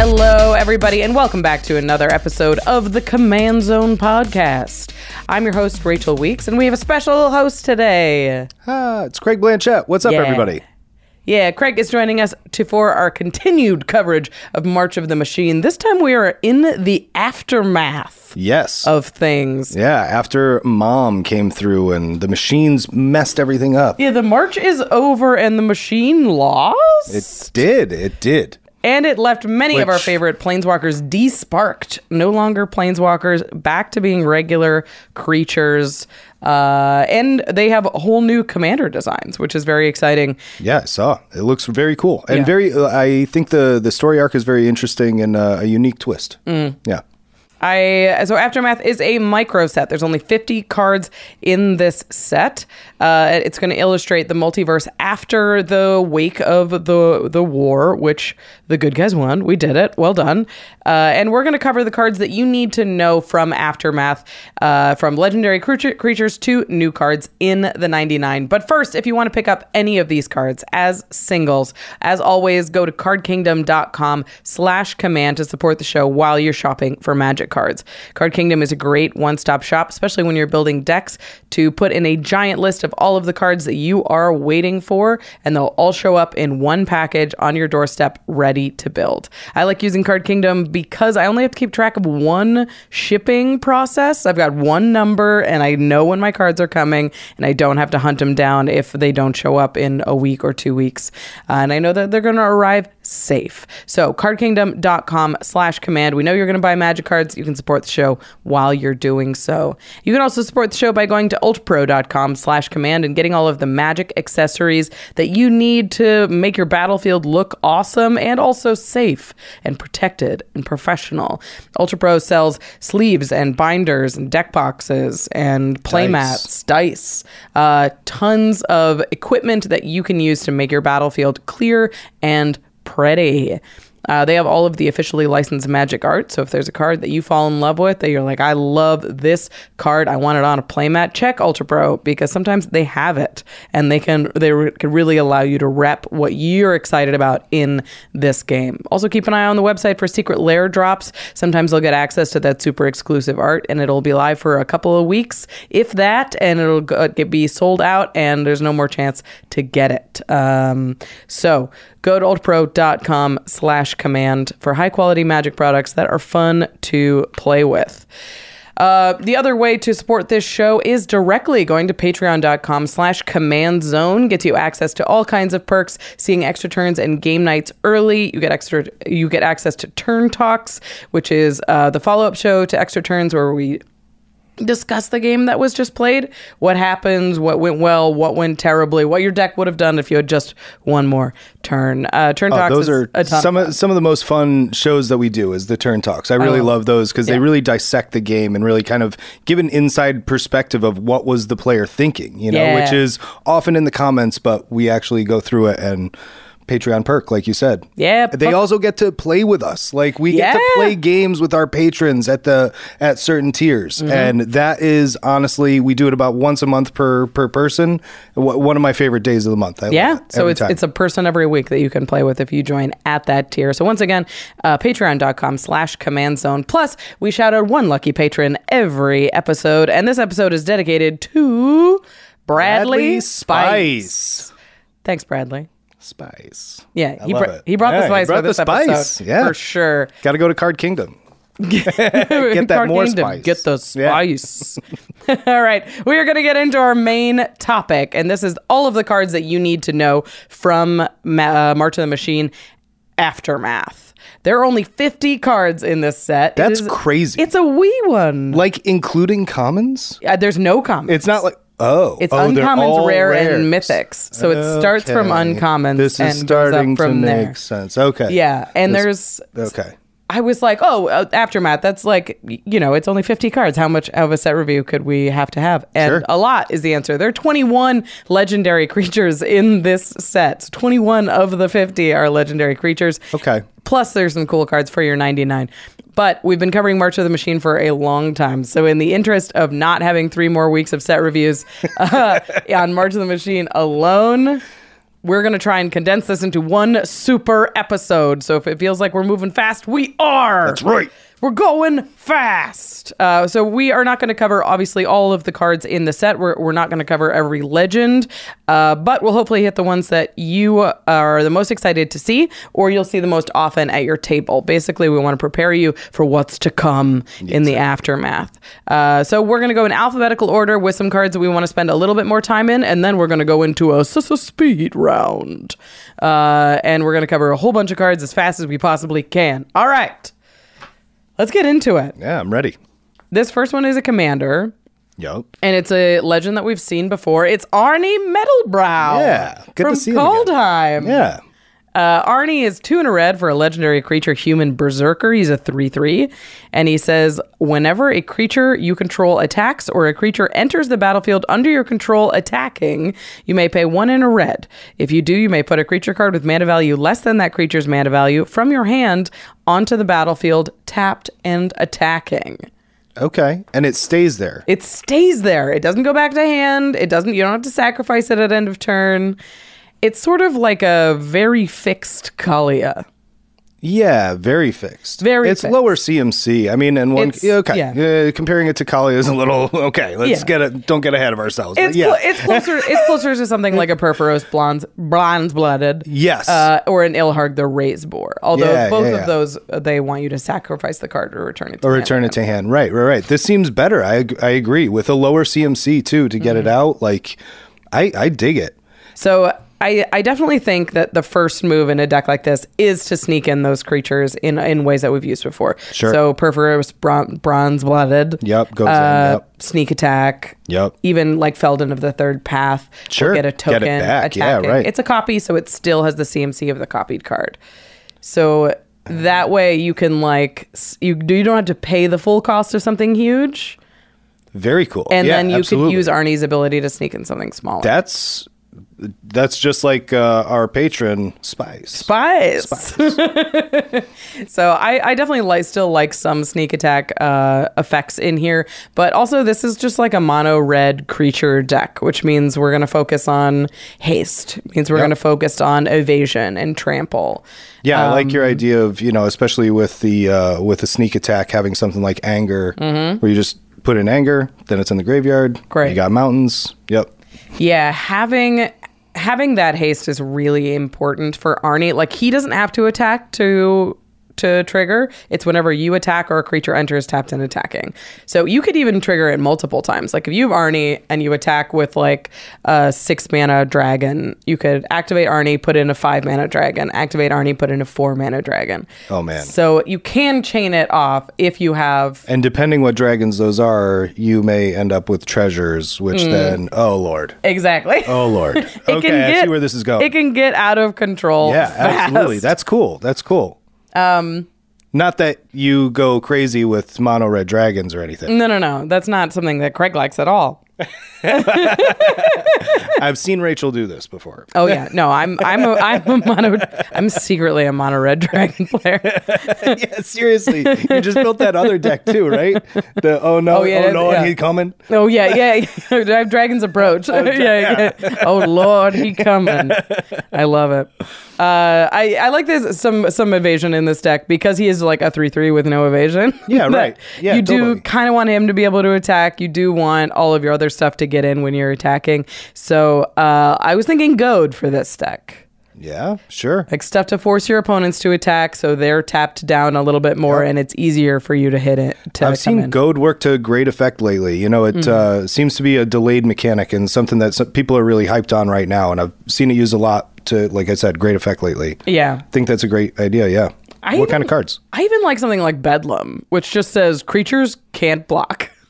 Hello, everybody, and welcome back to another episode of the Command Zone podcast. I'm your host, Rachel Weeks, and we have a special host today. Ah, it's Craig Blanchett. What's up, Yeah. everybody? Yeah, Craig is joining us to for our continued coverage of March of the Machine. This time we are in the aftermath Yes. of things. yeah, after mom came through and the machines messed everything up. Yeah, the march is over and the machine lost. It did. It did. and it left many of our Which- favorite planeswalkers desparked, no longer planeswalkers, back to being regular creatures. Uh, and they have whole new commander designs, which is very exciting. Yeah, I saw. It looks very cool. And Yeah. very, uh, I think the, the story arc is very interesting and uh, a unique twist. Mm. Yeah. I so aftermath is a micro set. There's only 50 cards in this set. Uh, it's going to illustrate the multiverse after the wake of the the war, which the good guys won. We did it. Well done. Uh, and we're going to cover the cards that you need to know from aftermath, uh, from legendary creature, creatures to new cards in the 99. But first, if you want to pick up any of these cards as singles, as always, go to cardkingdom.com slash command to support the show while you're shopping for magic cards. Card Kingdom is a great one stop shop, especially when you're building decks, to put in a giant list of all of the cards that you are waiting for, and they'll all show up in one package on your doorstep ready to build. I like using Card Kingdom because I only have to keep track of one shipping process. I've got one number and I know when my cards are coming, and I don't have to hunt them down if they don't show up in a week or two weeks. Uh, and I know that they're going to arrive safe. So cardkingdom.com slash command. We know you're going to buy magic cards. You can support the show while you're doing so. You can also support the show by going to ultpro.com slash command and getting all of the magic accessories that you need to make your battlefield look awesome and also safe and protected and professional. Ultrapro sells sleeves and binders and deck boxes and playmats Dice. dice, dice, uh, tons of equipment that you can use to make your battlefield clear and pretty. Uh, they have all of the officially licensed magic art. So if there's a card that you fall in love with that you're like, I love this card, I want it on a playmat, check Ultra Pro because sometimes they have it and they can they re- can really allow you to rep what you're excited about in this game. Also keep an eye on the website for secret lair drops. Sometimes they'll get access to that super exclusive art and it'll be live for a couple of weeks, if that, and it'll go- uh, get, be sold out and there's no more chance to get it. Um, so go to oldpro.com slash command for high quality magic products that are fun to play with. Uh, the other way to support this show is directly going to patreon.com slash command zone gets you access to all kinds of perks seeing extra turns and game nights early you get extra you get access to turn talks which is uh, the follow-up show to extra turns where we discuss the game that was just played what happens what went well what went terribly what your deck would have done if you had just one more turn uh, turn Oh, talks those is are a ton of some fun. of, some of the most fun shows that we do is the turn talks. I really love love those because Yeah. they really dissect the game and really kind of give an inside perspective of what was the player thinking, you know, which Yeah. is often in the comments, but we actually go through it and Patreon perk, like you said. Yeah, They fuck- also get to play with us. Like we get to Yeah. play games with our patrons at the at certain tiers, Mm-hmm. and that is honestly we do it about once a month per per person. W- one of my favorite days of the month. I love Yeah. it So every it's, time. it's a person every week that you can play with if you join at that tier. So once again, uh, patreon.com slash command zone. Plus, we shout out one lucky patron every episode. And this episode is dedicated to Bradley, Spice. Spice. Thanks, Bradley. Spice. Yeah. I he, love br- it. he brought Yeah, the he spice brought for the this spice. episode. Yeah. For sure. Got to go to Card Kingdom. Get that Card more Kingdom, spice. Get the Yeah. spice. all right. We are going to get into our main topic. And this is all of the cards that you need to know from Ma- uh, March of the Machine Aftermath. There are only 50 cards in this set. It That's is- crazy. It's a wee one. like including commons. Uh, there's no comments. It's not like oh, It's oh, they're uncommons, all rare, rares. and mythics. So it starts from Okay. uncommons. This is and goes up starting from to there. make sense. Okay. Yeah, and This- there's- okay. I was like, oh, uh, aftermath. That's like, y- you know, it's only 50 cards. How much of a set review could we have to have? And Sure. a lot is the answer. There are 21 legendary creatures in this set. So 21 of the 50 are legendary creatures. Okay. Plus, there's some cool cards for your 99. But we've been covering March of the Machine for a long time. So, in the interest of not having three more weeks of set reviews uh, on March of the Machine alone, we're going to try and condense this into one super episode. So, if it feels like we're moving fast, we are. That's right. We're going fast. Uh, so we are not going to cover obviously all of the cards in the set. We're, we're not going to cover every legend, uh, but we'll hopefully hit the ones that you are the most excited to see, or you'll see the most often at your table. Basically, we want to prepare you for what's to come in the aftermath. Uh, so we're going to go in alphabetical order with some cards that we want to spend a little bit more time in, and then we're going to go into a s- s- speed round, uh, and we're going to cover a whole bunch of cards as fast as we possibly can. All right. Let's get into it. Yeah, I'm ready. This first one is a commander, Yup. and it's a legend that we've seen before. It's Arnie Metalbrow. Yeah, good to from see him again. Coldheim. Yeah. Uh, Arnie is two and a red for a legendary creature, human berserker. He's a 3 3. And he says whenever a creature you control attacks or a creature enters the battlefield under your control attacking, you may pay one and a red. If you do, you may put a creature card with mana value less than that creature's mana value from your hand onto the battlefield, tapped and attacking. Okay. And it stays there. It stays there. It doesn't go back to hand. It doesn't. You don't have to sacrifice it at end of turn. It's sort of like a very fixed Kalia. yeah, very fixed. Very It's fixed. lower CMC. I mean, and one It's- yeah, okay. yeah. Uh, comparing it to Kali is a little okay. Let's Yeah. get it. Don't get ahead of ourselves. It's yeah. clo- it's closer. it's closer to something like a Perforos blonde, bronze blooded. Yes. Uh, or an Ilharg the Raise Boar. Although Yeah, both yeah, yeah. of those, uh, they want you to sacrifice the card or return it. To or the hand. return it to hand. Right, right, right. This seems better. I ag- I agree with a lower CMC too to get it Mm-hmm. out. Like, I I dig it. So I, I definitely think that the first move in a deck like this is to sneak in those creatures in, in ways that we've used before. Sure. So Perforos bron- bronze blooded. uh, Yep, goes in, yep. Sneak attack. Yep. Even like Felden of the Third Path. will Sure. Get a Get it token. back. Yeah, attacking. right. It's a copy, so it still has the CMC of the copied card. So that way you can like s- you you don't have to pay the full cost of something huge, Very cool. and Yeah, then you absolutely. could use Arnie's ability to sneak in something smaller. That's that's just like uh, our patron Spice. Spice. so I, I definitely like still like some sneak attack uh, effects in here, but also this is just like a mono red creature deck, which means we're gonna focus on haste. means we're Yep. gonna focus on evasion and trample. Yeah, I like your um, idea of you know, especially with the uh, with the sneak attack having something like anger, where you just put in anger, then it's in the graveyard. Mm-hmm. Great. You got mountains. Yep. Yeah, having having that haste is really important for Arnie. Like he doesn't have to attack to to trigger. It's whenever you attack or a creature enters tapped and attacking. So you could even trigger it multiple times. Like if you have Arnie and you attack with like a six mana dragon, you could activate Arnie, put in a five mana dragon, activate Arnie, put in a four mana dragon. Oh, man. So you can chain it off if you have And depending what dragons those are, you may end up with treasures, which Mm. then oh lord, Exactly. oh lord. okay, I see where this is going. It can get out of control. yeah, absolutely. fast. That's cool. That's cool. Um, not that you go crazy with mono red dragons or anything. No, no, no. That's not something that Craig likes at all. I've seen Rachel do this before. Oh yeah, no, I'm I'm a, I'm a mono. I'm secretly a mono red dragon player. yeah, seriously. You just built that other deck too, right? The oh no, Oh, oh, yeah, that- no, yeah. and he coming. Oh yeah, yeah. yeah. I have Dragon's Approach. yeah, yeah. Oh Lord, he coming. I love it. Uh, I I like this some some evasion in this deck because he is like a three three with no evasion. Yeah, That right. Yeah, you do totally. kind of want him to be able to attack. You do want all of your other stuff to get in when you're attacking. So uh, I was thinking goad for this deck. Yeah, sure. Like stuff to force your opponents to attack, so they're tapped down a little bit more, and it's easier for you to hit it. To come I've seen in. Mm. goad work to great effect lately. You know, it uh, seems to be a delayed mechanic and something that some people are really hyped on right now. And I've seen it used a lot to, like I said, great effect lately. Yeah. think that's a great idea. Yeah. I what even- kind of cards? I even like something like Bedlam, which just says creatures can't block.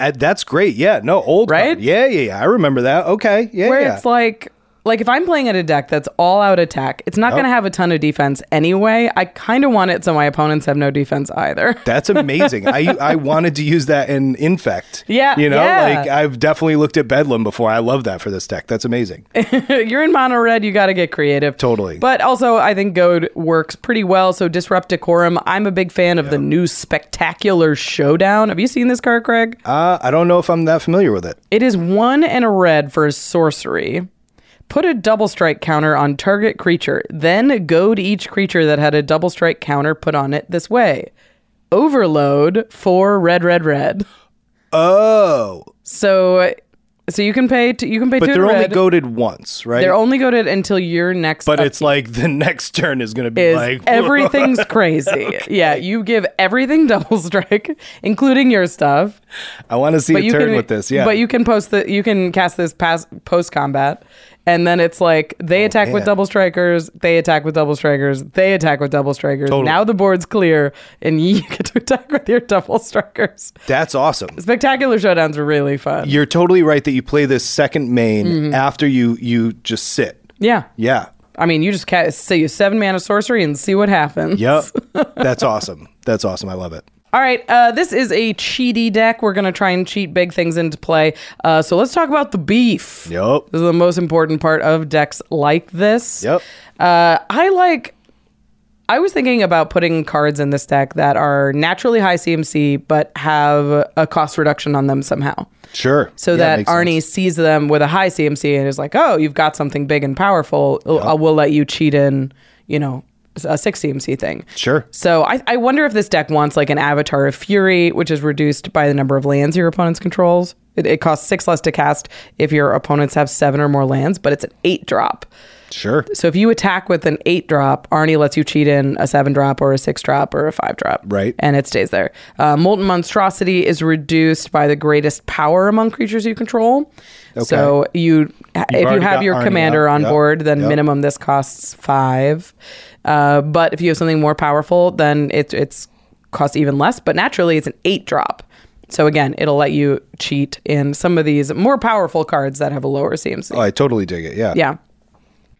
Uh, that's great. Yeah. No, old Right? card. Yeah, yeah, yeah. I remember that. Okay. Yeah, Where yeah. it's like like if I'm playing at a deck that's all out attack, it's not gonna have a ton of defense anyway. I kinda want it so my opponents have no defense either. That's amazing. I I wanted to use that in Infect. Yeah, You know, yeah. like I've definitely looked at Bedlam before. I love that for this deck. That's amazing. You're in mono red, you gotta get creative. Totally. But also I think Goad works pretty well. So disrupt decorum. I'm a big fan of the new spectacular showdown. Have you seen this card, Craig? Uh, I don't know if I'm that familiar with it. It is one and a red for his sorcery. Put a double strike counter on target creature, then goad each creature that had a double strike counter put on it this way. Overload for red, red, red. Oh, So, so you can pay. T- you can pay. but two they're red. only goaded once, right? They're only goaded until your next. but up it's like the next turn is going to be is like everything's crazy. Yeah, you give everything double strike, including your stuff. I want to see a turn with this. Yeah. But you can post the you can cast this pass post combat, and then it's like they attack with Oh, man. double strikers, they attack with double strikers, they attack with double strikers. Totally. Now the board's clear, and you get to attack with your double strikers. That's awesome. Spectacular showdowns are really fun. You're totally right that you play this second main Mm-hmm. after you you just sit. yeah. Yeah. I mean, you just cast say you seven mana sorcery and see what happens. Yep. That's awesome. That's awesome. I love it. All right, uh, this is a cheaty deck. We're gonna try and cheat big things into play. Uh, so let's talk about the beef. Yep. This is the most important part of decks like this. Yep. Uh, I like. I was thinking about putting cards in this deck that are naturally high CMC but have a cost reduction on them somehow, Sure. so Yeah, that makes sense. Arnie sees them with a high CMC and is like, "Oh, you've got something big and powerful. I'll- I will let you cheat in, you know, a six CMC thing." Sure. So I, I wonder if this deck wants like an Avatar of Fury, which is reduced by the number of lands your opponents controls. It, it costs six less to cast if your opponents have seven or more lands, but it's an eight drop. Sure. So if you attack with an eight drop, Arnie lets you cheat in a seven drop or a six drop or a five drop. Right. And it stays there. Uh, Molten Monstrosity is reduced by the greatest power among creatures you control. So you, if you already have got your Arnie, commander yep, on yep, board, then yep. minimum this costs five. Uh, but if you have something more powerful, then it, it's costs even less. But naturally, it's an eight drop. So again, it'll let you cheat in some of these more powerful cards that have a lower CMC. Oh, I totally dig it. Yeah. Yeah.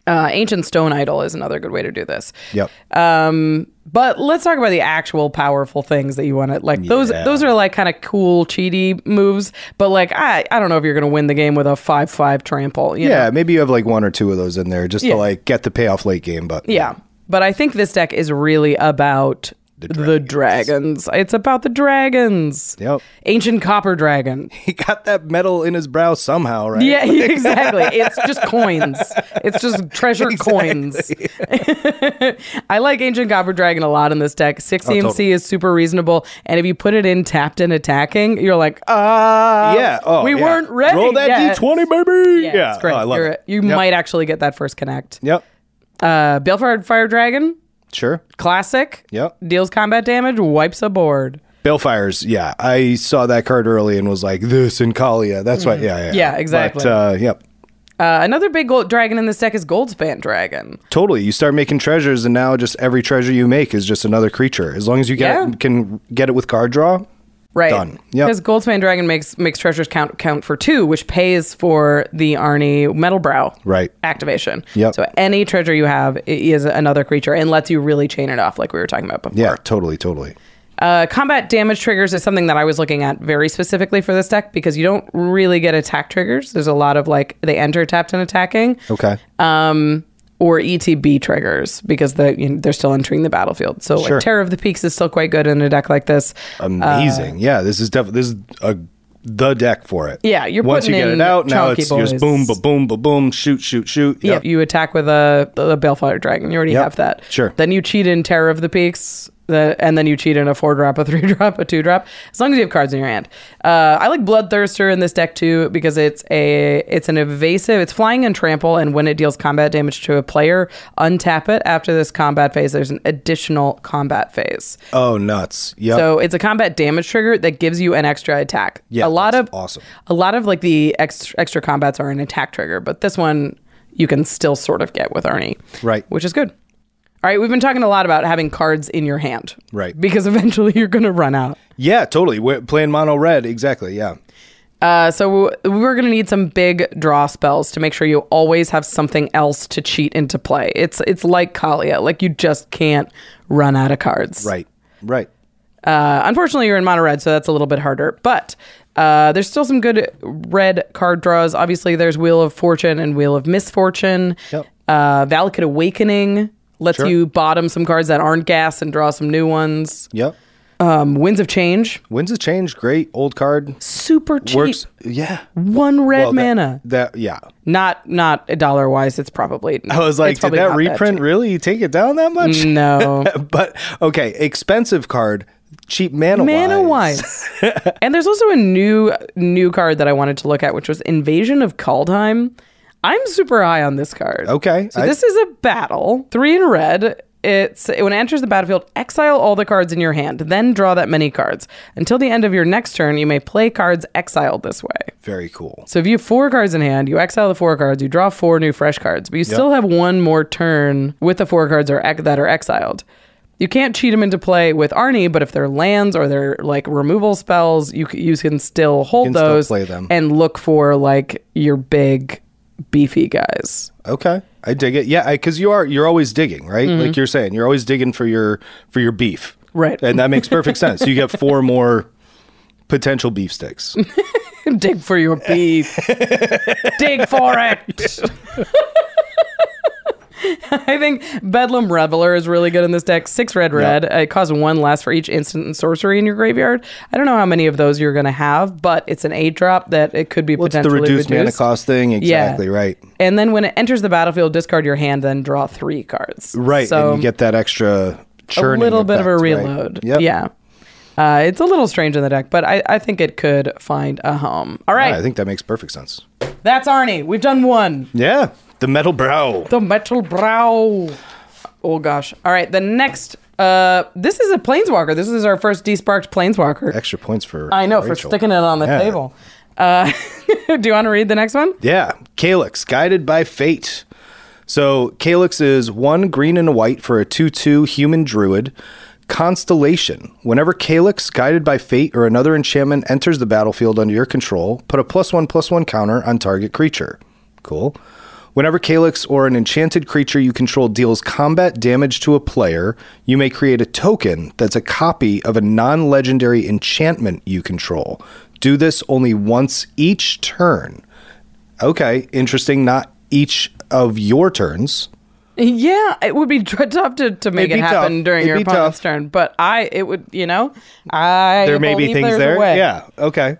Uh, ancient stone idol is another good way to do this. Yep. Um, but let's talk about the actual powerful things that you want to like. Those Yeah. those are like kind of cool cheaty moves. But like I I don't know if you're gonna win the game with a five five trample. You yeah. know? Maybe you have like one or two of those in there just Yeah. to like get the payoff late game. But Yeah. But I think this deck is really about the dragons. It's about the dragons. Yep. Ancient copper dragon. he got that metal in his brow somehow, right? Yeah, exactly. It's just coins. It's just treasure coins. I like Ancient Copper Dragon a lot in this deck. Six CMC Oh, totally. is super reasonable, and if you put it in tapped and attacking, you're like, ah, Yeah. Oh, we yeah. weren't ready. Roll that yet. d20, baby. Yeah. it's great. Oh, I love You're- it. You Yep. might actually get that first connect. Yep. Uh, Balefire Fire Dragon, Sure. classic. Yep. Deals combat damage, wipes a board. Balefires, yeah. I saw that card early and was like, this and Kalia. That's why, yeah, yeah. Mm. Yeah, exactly. But, uh, yep. Uh, another big gold dragon in this deck is Goldspan Dragon. Totally. You start making treasures, and now just every treasure you make is just another creature. As long as you get Yeah. can get it with card draw, Right. Done. Yep. Because Goldspan Dragon makes makes treasures count count for two, which pays for the Arnie Metal Brow Right. activation. Yep. So any treasure you have i- is another creature and lets you really chain it off, like we were talking about before. yeah, totally, totally. Uh, combat damage triggers is something that I was looking at very specifically for this deck because you don't really get attack triggers. There's a lot of like they enter tapped and attacking Okay. um, or ETB triggers because the, you know, they're still entering the battlefield. So Sure. like Terror of the Peaks is still quite good in a deck like this. Amazing. yeah, this is definitely this is a the deck for it. Yeah, you're once you putting get in it out now. chunky It's just boys. boom, ba boom, ba boom, shoot, shoot, shoot. Yeah, Yep. you attack with a, a Balefire Dragon. You already Yep. have that. Sure. Then you cheat in Terror of the Peaks, the, and then you cheat in a four drop, a three drop, a two drop. As long as you have cards in your hand. Uh, I like Bloodthirster in this deck too because it's a it's an evasive. It's flying and trample, and when it deals combat damage to a player, untap it. After this combat phase, there's an additional combat phase. Oh, nuts. Yep. So it's a combat damage trigger that gives you an extra attack. Yeah, a lot that's of awesome. A lot of like the extra, extra combats are an attack trigger, but this one you can still sort of get with Arnie, Right. Which is good. All right, we've been talking a lot about having cards in your hand, Right. Because eventually you're going to run out. yeah, totally. We're playing mono red. Exactly. Yeah. Uh, so w- we're going to need some big draw spells to make sure you always have something else to cheat into play. It's it's like Kalia, like you just can't run out of cards, Right. Right. Uh, unfortunately, you're in mono red, so that's a little bit harder. But uh, there's still some good red card draws. Obviously, there's Wheel of Fortune and Wheel of Misfortune. Yep. Uh, Valakut Awakening lets Sure. you bottom some cards that aren't gas and draw some new ones. Yep. Um, Winds of Change, Wins the change. Great old card. super cheap. Works. Yeah. One red Well, that- mana. That, yeah. Not not dollar wise. It's probably. I was like, it's probably did that not reprint cheap. really take it down that much? no. but okay, expensive card, cheap mana. Mana wise. and there's also a new new card that I wanted to look at, which was Invasion of Kaldheim. I'm super high on this card. Okay, So I- this is a battle. Three in red. It's when it enters the battlefield, exile all the cards in your hand, then draw that many cards. Until the end of your next turn, you may play cards exiled this way. Very cool. So if you have four cards in hand, you exile the four cards, you draw four new fresh cards, but you still have one more turn with the four cards are, ex- that are exiled. You can't cheat them into play with Arnie, but if they're lands or they're like removal spells, you c- you can still hold can still those play them. and look for like your big beefy guys. Okay, I dig it. Yeah, because you are you're always digging, right? Like you're saying, you're always digging for your for your beef, Mm-hmm. Right. And that makes perfect sense. You get four more potential beef sticks. Dig for your beef. Dig for it. I think Bedlam Reveler is really good in this deck. Six red, red. Uh, it costs one less for each instant and sorcery in your graveyard. I don't know how many of those you're going to have, but it's an eight drop that it could be What's the potentially reduced, mana reduced. cost thing? Yeah. Exactly right. And then when it enters the battlefield, discard your hand, then draw three cards. Right, So and you get that extra a churning little bit of a effect, right? reload. Yep. Yeah. Uh, it's a little strange in the deck, but I, I think it could find a home. All right. Yeah, I think that makes perfect sense. That's Arnie. We've done one. Yeah, the metal brow. The metal brow. Oh gosh. All right. The next. Uh, this is a planeswalker. This is our first desparked planeswalker. Extra points for I know for Rachel. sticking it on the Yeah. table. Uh, do you want to read the next one? Yeah, Calyx, guided by fate. So, Calyx is one green and a white for a 2 2 human druid. Constellation. Whenever Calyx, guided by fate, or another enchantment enters the battlefield under your control, put a plus one plus one counter on target creature. Cool. Whenever Calyx or an enchanted creature you control deals combat damage to a player, you may create a token that's a copy of a non legendary enchantment you control. Do this only once each turn. Okay, interesting. Not each of your turns. Yeah, it would be tr- tough to, to make It'd it be tough. happen during It'd your be opponent's tough. turn, but I it would you know I There may be believe things there's a there. way. Yeah. Okay.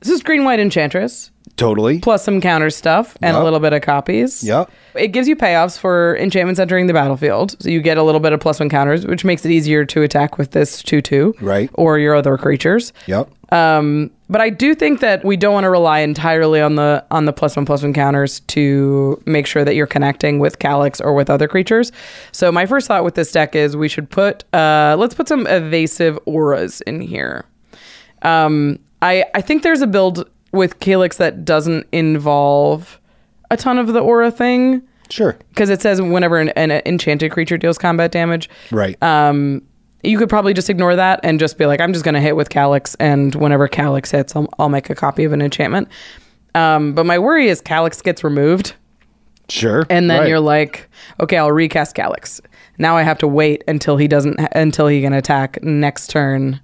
This is green white enchantress. Totally. plus some counter stuff and a Yup. little bit of copies. Yup. It gives you payoffs for enchantments entering the battlefield. So you get a little bit of plus one counters, which makes it easier to attack with this 2 2. Right. Or your other creatures. Yep. Um, but I do think that we don't want to rely entirely on the on the plus one plus one counters to make sure that you're connecting with Calyx or with other creatures. So my first thought with this deck is we should put uh, let's put some evasive auras in here. Um, I I think there's a build with Calyx that doesn't involve a ton of the aura thing Sure. because it says whenever an, an enchanted creature deals combat damage, Right. um, you could probably just ignore that and just be like, I'm just going to hit with Calyx, and whenever Calyx hits, I'll, I'll make a copy of an enchantment. Um, but my worry is Calyx gets removed Sure. and then Right. you're like, okay, I'll recast Calyx. Now I have to wait until he doesn't until he can attack next turn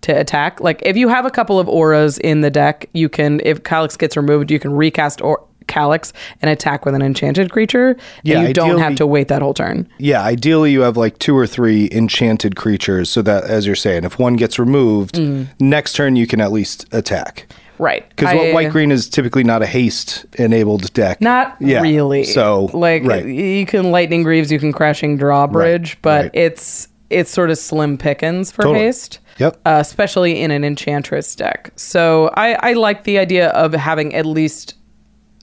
to attack. Like if you have a couple of auras in the deck, you can if Calyx gets removed, you can recast or Calyx and attack with an enchanted creature. Yeah, and you don't have ideally- to wait that whole turn. Yeah, ideally you have like two or three enchanted creatures so that as you're saying, if one gets removed, next turn you can at least attack. Right. Because Mm. I- what white green is typically not a haste enabled deck. Not Yeah, really. So like right. you can lightning greaves, you can crashing drawbridge, Right, but right. it's it's sort of slim pickings for Totally. haste. Yep. Uh, especially in an enchantress deck. So I, I like the idea of having at least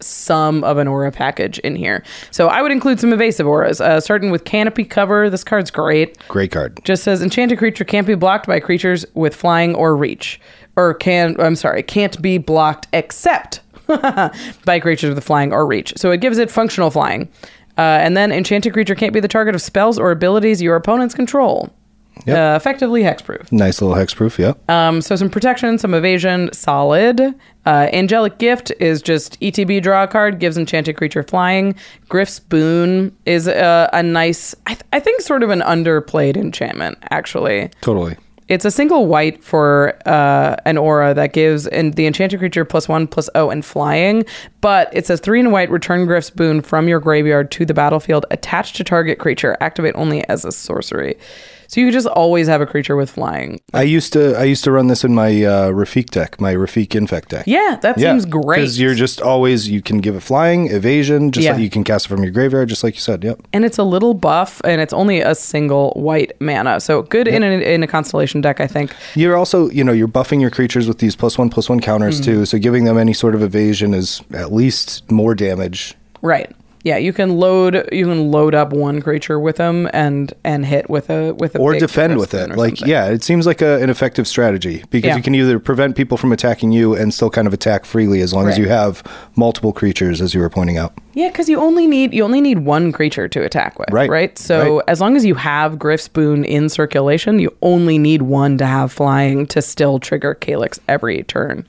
some of an aura package in here. So I would include some evasive auras, uh, starting with canopy cover. This card's great Great card. just says enchanted creature can't be blocked by creatures with flying or reach or can i'm sorry can't be blocked except by creatures with flying or reach so it gives it functional flying uh, and then enchanted creature can't be the target of spells or abilities your opponents control Yep. uh, effectively hexproof Nice little hexproof, yeah. um, so some protection, some evasion, solid. Uh, Angelic Gift is just ETB draw a card, gives enchanted creature flying. Griff's Boon is uh, a, a nice, I, th- I think, sort of an underplayed enchantment, actually. totally. It's a single white for uh, an aura that gives and the enchanted creature plus one plus oh and flying. But it says three and white return Griff's boon from your graveyard to the battlefield, attached to target creature, activate only as a sorcery. So you could just always have a creature with flying. I used to I used to run this in my uh, Rafik deck, my Rafik Infect deck. Yeah, that seems great. Because you're just always you can give it flying, evasion, just Yeah. like you can cast it from your graveyard, just like you said. Yep. and it's a little buff, and it's only a single white mana. So good in, a, in a constellation deck, I think. You're also, you know, you're buffing your creatures with these plus one plus one counters Mm-hmm. too. So giving them any sort of evasion is at least more damage. Right. Yeah, you can load you can load up one creature with them and and hit with a with a Or big defend with Griffin it. or Like, something. yeah, it seems like a, an effective strategy because Yeah. you can either prevent people from attacking you and still kind of attack freely as long as Right. you have multiple creatures, as you were pointing out. Yeah, because you only need you only need one creature to attack with, Right. right? So Right. as long as you have Griff Spoon in circulation, you only need one to have flying to still trigger Calyx every turn.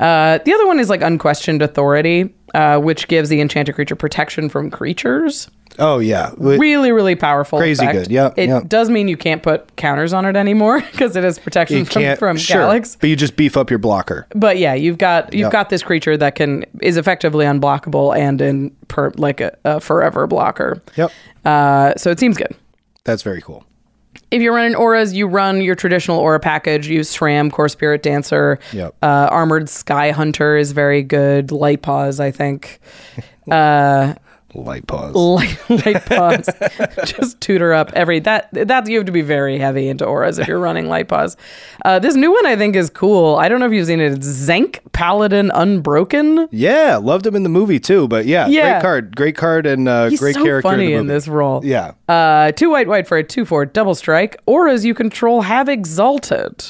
Uh, the other one is like unquestioned authority, uh, which gives the enchanted creature protection from creatures. Oh, yeah. Wait, Really, really powerful. Crazy effect. good. Yep, It yep. does mean you can't put counters on it anymore because it has protection you from, can't. from sure, Calyx But you just beef up your blocker. but yeah, you've got you've Yep. got this creature that can is effectively unblockable and in per, like a, a forever blocker. Yep. Uh, so it seems good. That's very cool. If you're running auras, you run your traditional aura package. Use SRAM, Core Spirit Dancer. Yep. Uh, Armored Sky Hunter is very good. Light Paws, I think. Light pause. Light, light Paws. Just tutor up every that that you have to be very heavy into auras if you're running Light Paws. Uh, this new one I think is cool. I don't know if you've seen it. It's Zank Paladin Unbroken. yeah, loved him in the movie too. But yeah, Yeah. great card, great card, and uh, He's great so character. funny in, the in movie. this role. Yeah. Uh, two white, white for a two four double strike. Auras you control have exalted.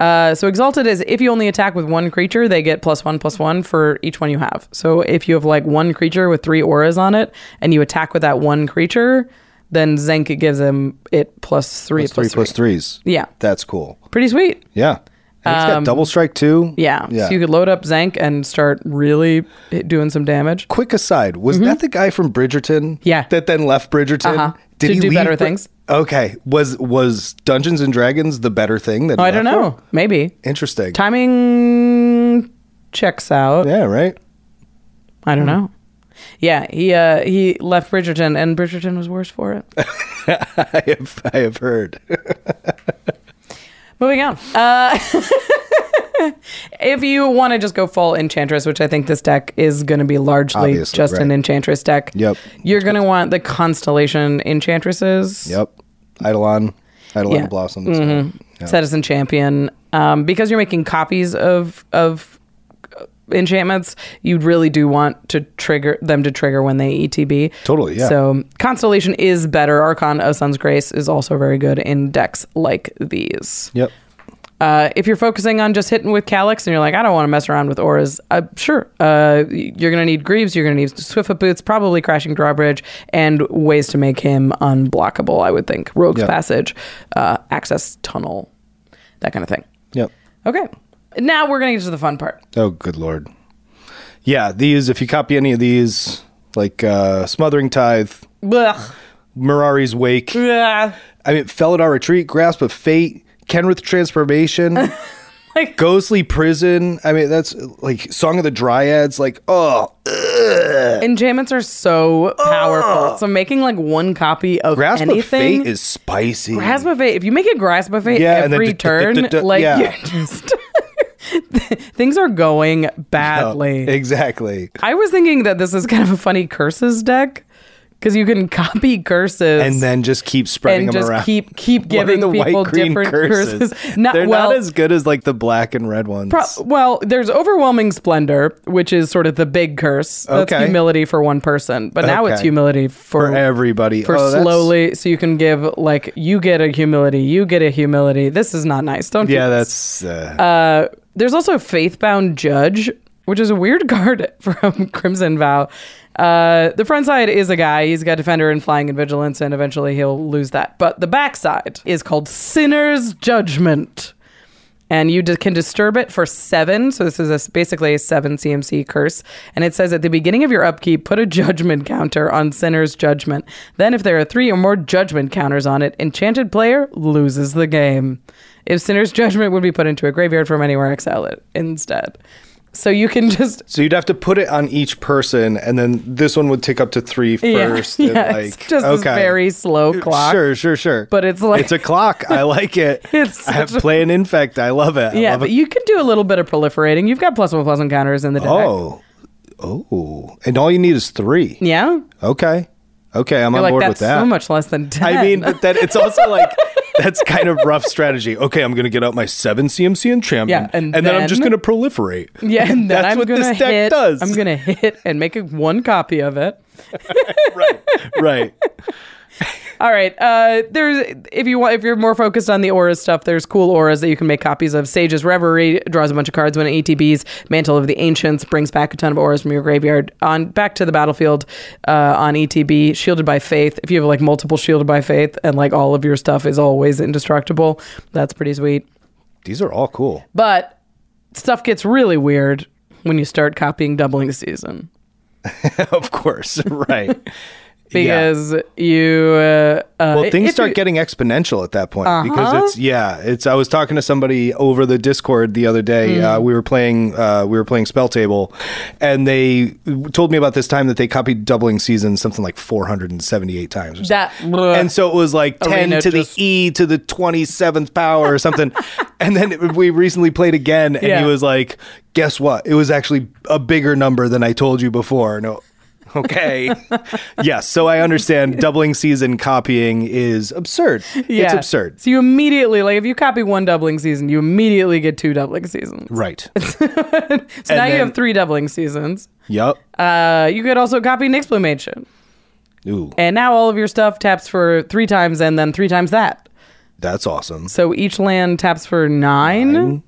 Uh, so exalted is if you only attack with one creature, they get plus one plus one for each one you have. So if you have like one creature with three auras on it, and you attack with that one creature, then Zenk gives him it plus three It's three plus three. plus threes. Yeah, That's cool. pretty sweet. Yeah. And it's got double strike too. Um, Yeah. Yeah. so you could load up Zenk and start really doing some damage. Quick aside, was that the guy from Bridgerton? Mm-hmm. Yeah. That then left Bridgerton. Uh-huh. To do better things. Okay. Was was Dungeons and Dragons the better thing? That he Oh, I don't left for? know, maybe Interesting. timing checks out. yeah. Right. I Hmm. don't know. Yeah, he uh, he left Bridgerton, and Bridgerton was worse for it. I have I have heard. Moving on. Uh, if you want to just go full enchantress, which I think this deck is going to be largely Obviously, just an right. enchantress deck. Yep. You're going to want the constellation enchanttresses. yep. Eidolon. Eidolon Yeah. Mm-hmm. Blossom. Citizen Champion, um, because you're making copies of of uh, enchantments, you really do want to trigger them to trigger when they ETB. Totally, yeah. So Constellation is better. Archon of Sun's Grace is also very good in decks like these. Yep. Uh, if you're focusing on just hitting with Calyx and you're like, I don't want to mess around with auras, uh, sure. Uh, you're going to need Greaves, you're going to need Swiftfoot Boots, probably Crashing Drawbridge, and ways to make him unblockable, I would think. Rogue's Yeah. Passage, uh, Access Tunnel, that kind of thing. Yep. Okay. Now we're going to get to the fun part. Oh, good lord. Yeah, these. If you copy any of these, like uh, Smothering Tithe, Blech. Mirari's Wake. Blah. I mean, Felidar Retreat, Grasp of Fate, Kenrith Transformation, Ghostly Prison. I mean, that's like Song of the Dryads. Like, oh, Enchantments are so powerful. So making like one copy of Grasp anything of Fate is spicy. grasp of fate. If you make a grasp of fate Yeah, and then every duh, duh, duh, turn, duh, duh, like yeah. you're just things are going badly. Uh, exactly. I was thinking that this is kind of a funny curses deck because you can copy curses And then just keep spreading and them just around. keep keep What are giving the white, people green different curses. Not, They're well, not as good as like the black and red ones. Pro- well, there's overwhelming splendor, which is sort of the big curse. That's Okay. humility for one person, but now it's Okay. humility for, For everybody. For Oh, that's- slowly, so you can give like you get a humility, you get a humility. This is not nice. Don't. do yeah, this. that's uh, There's also Faithbound Judge, which is a weird card from Crimson Vow. Uh, the front side is a guy. He's got Defender and Flying and Vigilance, and eventually he'll lose that. But the back side is called Sinner's Judgment. And you di- can disturb it for seven. So this is a s basically a seven CMC curse. And it says at the beginning of your upkeep, put a judgment counter on Sinner's Judgment. Then, if there are three or more judgment counters on it, Enchanted player loses the game. If Sinner's Judgment would be put into a graveyard from anywhere, exile it instead. So you can just so you'd have to put it on each person, and then this one would take up to three first. and, yeah, like, it's just this okay. very slow clock. Sure, sure, sure. But it's like- it's a clock. I like it. It's I have such a- play an infect. I love it. I Yeah, love but it. you can do a little bit of proliferating. You've got plus one plus one counters in the deck. oh, oh, and all you need is three. yeah. Okay, okay, I'm You're like on board that's with that. so much less than ten. I mean, but that it's also like that's kind of rough strategy. Okay, I'm gonna get out my seven CMC and champion, Yeah, and then, I'm then- just gonna proliferate. Yeah, and then that's I'm what gonna this deck hit, does. I'm gonna hit and make a, one copy of it. right, right. All right. Uh, there's if you want if you're more focused on the aura stuff, there's cool auras that you can make copies of. Sage's Reverie draws a bunch of cards when it ETBs. Mantle of the Ancients brings back a ton of auras from your graveyard on back to the battlefield uh, on ETB. Shielded by Faith. If you have like multiple Shielded by Faith and like all of your stuff is always indestructible, that's pretty sweet. These are all cool. But stuff gets really weird when you start copying doubling season. of course, right. Yeah. because you uh, uh, well things if start you- Uh-huh. getting exponential at that point because it's yeah it's i was talking to somebody over the discord the other day Mm. uh, we were playing uh, we were playing spell table and they told me about this time that they copied doubling seasons something like 478 times or something. that and so it was like Uh, 10 Arena to the just- e to the 27th power or something and then it- we recently played again and Yeah. he was like guess what it was actually a bigger number than i told you before no okay yes so i understand doubling season copying is absurd it's absurd So you immediately like if you copy one doubling season, you immediately get two doubling seasons. right So now you then- have three doubling seasons. yep Uh, you could also copy Nick's Plumation. ooh And now all of your stuff taps for three times and then three times that. that's awesome So each land taps for nine.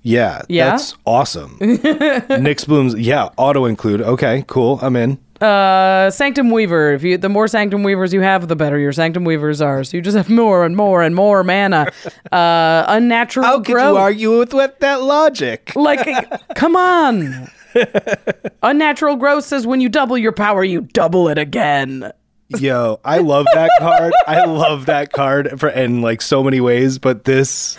yeah, Yeah? that's awesome nick's blooms yeah auto include okay cool i'm in Uh, Sanctum Weaver. If you the more Sanctum Weavers you have, the better your Sanctum Weavers are. So you just have more and more and more mana. Uh, unnatural how could growth. you argue with, with that logic Like, come on. Unnatural growth says when you double your power, you double it again. Yo, I love that card. I love that card for in like so many ways, but this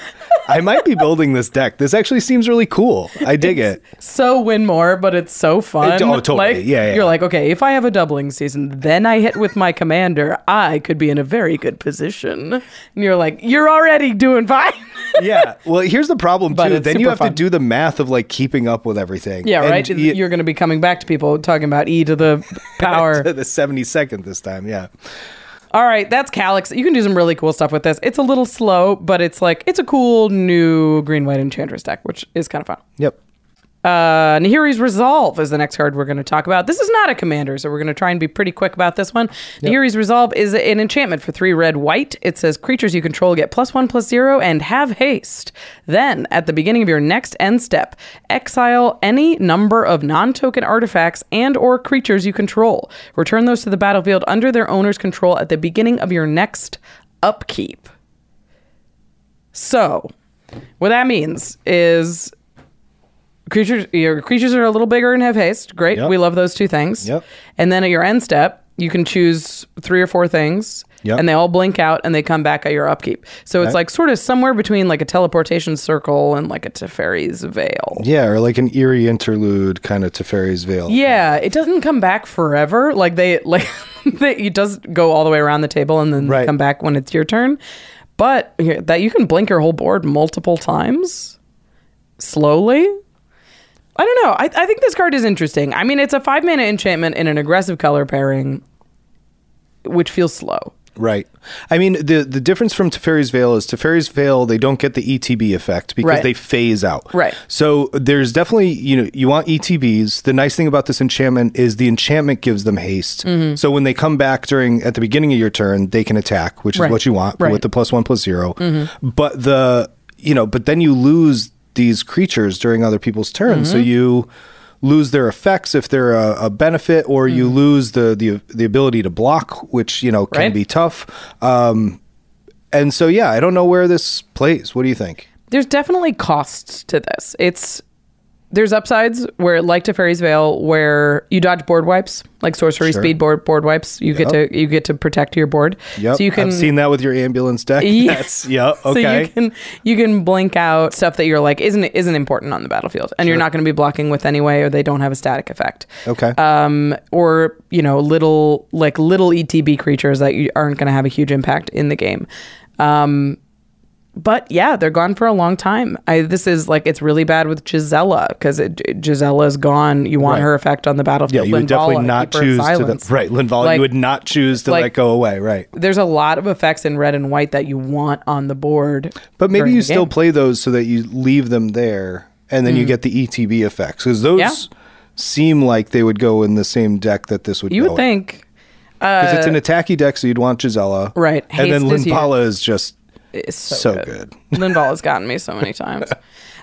I might be building this deck. This actually seems really cool. I dig it. So win more, but it's so fun. It- oh, totally. Like, Yeah, yeah. You're like, okay, if I have a doubling season, then I hit with my commander, I could be in a very good position. And you're like, you're already doing fine. Yeah. Well, here's the problem But too. it's Then you super have fun. to do the math of like keeping up with everything. yeah, And right? y- you're going to be coming back to people talking about E to the power. the 72nd this time, yeah. All right, that's Calyx. You can do some really cool stuff with this. It's a little slow, but it's like, it's a cool new green, white, enchantress deck, which is kind of fun. Yep. Uh, Nahiri's Resolve is the next card we're going to talk about. This is not a commander, so we're going to try and be pretty quick about this one. Nahiri's Resolve is an enchantment for three red white. It says creatures you control get plus one, plus zero, and have haste. Then, at the beginning of your next end step, exile any number of non-token artifacts and or creatures you control. Return those to the battlefield under their owner's control at the beginning of your next upkeep. So, what that means is creatures your creatures are a little bigger and have haste. Great. Yep. We love those two things. Yep. And then at your end step, you can choose three or four things. Yep. And they all blink out and they come back at your upkeep. So it's Okay. like sort of somewhere between like a teleportation circle and like a Teferi's veil. Yeah, or like an eerie interlude kind of Teferi's Veil. Yeah, it doesn't come back forever. Like they like they, it does go all the way around the table and then Right. come back when it's your turn. But yeah, that you can blink your whole board multiple times slowly. I don't know. I, I think this card is interesting. I mean, it's a five mana enchantment in an aggressive color pairing, which feels slow. Right. I mean, the the difference from Teferi's Veil is Teferi's Veil, they don't get the ETB effect because Right. they phase out. Right. So there's definitely, you know, you want ETBs. The nice thing about this enchantment is the enchantment gives them haste. Mm-hmm. So when they come back during, at the beginning of your turn, they can attack, which Right. is what you want Right. Mm-hmm. with the plus one, plus 0 But the, you know, but then you lose these creatures during other people's turns. Mm-hmm. So you lose their effects if they're a, a benefit or you Mm-hmm. lose the, the the ability to block which you know can Right. be tough um and so yeah i don't know where this plays what do you think there's definitely costs to this. It's there's upsides where like to Fairy's Veil where you dodge board wipes, like sorcery Sure. speed board board wipes. You get Yep. to you get to protect your board. Yep. So you can I've seen that with your ambulance deck. Yes. Yep. So you Okay. can you can blink out stuff that you're like isn't isn't important on the battlefield and you're not going to be blocking with anyway or they don't have a static effect. okay. Um, or you know, little like little ETB creatures that you aren't going to have a huge impact in the game. Um, but yeah, they're gone for a long time. I this is like it's really bad with Gisela because Gisella's gone. You want Right. her effect on the yeah, battlefield. you would definitely Linvala, not Keeper of choose to Silence. the, right, Linval. Like, you would not choose to like- let go away, right? There's a lot of effects in red and white that you want on the board. But maybe during you the still game. Mm. play those so that you leave them there, and then you get the ETB effects because those Yeah. seem like they would go in the same deck that this would. You go would think uh, because it's an attacky deck, so you'd want Gisela, Right. And then Haste is Uh, huge. Limpala is just It's so, So good. Linval has gotten me so many times.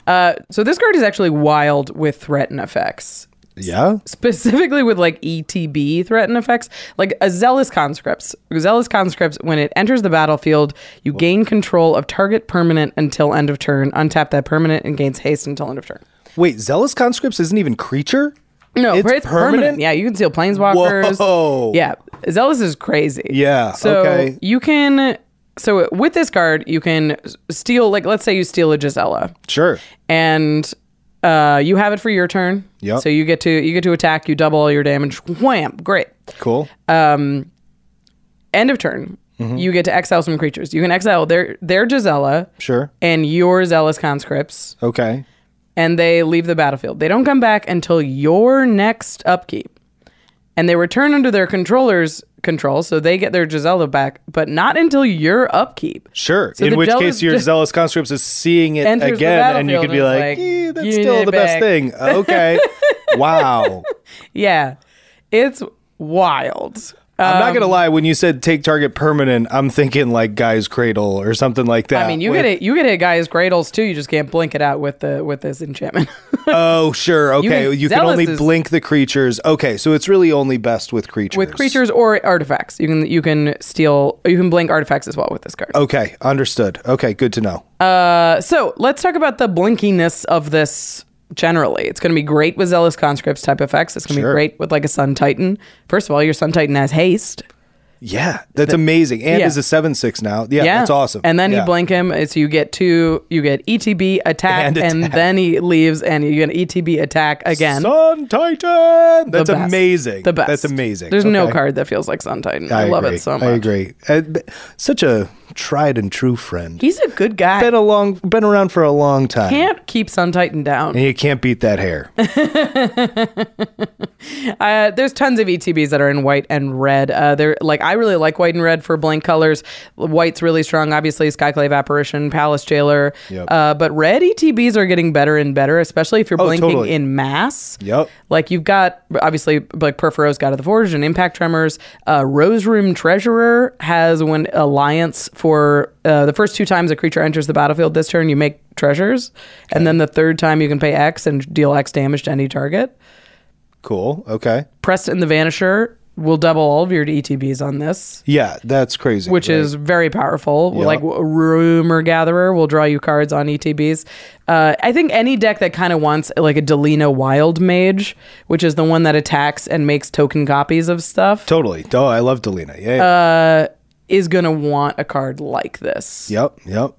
Uh, so this card is actually wild with threaten effects, yeah, specifically with like E ETB threaten effects, like a zealous conscripts. Zealous conscripts, when it enters the battlefield, you gain control of target permanent until end of turn. Untap that permanent and gains haste until end of turn. Wait, zealous conscripts isn't even creature. No, It's permanent? Yeah, you can steal planeswalkers. Whoa. Yeah, zealous is crazy. Yeah, So okay. you can. So with this card, you can steal. Like, let's say you steal a Gisela. Sure. and uh, you have it for your turn. Yep. So you get to you get to attack. You double all your damage. Wham! Great. Cool. Uh, End of turn. You get to exile some creatures. You can exile their their Gisela sure. and your zealous conscripts, Okay. and they leave the battlefield. They don't come back until your next upkeep, and they return under their controller's control. So they get their Gisela back, but not until your upkeep. Sure. So In the which jealous- case, your zealous conscripts is seeing it Enters the again, and you battlefield could be and is like, like, "Eh, "That's "You still need the best back." thing." Uh, Okay. wow. Yeah, it's wild. Uh, I'm not Um, gonna lie. When you said take target permanent, I'm thinking like Guy's Cradle or something like that. I mean, you with- get it. You get it, guys. Cradles too. You just can't blink it out with the with this enchantment. Oh, sure. Okay. You can- can, only zealous is- blink the creatures. Okay, so it's really only best with creatures. with creatures or artifacts, you can you can steal. You can blink artifacts as well with this card. Okay, understood. Okay, good to know. Uh, so let's talk about the blinkiness of this. Generally, it's going to be great with zealous conscripts type effects. It's going to Sure. be great with like a sun titan. First of all, your sun titan has haste. yeah, that's amazing. And yeah. is a seven six now. Yeah, that's awesome. And then Yeah. you blink him, and so you get two. You get ETB attack, And and, attack. then he leaves, and you get an ETB attack again. Sun The Titan. That's best. amazing. The best. That's amazing. There's no Okay. card that feels like Sun Titan. I, love agree. it so much. I agree. Uh, b- such a tried and true friend. He's a good guy. been a long, been around for a long time. can't keep Sun Titan down. and you can't beat that hair. Uh, there's tons of ETBs that are in white and red. Uh, they're like I really like white and red for blank colors. White's really strong, obviously. Skyclave Apparition, Palace Jailer. Yep. Uh, but red ETBs are getting better and better, especially if you're Oh, blinking totally. in mass. Yep. Like you've got obviously like Perforos, God of the Forge, and Impact Tremors. Uh, Rose Room Treasurer has when alliance for uh, the first two times a creature enters the battlefield this turn, you make treasures, and then the third time you can pay X and deal X damage to any target. cool. Okay. Preston the Vanisher will double all of your ETBs on this, Yeah, that's crazy. which right? is very powerful. Yeah. Like w- rumor gatherer will draw you cards on ETBs. Uh, I think any deck that kind of wants like a Delina Wild Mage, which is the one that attacks and makes token copies of stuff, totally. Oh, I love Delina. Yeah. Uh, yeah. is gonna want a card like this. yep. Yep.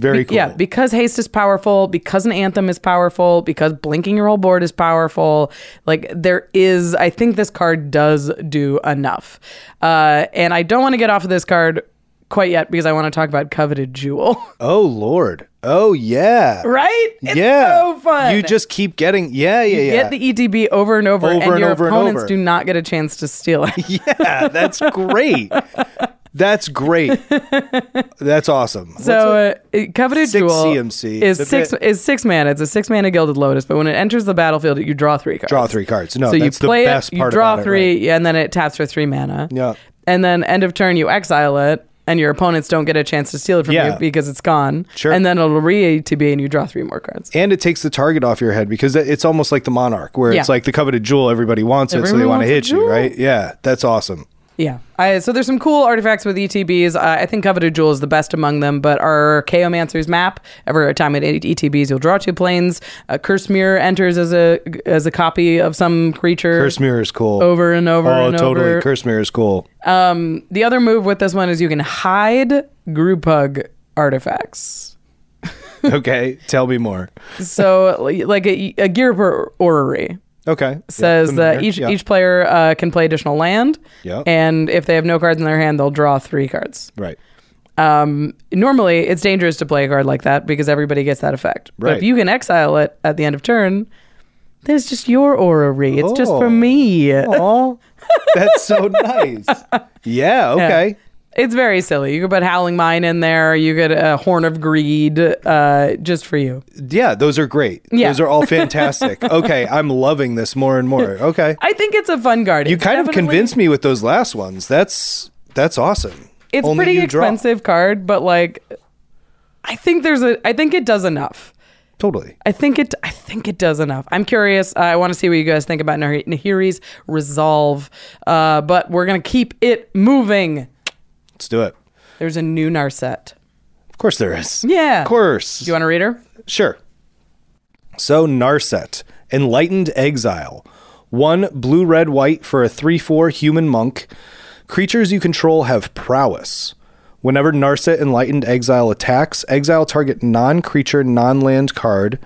Very Be- cool. Yeah, because haste is powerful, because an anthem is powerful, because blinking your whole board is powerful. Like there is, I think this card does do enough. Uh, and I don't want to get off of this card quite yet because I want to talk about coveted jewel. oh Lord. Oh yeah. right? It's yeah. so fun. You just keep getting. Yeah. Yeah. Yeah. get the ETB over and over, Over and and your over and opponents over. do not get a chance to steal it. yeah. That's great. that's great. That's awesome. What's So uh, coveted Six jewel CMC. is It's a six bit- is six mana. It's a six mana gilded lotus. But when it enters the battlefield, you draw three cards. Draw three cards. No, so you that's the play best it. part You draw about it, three, yeah, and then it taps for three mana. Yeah. And then end of turn, you exile it, and your opponents don't get a chance to steal it from Yeah. you because it's gone. Sure. And then it'll re ATB, and you draw three more cards. and it takes the target off your head because it's almost like the monarch where it's Yeah. like the coveted jewel everybody wants it so they Everyone want to hit wants a you jewel. right yeah that's awesome Yeah. I, so there's some cool artifacts with ETBs. Uh, I think Coveted Jewel is the best among them, but our Chaomancer's map, every time it ETBs, you'll draw two planes. A Curse Mirror enters as a as a copy of some creature. curse mirror is cool Over and over oh and totally over. curse mirror is cool The other move with this one is you can hide group hug artifacts. okay tell me more So, li- like a, a gear or- orrery okay says Yeah, that familiar. each Yeah. each player uh, can play additional land, Yeah. and if they have no cards in their hand, they'll draw three cards. right Normally, it's dangerous to play a card like that because everybody gets that effect. But Right. if you can exile it at the end of turn, then it's just your orrery. It's just Oh. for me. oh that's so nice yeah okay It's very silly. You could put Howling Mine in there. You could a Horn of Greed uh, just for you. yeah. those are great Yeah. those are all fantastic okay i'm loving this more and more okay I think it's a fun card. you kind of convinced me with those last ones that's that's awesome It's Only pretty you draw. expensive card, but like, I think there's a. I think it does enough. totally I think it. I think it does enough. I'm curious. I want to see what you guys think about Nah- Nahiri's resolve. Uh, but we're gonna keep it moving. let's do it There's a new Narset. Of course there is. Yeah. Of course. Do you want to read her? sure. So Narset, enlightened exile. One blue, red, white for a 3 4 human monk. Creatures you control have prowess. Whenever Narset Enlightened Exile attacks, exile target non creature, non land card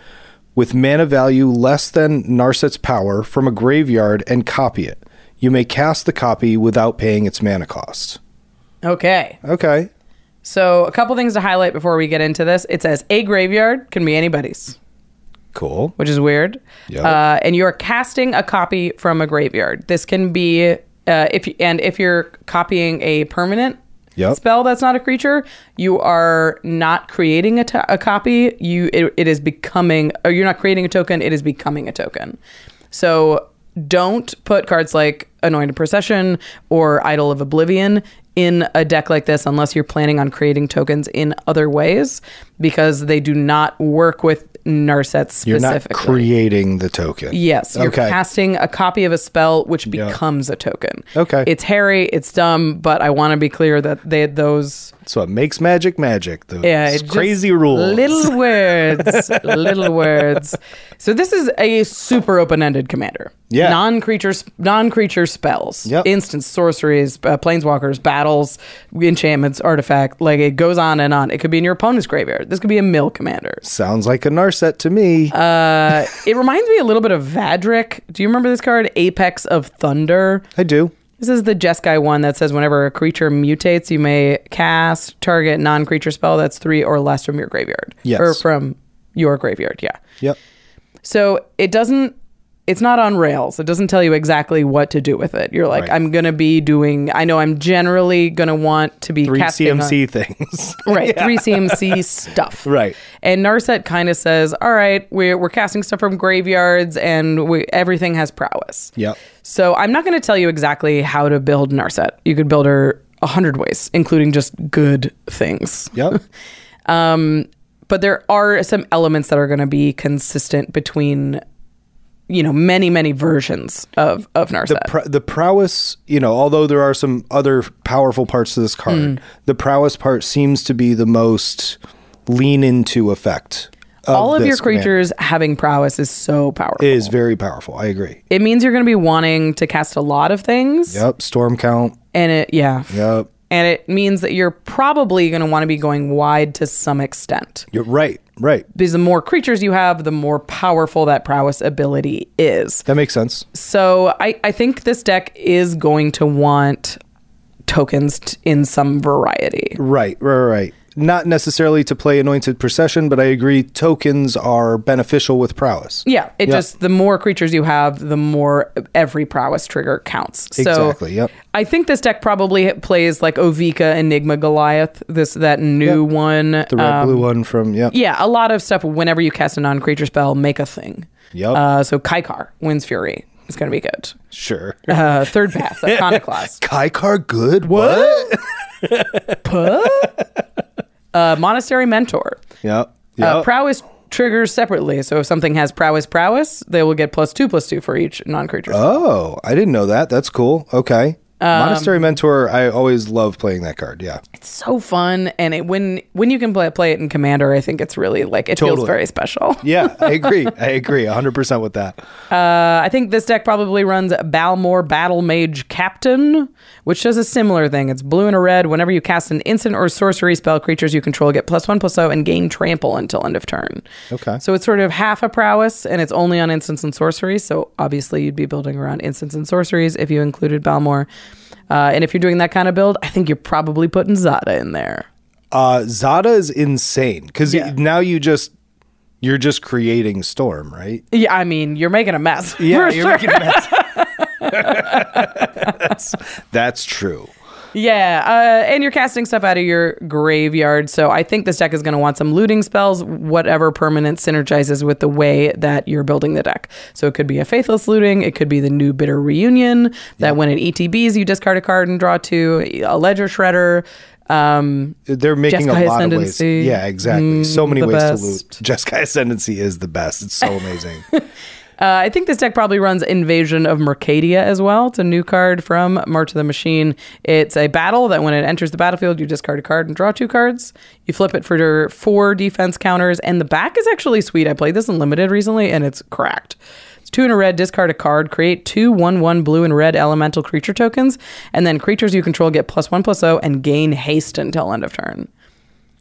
with mana value less than Narset's power from a graveyard and copy it. You may cast the copy without paying its mana cost. Okay. Okay. So a couple things to highlight before we get into this. It says a graveyard can be anybody's. Cool. which is weird. Yeah. Uh, and you're casting a copy from a graveyard. This can be uh, if you, and if you're copying a permanent Yep. spell that's not a creature, you are not creating a, to- a copy. You it, it is becoming or you're not creating a token. It is becoming a token. So don't put cards like Anointed Procession or Idol of Oblivion in a deck like this unless you're planning on creating tokens in other ways because they do not work with Narset You're not specifically. creating the token. Yes, you're Okay. casting a copy of a spell which becomes a token. Okay. It's hairy, it's dumb, but I want to be clear that they those So it makes magic magic. Those yeah, it just- crazy rules. Little words, little words. So this is a super open-ended commander. Yeah. Non-creature non-creature spells, Yep. instant sorceries, uh, planeswalkers, battles, enchantments, artifact, like it goes on and on. It could be in your opponent's graveyard. This could be a mill commander. Sounds like a Narset to me. Uh, It reminds me a little bit of Vadric. Do you remember this card Apex of Thunder? I do. This is the Jeskai one that says whenever a creature mutates, you may cast target non-creature spell that's three or less from your graveyard. Yes. Or from your graveyard, yeah. Yep. So it doesn't it's not on rails. It doesn't tell you exactly what to do with it. You're like, Right. I'm gonna be doing I know I'm generally gonna want to be Three casting on- CMC things. Right, three CMC stuff. Right. and Narset kind of says, "All right, we're we're casting stuff from graveyards, and we, everything has prowess." Yep. So I'm not going to tell you exactly how to build Narset. You could build her a hundred ways, including just good things. Yep. But there are some elements that are going to be consistent between you know many many versions of of the Narset. pr- the prowess, you know, although there are some other powerful parts to this card, Hmm. the prowess part seems to be the most lean into effect. Of All of this your command. creatures having prowess is so powerful. It is very powerful. I agree. It means you're going to be wanting to cast a lot of things, Yep. Storm count. and it yeah, Yep. and it means that you're probably going to want to be going wide to some extent. You're right. Right. Because the more creatures you have, the more powerful that prowess ability is. That makes sense. So I, I think this deck is going to want tokens t- in some variety. Right, right, right. Not necessarily to play Anointed Procession, but I agree tokens are beneficial with prowess. Yeah, it Yeah. just the more creatures you have, the more every prowess trigger counts. So Exactly, yep. I think this deck probably plays like Ovika, Enigma, Goliath, this that new Yep. one. The red blue one from yeah. yeah, a lot of stuff. Whenever you cast a non-creature spell, make a thing. Yep. Uh, so Kaikar, Winds Fury, is going to be good. Sure. Uh, third path, Iconoclast. Kaikar good? What? Uh, Monastery Mentor. Yep. Yep. Uh, prowess triggers separately. So if something has prowess, prowess, they will get plus two, plus two for each non-creature. oh, I didn't know that. That's cool. Okay. Monastery Mentor, I always love playing that card. Yeah. It's so fun, and it, when when you can play play it in Commander, I think it's really like it feels Totally. very special. Yeah, I agree. I agree 100% with that. Uh, I think this deck probably runs Balmor Battle Mage Captain, which does a similar thing. It's blue and a red. Whenever you cast an instant or sorcery spell, creatures you control get plus one plus zero and gain trample until end of turn. Okay. So it's sort of half a prowess, and it's only on instants and sorceries. So obviously, you'd be building around instants and sorceries if you included Balmor. Uh, and if you're doing that kind of build, I think you're probably putting Zada in there. Uh Zada is insane cuz now you just you're just creating storm, right? Yeah, I mean, you're making a mess. Yeah, for you're sure. making a mess. that's, that's true. Yeah, uh, and you're casting stuff out of your graveyard. So I think this deck is going to want some looting spells, whatever permanent synergizes with the way that you're building the deck. So it could be a Faithless Looting, it could be the new Bitter Reunion, that when it ETBs, you discard a card and draw two, a Ledger Shredder. Um, They're making Jeskai a lot of Ascendancy. Mm, ways. Yeah, exactly. so many the ways best. to loot. Jeskai Ascendancy is the best. It's so amazing. Uh, I think this deck probably runs Invasion of Mercadia as well. It's a new card from March of the Machine. It's a battle that when it enters the battlefield, you discard a card and draw two cards. You flip it for your four defense counters, and the back is actually sweet. I played this in limited recently, and it's cracked. It's two in a red, discard a card, create two one one blue and red elemental creature tokens, and then creatures you control get plus one plus zero and gain haste until end of turn.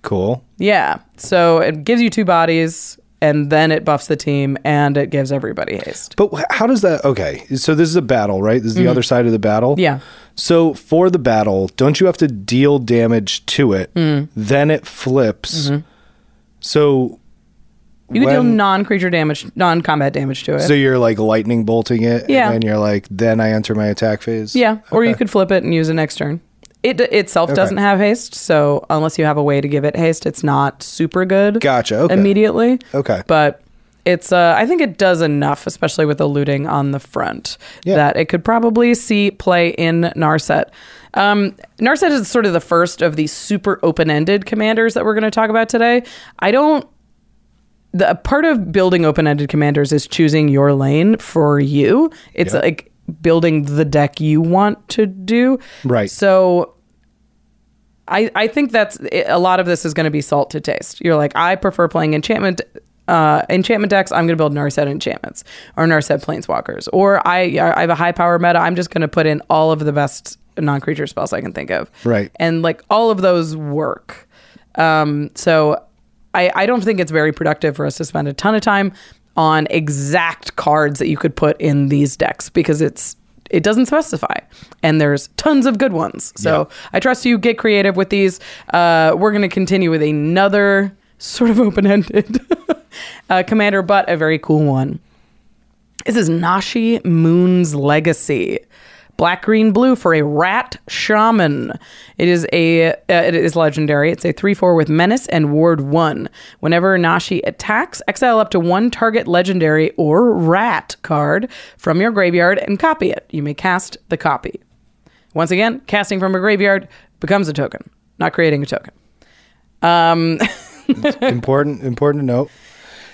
cool. Yeah, so it gives you two bodies, and then it buffs the team, and it gives everybody haste. But wh- how does that Okay, so this is a battle, right? This is the other side of the battle. Mm-hmm. Yeah. So for the battle, don't you have to deal damage to it? Mm. Then it flips. Mm-hmm. So You can deal when- non-creature damage, non-combat damage to it. so you're like lightning bolting it Yeah. and then you're like then I enter my attack phase. yeah, or you could flip it and use it next turn. It d- itself doesn't have haste, so unless you have a way to give it haste, it's not super good. Gotcha, okay. Immediately. Okay. But it's uh, I think it does enough, especially with the looting on the front, Yeah. that it could probably see play in Narset. Um, Narset is sort of the first of these super open-ended commanders that we're going to talk about today. I don't the a part of building open-ended commanders is choosing your lane for you. It's Yep. like building the deck you want to do. Right. So I I think that's a lot of this is going to be salt to taste. You're like I prefer playing enchantment uh, enchantment decks. I'm going to build Narset enchantments or Narset planeswalkers or I I have a high power meta. I'm just going to put in all of the best non-creature spells I can think of. Right. And like all of those work. Um, so I, I don't think it's very productive for us to spend a ton of time on exact cards that you could put in these decks because it's it doesn't specify and there's tons of good ones so i trust you get creative with these uh, we're going to continue with another sort of open-ended uh, commander but a very cool one this is Nashi Moon's Legacy. Black, green, blue for a rat shaman. It is a uh, it is legendary. It's a three four with menace and ward one. Whenever Nashi attacks, exile up to one target legendary or rat card from your graveyard and copy it. You may cast the copy. Once again, casting from a graveyard becomes a token, not creating a token. important important to note.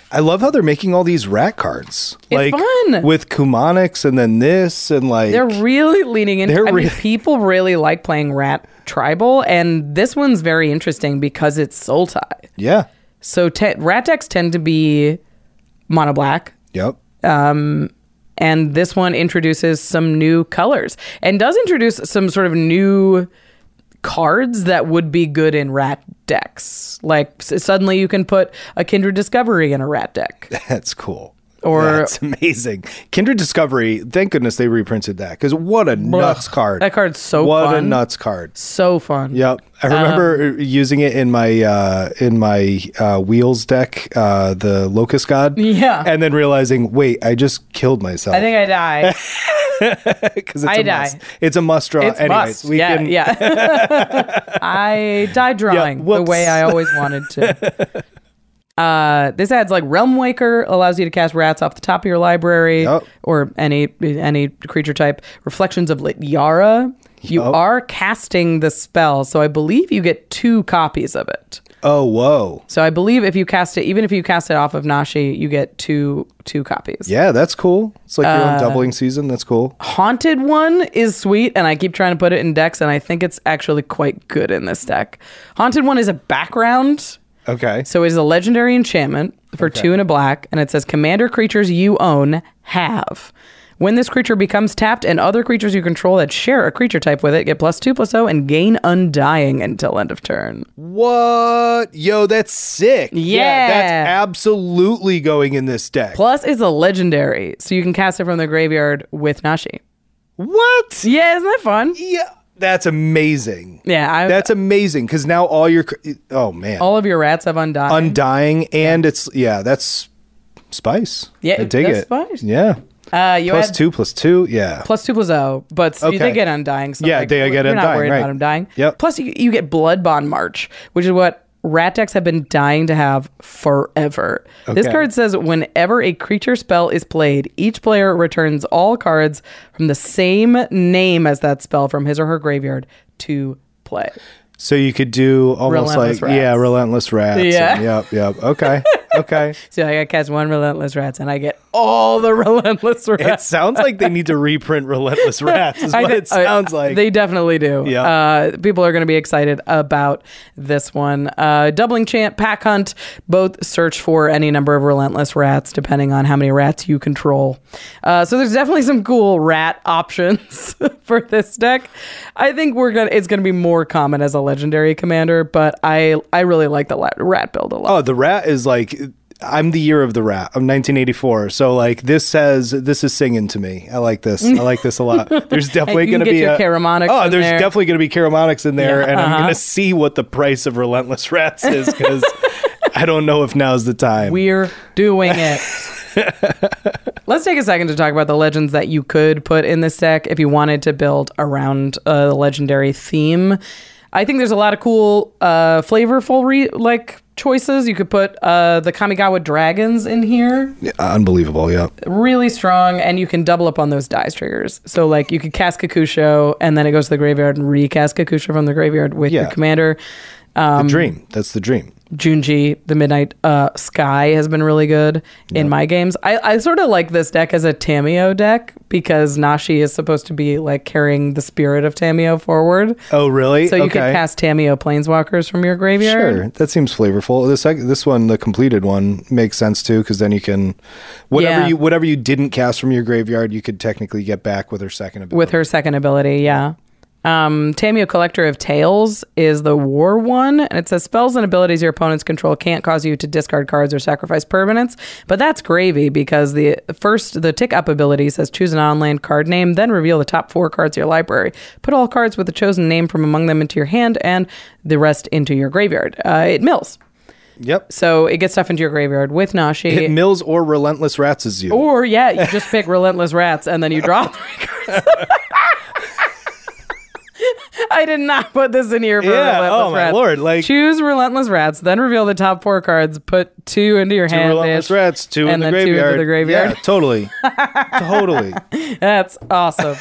I love how they're making all these rat cards. like fun. with Kumonics and then this and like They're really leaning into. They're I really- mean, people really like playing Rat Tribal, and this one's very interesting because it's soul tie. Yeah. So te- Rat decks tend to be mono black, Yep. and this one introduces some new colors and does introduce some sort of new cards that would be good in Rat decks. Like s- suddenly you can put a Kindred Discovery in a Rat deck. That's cool. Or- That's amazing. Kindred Discovery, thank goodness they reprinted that because what a nuts card. that card's so What a fun. Um, nuts card. So fun. Yep, I remember using it in my uh, in my uh, wheels deck, uh, the Locust God. Yeah. and then realizing, wait, I just killed myself. I think I die. because it's I a die. must. It's a must draw. It's Anyways, must. we yeah, can. yeah. I died drawing the whoops. way I always wanted to. Uh, this adds like Realm Waker allows you to cast rats off the top of your library Yup. or any any creature type. Reflections of Lit Yara. You Yup. are casting the spell, so I believe you get two copies of it. Oh, whoa. So I believe if you cast it, even if you cast it off of Nashi, you get two two copies. Yeah, that's cool. It's like your Uh, own doubling season. That's cool. Haunted one is sweet, and I keep trying to put it in decks, and I think it's actually quite good in this deck. Haunted one is a background, Okay. so it is a legendary enchantment for two and a black, and it says commander creatures you own have. When this creature becomes tapped, and other creatures you control that share a creature type with it get plus two plus zero and gain undying until end of turn. What? Yo, that's sick. Yeah. that's absolutely going in this deck. Plus, it's a legendary, so you can cast it from the graveyard with Nashi. what? Yeah, isn't that fun? Yeah, that's amazing. Yeah, I, That's amazing because now all your cr- oh man, all of your rats have undying. undying and it's yeah that's spice Yeah, i dig that's it spice. yeah uh, you plus add- two plus two yeah plus two plus zero, but you Okay. they get undying. So Yeah, like, they get we're Not undying, worried right. about undying. Yep. Plus, you, you get blood bond march, which is what rat decks have been dying to have forever. This Okay. card says whenever a creature spell is played, each player returns all cards from the same name as that spell from his or her graveyard to play. so you could do almost Relentless like yeah rats. relentless rats and- Yeah. yep yep okay okay So I cast one relentless rats, and I get all the relentless rats. it sounds like they need to reprint relentless rats is I what thi- it sounds I- like They definitely do. Yeah. Uh, people are going to be excited about this one. Uh, doubling chant, pack hunt, both search for any number of relentless rats, depending on how many rats you control. Uh, so there's definitely some cool rat options for this deck. I think we're gonna. It's going to be more common as a legendary commander, but I I really like the la- rat build a lot. oh the rat is like i'm the year of the rat i'm 1984 so like this says this is singing to me i like this i like this a lot there's definitely you can gonna get be your a Caramonics oh in there's there. uh-huh. definitely gonna be caromonics in there and i'm gonna see what the price of relentless rats is because i don't know if now's the time We're doing it. Let's take a second to talk about the legends that you could put in this deck if you wanted to build around a legendary theme. I think there's a lot of cool, uh, flavorful re- like choices. You could put uh, the Kamigawa dragons in here, unbelievable yeah really strong, and you can double up on those dice triggers. So like you could cast Kakusho, and then it goes to the graveyard and recast Kakusho from the graveyard with Yeah. your commander. Um, the dream that's the dream Junji, the Midnight uh, Sky has been really good in my games. I, I sort of like this deck as a Tamio deck because Nashi is supposed to be like carrying the spirit of Tamio forward. oh really So you could cast Tamio Planeswalkers from your graveyard. sure that seems flavorful this sec- this one the completed one makes sense too because then you can whatever Yeah. you whatever you didn't cast from your graveyard you could technically get back with her second ability With her second ability, yeah. Um, Tamio Collector of Tales is the war one, and it says spells and abilities your opponents control can't cause you to discard cards or sacrifice permanents. But that's gravy because the first the tick up ability says choose an on-land card name, then reveal the top four cards of your library. Put all cards with a chosen name from among them into your hand, and the rest into your graveyard. Uh, it mills, yep so it gets stuff into your graveyard with Nashi. Hit Mills or Relentless Rats is you. Or yeah, you just pick relentless rats and then you draw three cards. I did not put this in here for Yeah, relentless oh my rats. lord, like- choose relentless rats, then reveal the top four cards, put two into your two hand, Relentless dish, Rats, two in and the then graveyard. Two into the graveyard. Yeah, totally. totally. That's awesome.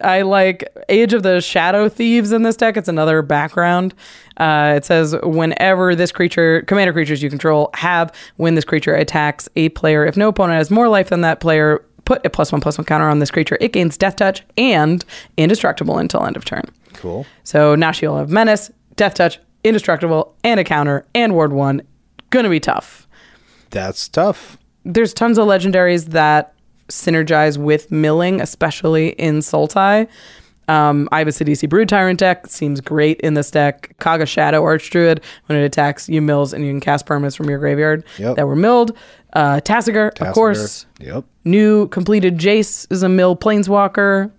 I like Age of the Shadow Thieves in this deck. It's another background. Uh, it says whenever this creature, commander creatures you control, have when this creature attacks a player, if no opponent has more life than that player, put a plus one plus one counter on this creature. It gains Death Touch and indestructible until end of turn. Cool. So Nashi will have Menace, Death Touch, indestructible, and a counter, and Ward one. Gonna be tough That's tough. there's tons of legendaries that synergize with milling, especially in Sultai. Um, I have a CDC Brood Tyrant deck. Seems great in this deck. Kaga Shadow Archdruid. When it attacks, you mills and you can cast permanents from your graveyard Yep. that were milled. Uh, Tassiger, of course. Tassiger. Yep. New completed Jace is a mill planeswalker.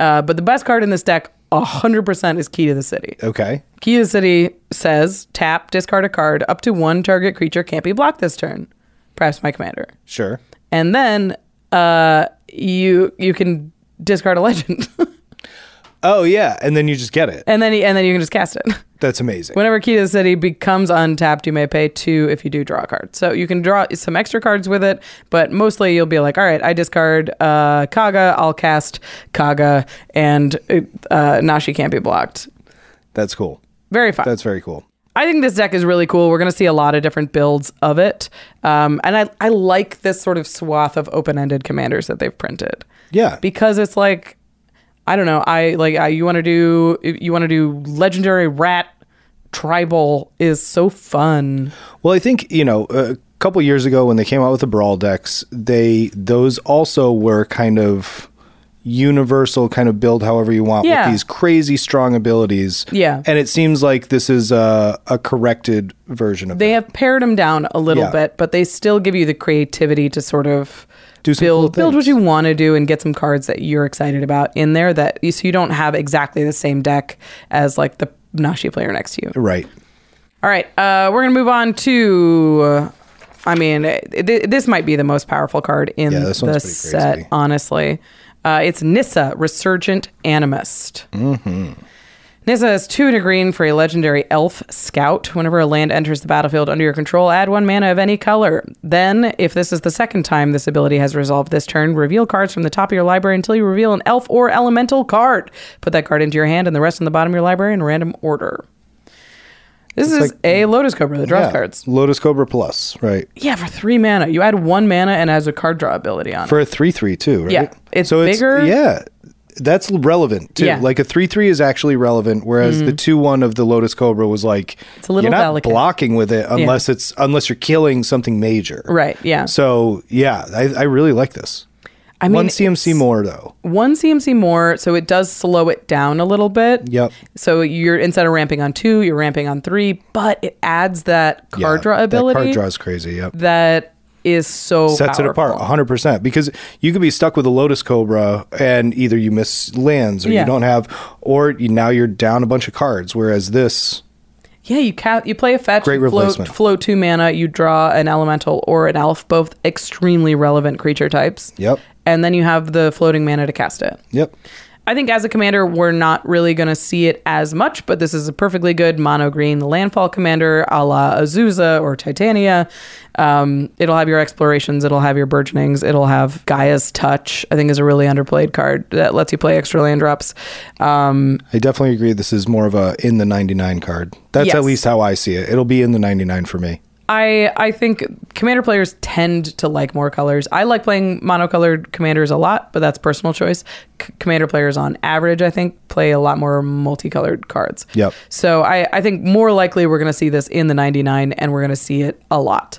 Uh, but the best card in this deck, 100%, is Key to the City. Okay. Key to the City says tap, discard a card. Up to one target creature can't be blocked this turn. Perhaps my commander Sure. and then uh, you you can discard a legend, Oh yeah, and then you just get it. and then and then you can just cast it. That's amazing. Whenever Key to the City becomes untapped, you may pay two if you do draw a card. So you can draw some extra cards with it, but mostly you'll be like, all right, I discard uh, Kaga, I'll cast Kaga, and uh, Nashi can't be blocked. That's cool. Very fun. That's very cool. I think this deck is really cool. We're going to see a lot of different builds of it. Um, and I, I like this sort of swath of open ended commanders that they've printed. Yeah. because it's like I don't know. I like I, you want to do you want to do legendary rat tribal is so fun. Well, I think you know a couple years ago when they came out with the brawl decks, they those also were kind of universal kind of build however you want Yeah. with these crazy strong abilities. Yeah. and it seems like this is a, a corrected version of They it. have pared them down a little Yeah. bit, but they still give you the creativity to sort of Do some build cool build what things. you want to do and get some cards that you're excited about in there that you, so you don't have exactly the same deck as like the Nashi player next to you. right. All right, uh, we're gonna move on to. Uh, I mean, eh, th- this might be the most powerful card in Yeah, this one's the pretty set, crazy. honestly. Uh, it's Nissa, Resurgent Animist. Nissa is two and a green for a legendary elf scout. Whenever a land enters the battlefield under your control, add one mana of any color. Then, if this is the second time this ability has resolved this turn, reveal cards from the top of your library until you reveal an elf or elemental card. Put that card into your hand and the rest on the bottom of your library in random order. This is like- a Lotus Cobra that draws Yeah. cards. Lotus Cobra Plus, right? Yeah, for three mana. You add one mana and it has a card draw ability on it. For a three three too, right? Yeah. It's bigger. Yeah. That's relevant too. Yeah. Mm-hmm. Like a three three is actually relevant, whereas the two one of the Lotus Cobra was like a little you're not delicate. blocking with it unless it's unless you're killing something major. Right, yeah. So yeah, I, I really like this. I mean, One CMC it's- more though. One CMC more, so it does slow it down a little bit. Yep. So you're instead of ramping on two, you're ramping on three, but it adds that card Yeah, draw ability That card draw is crazy. Yep. that is so Sets it apart powerful. 100% because you could be stuck with a Lotus Cobra and either you miss lands or Yeah. you don't have, or you, now you're down a bunch of cards. Whereas this, Yeah, you ca- you play a fetch, Great you float, replacement. float two mana, you draw an elemental or an elf, both extremely relevant creature types. Yep. And then you have the floating mana to cast it. yep, I think as a commander, we're not really going to see it as much, but this is a perfectly good mono green landfall commander a la Azusa or Titania. Um, it'll have your explorations, it'll have your burgeonings, it'll have Gaia's Touch, I think is a really underplayed card that lets you play extra land drops. Um, I definitely agree. This is more of a in the 99 card. That's Yes. at least how I see it. It'll be in the 99 for me. I I think commander players tend to like more colors. I like playing monocolored commanders a lot, but that's personal choice. C- commander players on average, I think, play a lot more multicolored cards. Yep. So I, I think more likely we're going to see this in the 99 and we're going to see it a lot.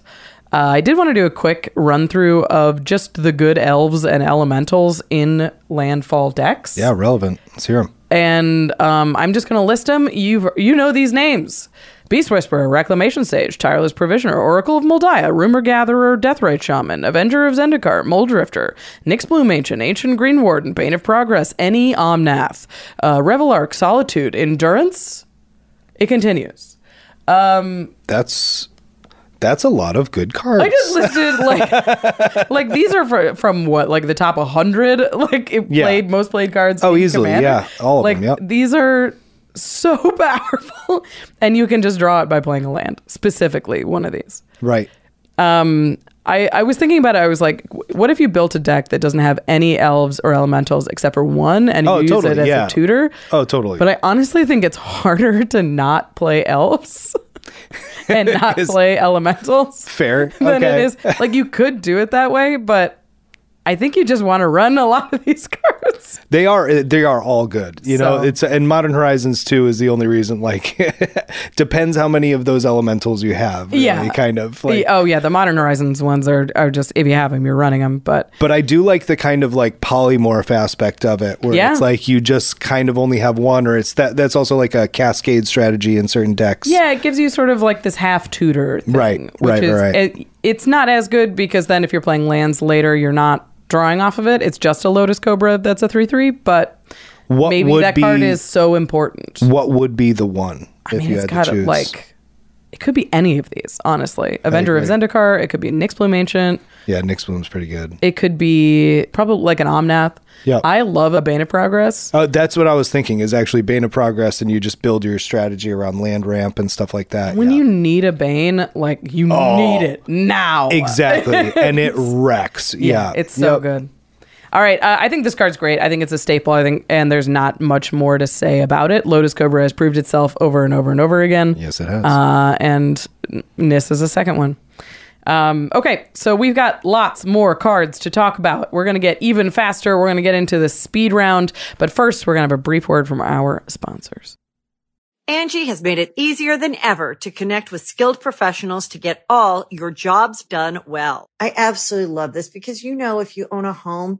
Uh, I did want to do a quick run through of just the good elves and elementals in landfall decks. Yeah, relevant. Let's hear them. And um, I'm just going to list them. You you know these names. Beast Whisperer, Reclamation Sage, Tireless Provisioner, Oracle of Moldiah, Rumor Gatherer, Deathrite Shaman, Avenger of Zendikar, Moldrifter, Nyx Bloom Ancient, Ancient Green Warden, Bane of Progress, Any Omnath, uh, Revelark, Solitude, Endurance. It continues. That's that's a lot of good cards. I just listed like like these are fr- from what like the top 100 like it Yeah. played most played cards. Oh, in easily, Commander. yeah. All of like, them, yep. These are so powerful, and you can just draw it by playing a land specifically one of these. right. I, I was thinking about it. I was like, w- what if you built a deck that doesn't have any elves or elementals except for one and Oh, you use totally, it as yeah. a tutor? Oh, totally. But I honestly think it's harder to not play elves and not 'Cause- play elementals Fair. than okay. it is. Like, you could do it that way, but I think you just want to run a lot of these cards. They are they are all good. You know, So- it's and Modern Horizons 2 is the only reason like depends how many of those elementals you have. really, Yeah. kind of The- like oh, yeah. The Modern Horizons ones are, are just, if you have them, you're running them. But but I do like the kind of like polymorph aspect of it where Yeah. it's like you just kind of only have one or it's that that's also like a cascade strategy in certain decks. Yeah, it gives you sort of like this half tutor thing. Right, right, right. It, it's not as good because then if you're playing lands later, you're not drawing off of it. It's just a Lotus Cobra that's a 3 3, but What maybe would that be card is so important. what would be the one I if mean, you it's had got to to choose? like, it could be any of these, honestly. Avenger of agree. Zendikar, it could be Nyx Bloom Ancient, Yeah, Nick's Bloom's pretty good. it could be probably like an Omnath. Yeah. I love a Bane of Progress. Oh, that's what I was thinking is actually Bane of Progress and you just build your strategy around land ramp and stuff like that. When yeah. Oh. you need a Bane, like, you need it now. Exactly. and it wrecks. Yeah. it's so Yep. good. All right, uh, I think this card's great. I think it's a staple. I think, and there's not much more to say about it. Lotus Cobra has proved itself over and over and over again. Yes, it has. Uh, and Nis is a second one. Um, okay, so we've got lots more cards to talk about. We're going to get even faster. We're going to get into the speed round. But first, we're going to have a brief word from our sponsors. Angie has made it easier than ever to connect with skilled professionals to get all your jobs done well. I absolutely love this because, you know, if you own a home,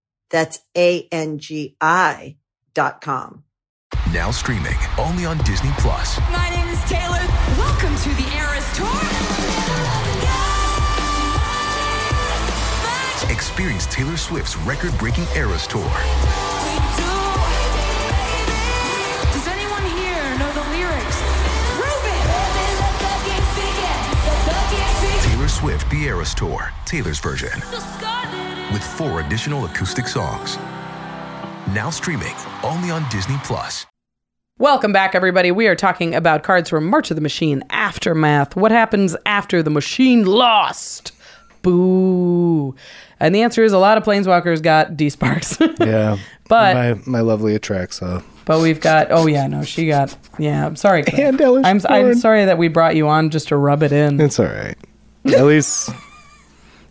That's A-N-G-I dot com. Now streaming only on Disney Plus. My name is Taylor. Welcome to the Eras Tour. Experience Taylor Swift's record-breaking Eras tour Does anyone here know the lyrics? Prove it! Taylor Swift: The Eras Tour, Taylor's version, with four additional acoustic songs. Now streaming only on Disney Plus. Welcome back, everybody. We are talking about cards from March of the Machine Aftermath. What happens after the machine lost? Boo. And the answer is a lot of planeswalkers got D Sparks. yeah. But- my, my lovely Atraxa. but we've got, oh, yeah, no, she got, yeah, I'm sorry. Claire. And Elish I'm, I'm Thorne. sorry that we brought you on just to rub it in. It's all right. At least,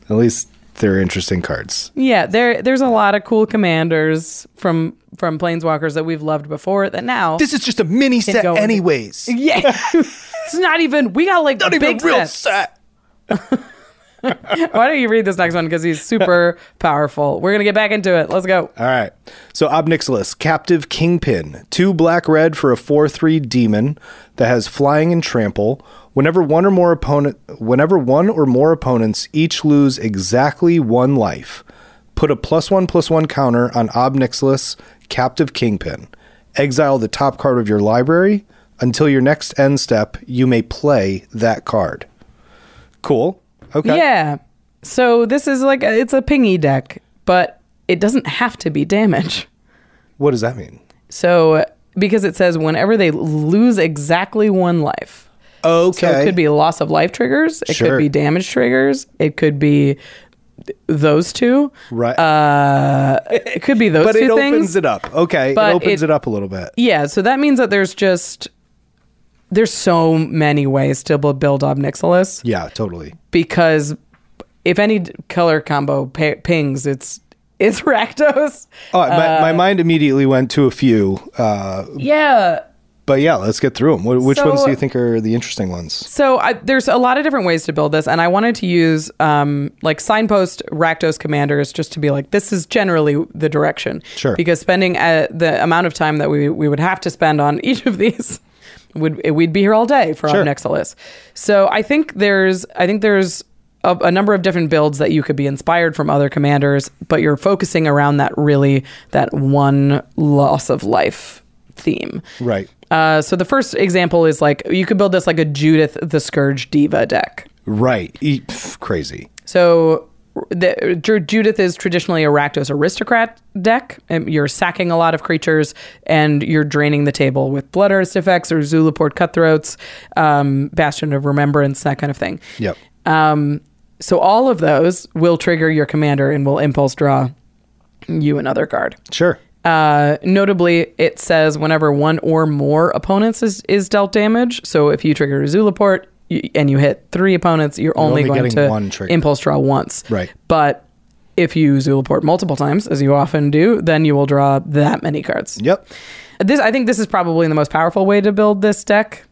at least they're interesting cards. Yeah, there, there's a lot of cool commanders from from planeswalkers that we've loved before that now. This is just a mini set, go with it. anyways. yeah. it's not even, we got like Not big even a real sets. set. Why don't you read this next one? Because he's super powerful. We're going to get back into it. Let's go. All right. So Obnixilus, Captive Kingpin, two black red for a four three demon that has flying and trample. Whenever one or more opponent, whenever one or more opponents each lose exactly one life, put a plus one plus one counter on Obnixilus, Captive Kingpin. Exile the top card of your library until your next end step. You may play that card. Cool. Okay. Yeah. So this is like, a, it's a pingy deck, but it doesn't have to be damage. What does that mean? So, because it says whenever they lose exactly one life. Okay. So it could be loss of life triggers. It Sure. could be damage triggers. It could be th- those two. Uh, right. It could be those but two it things. opens it up. Okay, it But opens it- it, up a little bit. Yeah, so that means that there's just there's so many ways to bu- build Obnixilus Yeah, totally. because if any d- color combo pa- pings, it's it's Rakdos. Oh, my, Uh, my mind immediately went to a few, uh, Yeah. but yeah, let's get through them. What, which So- ones do you think are the interesting ones? So I, there's a lot of different ways to build this, and I wanted to use um, like signpost Rakdos commanders just to be like, this is generally the direction. Sure. Because spending uh, the amount of time that we we would have to spend on each of these would we'd be here all day for Sure. our next list. So I think there's I think there's a, a number of different builds that you could be inspired from other commanders, but you're focusing around that really that one loss of life theme. Right. Uh, so the first example is like you could build this like a Judith the Scourge diva deck. Right. E- pff, crazy. So the, Ju- Judith is traditionally a Rakdos aristocrat deck. Um, You're sacking a lot of creatures and you're draining the table with Blood Artifacts or Zulaport Cutthroats, um, Bastion of Remembrance, that kind of thing. Yep. Um, so all of those will trigger your commander and will impulse draw you another card. Sure. Uh, notably, it says whenever one or more opponents is, is dealt damage. So if you trigger a Zulaport you, and you hit three opponents, you're, only, only going getting to one trigger. impulse draw once. Right. But if you Zulaport multiple times, as you often do, then you will draw that many cards. Yep. This, I think, this is probably the most powerful way to build this deck.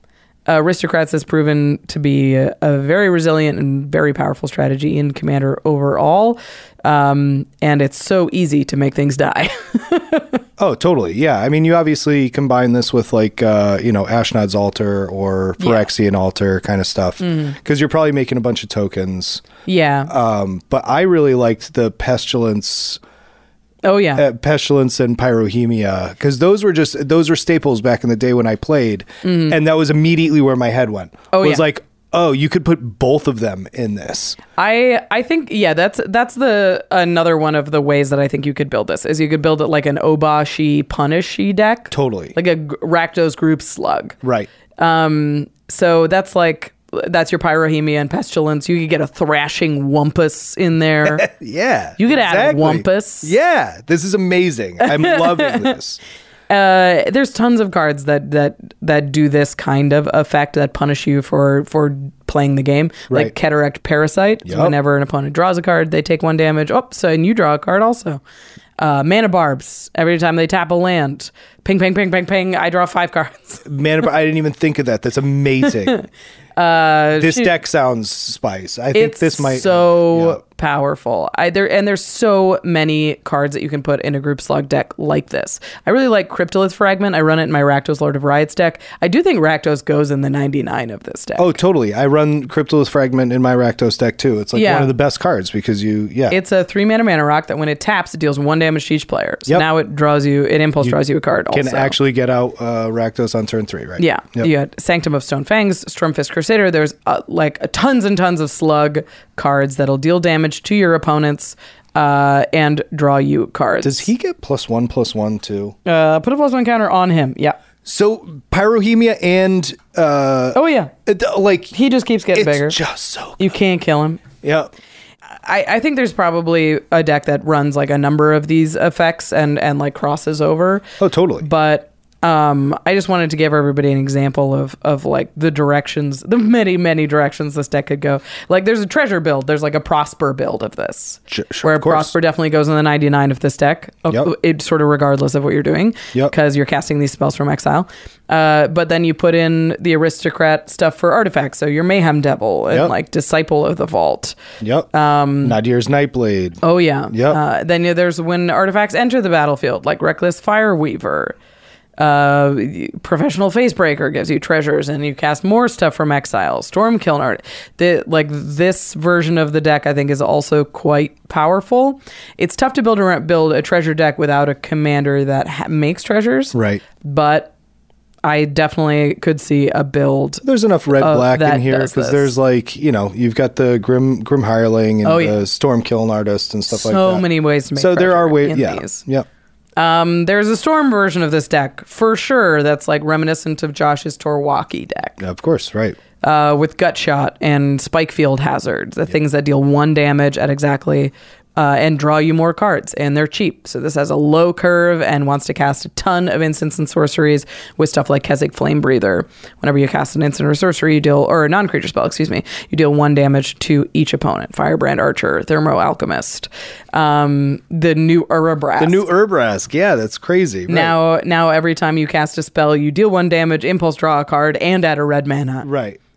Uh, Aristocrats has proven to be a, a very resilient and very powerful strategy in Commander overall, um, and it's so easy to make things die. Oh, totally. Yeah. I mean, you obviously combine this with like, uh, you know, Ashnod's altar or Phyrexian altar kind of stuff Mm. because you're probably making a bunch of tokens. yeah. Um, but I really liked the pestilence, Oh yeah, uh, pestilence and pyrohemia because those were just those were staples back in the day when I played, and that was immediately where my head went. Mm-hmm. Oh, was yeah. like, oh, you could put both of them in this. I I think yeah that's that's the another one of the ways that I think you could build this is you could build it like an Obashi Punishy deck, Totally. like a G- Rakdos group slug. right. Um, so that's like that's your Pyrohemia and Pestilence. You could get a Thrashing Wumpus in there. Yeah. You could add Wampus. Yeah. This is amazing. I'm loving this. uh, there's tons of cards that that that do this kind of effect that punish you for for playing the game, Right. like Cataract Parasite. Yup. Whenever an opponent draws a card, they take one damage. Oh, so and you draw a card also. Uh, Mana Barbs. Every time they tap a land, ping, ping, ping, ping, ping. I draw five cards. Man, I didn't even think of that. That's amazing. uh, this deck sounds spice. I think It's this might so Yeah. powerful. I, there and there's so many cards that you can put in a group slug deck like this. I really like Cryptolith Fragment. I run it in my Rakdos Lord of Riots deck. I do think Rakdos goes in the 99 of this deck. Oh, totally. I run Cryptolith Fragment in my Rakdos deck too. It's like Yeah. one of the best cards because you, yeah, It's a three mana mana rock that when it taps, it deals one damage to each player. So Yep. now it draws you, it impulse draws you a card. can also. actually get out uh, Rakdos on turn three, right? Yeah. Yep. You had Sanctum of Stone Fangs, Stormfist Crusader. There's uh, like tons and tons of slug cards that'll deal damage to your opponents uh, and draw you cards. Does he get plus one, plus one too? uh, put a plus one counter on him? Yeah. So Pyrohemia and uh, Oh, yeah. it- like He just keeps getting it's bigger. just so you can't kill him. yeah. I, I think there's probably a deck that runs like a number of these effects and and like crosses over. Oh, totally. But um, I just wanted to give everybody an example of of like the directions, the many many directions this deck could go. Like there's a treasure build, there's like a prosper build of this, Sure, sure, where of course. prosper definitely goes in the 99 of this deck. Of- Yep. It sort of regardless of what you're doing, Yep. because you're casting these spells from exile. Uh, but then you put in the aristocrat stuff for artifacts, so your mayhem devil and Yep. like disciple of the vault. Yep. Um, Nadir's Nightblade. Oh yeah. Yep. Uh, then yeah, there's when artifacts enter the battlefield, like Reckless Fireweaver. Uh, professional Facebreaker gives you treasures, and you cast more stuff from exile. Stormkill art. The like this version of the deck, I think, is also quite powerful. It's tough to build a build a treasure deck without a commander that ha- makes treasures, Right. But I definitely could see a build. There's enough red Oh, black in that here does because this. there's like you know you've got the grim grim hireling and Oh, the yeah. storm killing artist and stuff like that. So many ways to make So there treasure are ways. in Yeah. these. Yep. Um, there's a storm version of this deck for sure. That's like reminiscent of Josh's Torwaki deck, Of course. Right. uh, with gut shot and spike field hazard, the things that deal one damage at exactly uh, and draw you more cards, and they're cheap. So this has a low curve and wants to cast a ton of instants and sorceries with stuff like Keswick Flame Breather. Whenever you cast an instant or sorcery, you deal or a non-creature spell, excuse me, you deal one damage to each opponent: Firebrand Archer, Thermo Alchemist, um, the new Urabras. The new Urbrask. Yeah, that's crazy. Right. Now, now every time you cast a spell, you deal one damage, impulse draw a card, and add a red mana. Right.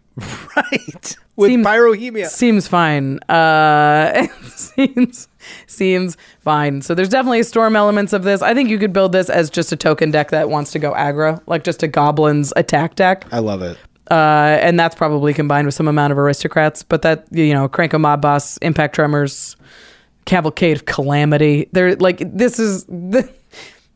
Right. With pyrohemia. Seems fine. Uh, seems seems fine. So there's definitely storm elements of this. I think you could build this as just a token deck that wants to go aggro, like just a goblins attack deck. I love it. Uh, and that's probably combined with some amount of aristocrats, but that you know, Cranko Mob Boss, Impact Tremors, Cavalcade of Calamity. They're like this is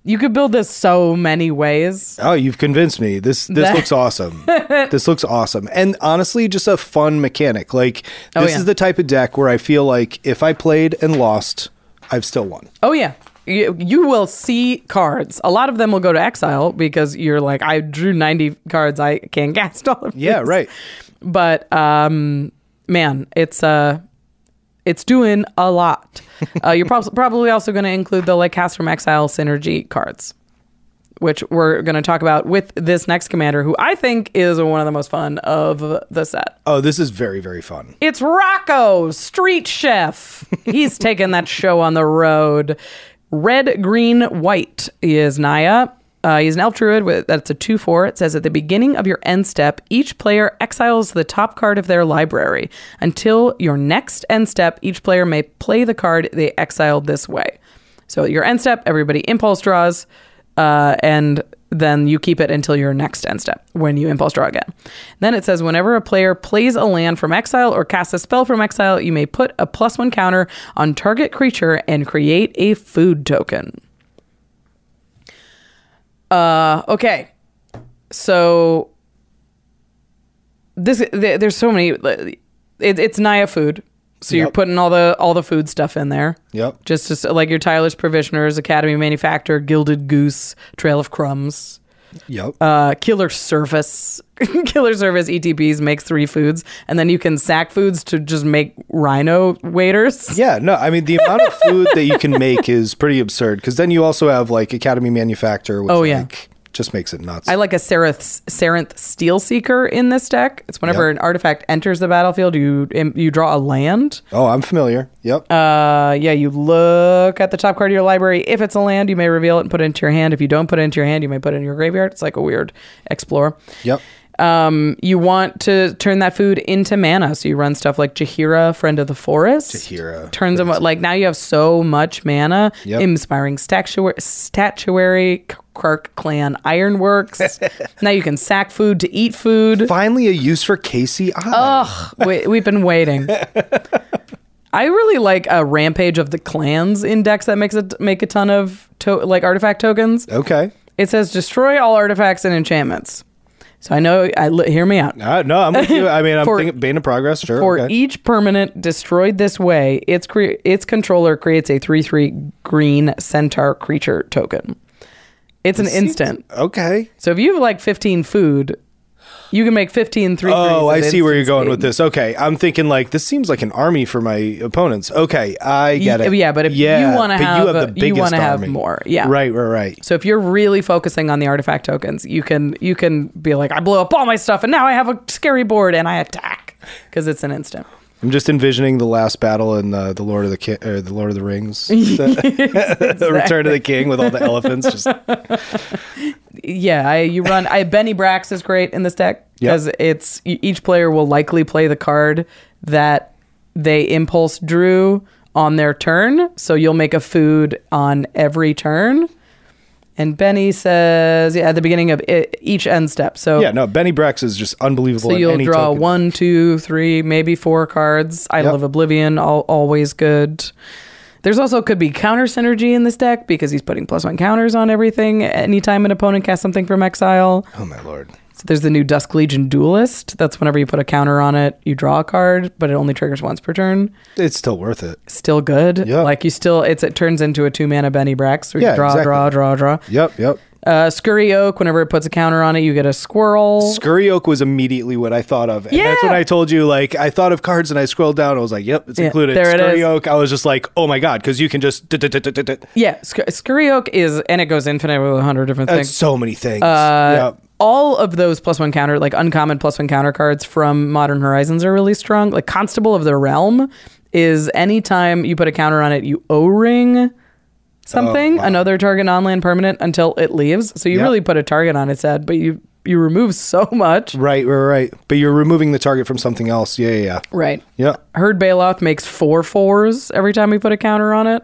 you could build this so many ways. Oh, you've convinced me. This this looks awesome. This looks awesome. And honestly, just a fun mechanic. Like this Oh, yeah. is the type of deck where I feel like if I played and lost, I've still won. Oh yeah. You, you will see cards. A lot of them will go to exile because you're like, I drew 90 cards. I can't cast all of Yeah, these. right. But um, man, it's uh, it's doing a lot. uh, you're prob- probably also going to include the like cast from exile synergy cards, which we're going to talk about with this next commander, who I think is one of the most fun of the set. Oh, this is very very fun. It's Rocco, Street Chef. He's taking that show on the road. Red, green, white is Naya. Uh, he's an elf druid. With, that's a 2 4. It says at the beginning of your end step, each player exiles the top card of their library. Until your next end step, each player may play the card they exiled this way. So at your end step, everybody impulse draws, uh, and then you keep it until your next end step when you impulse draw again. Then it says whenever a player plays a land from exile or casts a spell from exile, you may put a plus one counter on target creature and create a food token. Uh, okay, so this there, there's so many. It, it's Naya food, so you're Yep. putting all the all the food stuff in there. Yep. Just, just like your Tyler's Provisioners, Academy Manufacturer, Gilded Goose, Trail of Crumbs, Yep. uh, Killer Service. Killer Service ETBs makes three foods, and then you can sack foods to just make rhino waiters. yeah, no, I mean the amount of food that you can make is pretty absurd because then you also have like Academy Manufacturer which Oh, yeah. like, just makes it nuts. I like a Sereth, Serenth Steel Seeker in this deck. It's whenever Yep. an artifact enters the battlefield, you you draw a land. oh, I'm familiar. Yep. Uh, yeah, you look at the top card of your library. If it's a land, you may reveal it and put it into your hand. If you don't put it into your hand, you may put it in your graveyard. It's like a weird explore. yep. Um, you want to turn that food into mana, so you run stuff like Jahira, Friend of the Forest. Jahira, turns them like now you have so much mana. Yep. Inspiring statuary, statuary, K- Clark Clan Ironworks. now you can sack food to eat food. uh, Finally, a use for KCI. Ugh, we, we've been waiting. I really like a rampage of the clans index that makes it make a ton of to- like artifact tokens. Okay. It says destroy all artifacts and enchantments. So I know I li- hear me out. Uh, no, I'm with you. I mean, I'm For- thinking Bane of Progress, sure. For okay. each permanent destroyed this way, its cre- its controller creates a 3/3 green centaur creature token. It's an instant. okay. So if you have like 15 food, you can make 15 3 Oh, I see where you're going with this. Okay. I'm thinking like this seems like an army for my opponents. Okay, I get it. yeah, but if you wanna but have a- you biggest wanna have army. more, yeah. Right, right, right. So if you're really focusing on the artifact tokens, you can you can be like, I blew up all my stuff, and now I have a scary board, and I attack because it's an instant. I'm just envisioning the last battle in uh, the Lord of the Ki- or the Lord of the Rings, the Return of the King with all the elephants. Just Yeah, I, you run. I Benny Brax is great in this deck Yep. because it's e- each player will likely play the card that they impulse drew on their turn, so you'll make a food on every turn. And Benny says, yeah, at the beginning of i each end step. So yeah, no. Benny Brex is just unbelievable. So in you'll any draw token. one, two, three, maybe four cards. I Yep. love Oblivion, all, always good. There's also could be counter synergy in this deck because he's putting plus one counters on everything anytime an opponent casts something from exile. Oh my lord. So there's the new Dusk Legion Duelist. That's whenever you put a counter on it, you draw a card, but it only triggers once per turn. It's still worth it. Still good. Yeah. Like you still, it's it turns into a two mana Benny Brax. So you Yeah, draw, exactly. draw, draw, draw. Yep, yep. Uh, Scurry Oak, whenever it puts a counter on it, you get a squirrel. Scurry Oak was immediately what I thought of. And that's Yeah. when I told you, like, I thought of cards and I scrolled down. I was like, yep, it's Yeah, included. there it Scurry is. Oak, I was just like, oh my God, because you can just. yeah, Sc- Scurry Oak is, and it goes infinite with a hundred different That's things. so many things. Uh, yep. All of those plus one counter, like uncommon plus one counter cards from Modern Horizons are really strong. Like Constable of the Realm is anytime you put a counter on it, you O ring something, another target non land permanent until it leaves. So you Yep. really put a target on its head, but you you remove so much. Right, right, right. But you're removing the target from something else. Yeah, yeah, yeah. Right. Yeah. Herd Bailoff makes four fours every time we put a counter on it.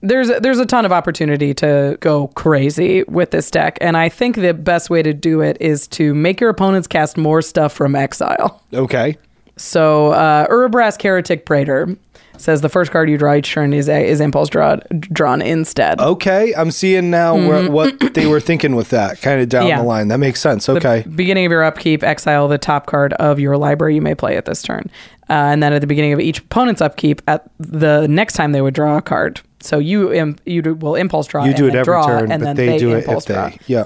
There's there's a ton of opportunity to go crazy with this deck, and I think the best way to do it is to make your opponents cast more stuff from exile. Okay. So uh, Urabras Heretic Praetor says the first card you draw each turn is is impulse draw, drawn instead. Okay. I'm seeing now where, what they were thinking with that kind of down Mm-hmm. Yeah. the line. That makes sense. Okay. Beginning of your upkeep, exile the top card of your library you may play at this turn. Uh, and then at the beginning of each opponent's upkeep, at the next time they would draw a card. So you Im- you do, will impulse draw. you and do it then every draw, turn, and but then they, do it if impulse they. draw. Yeah.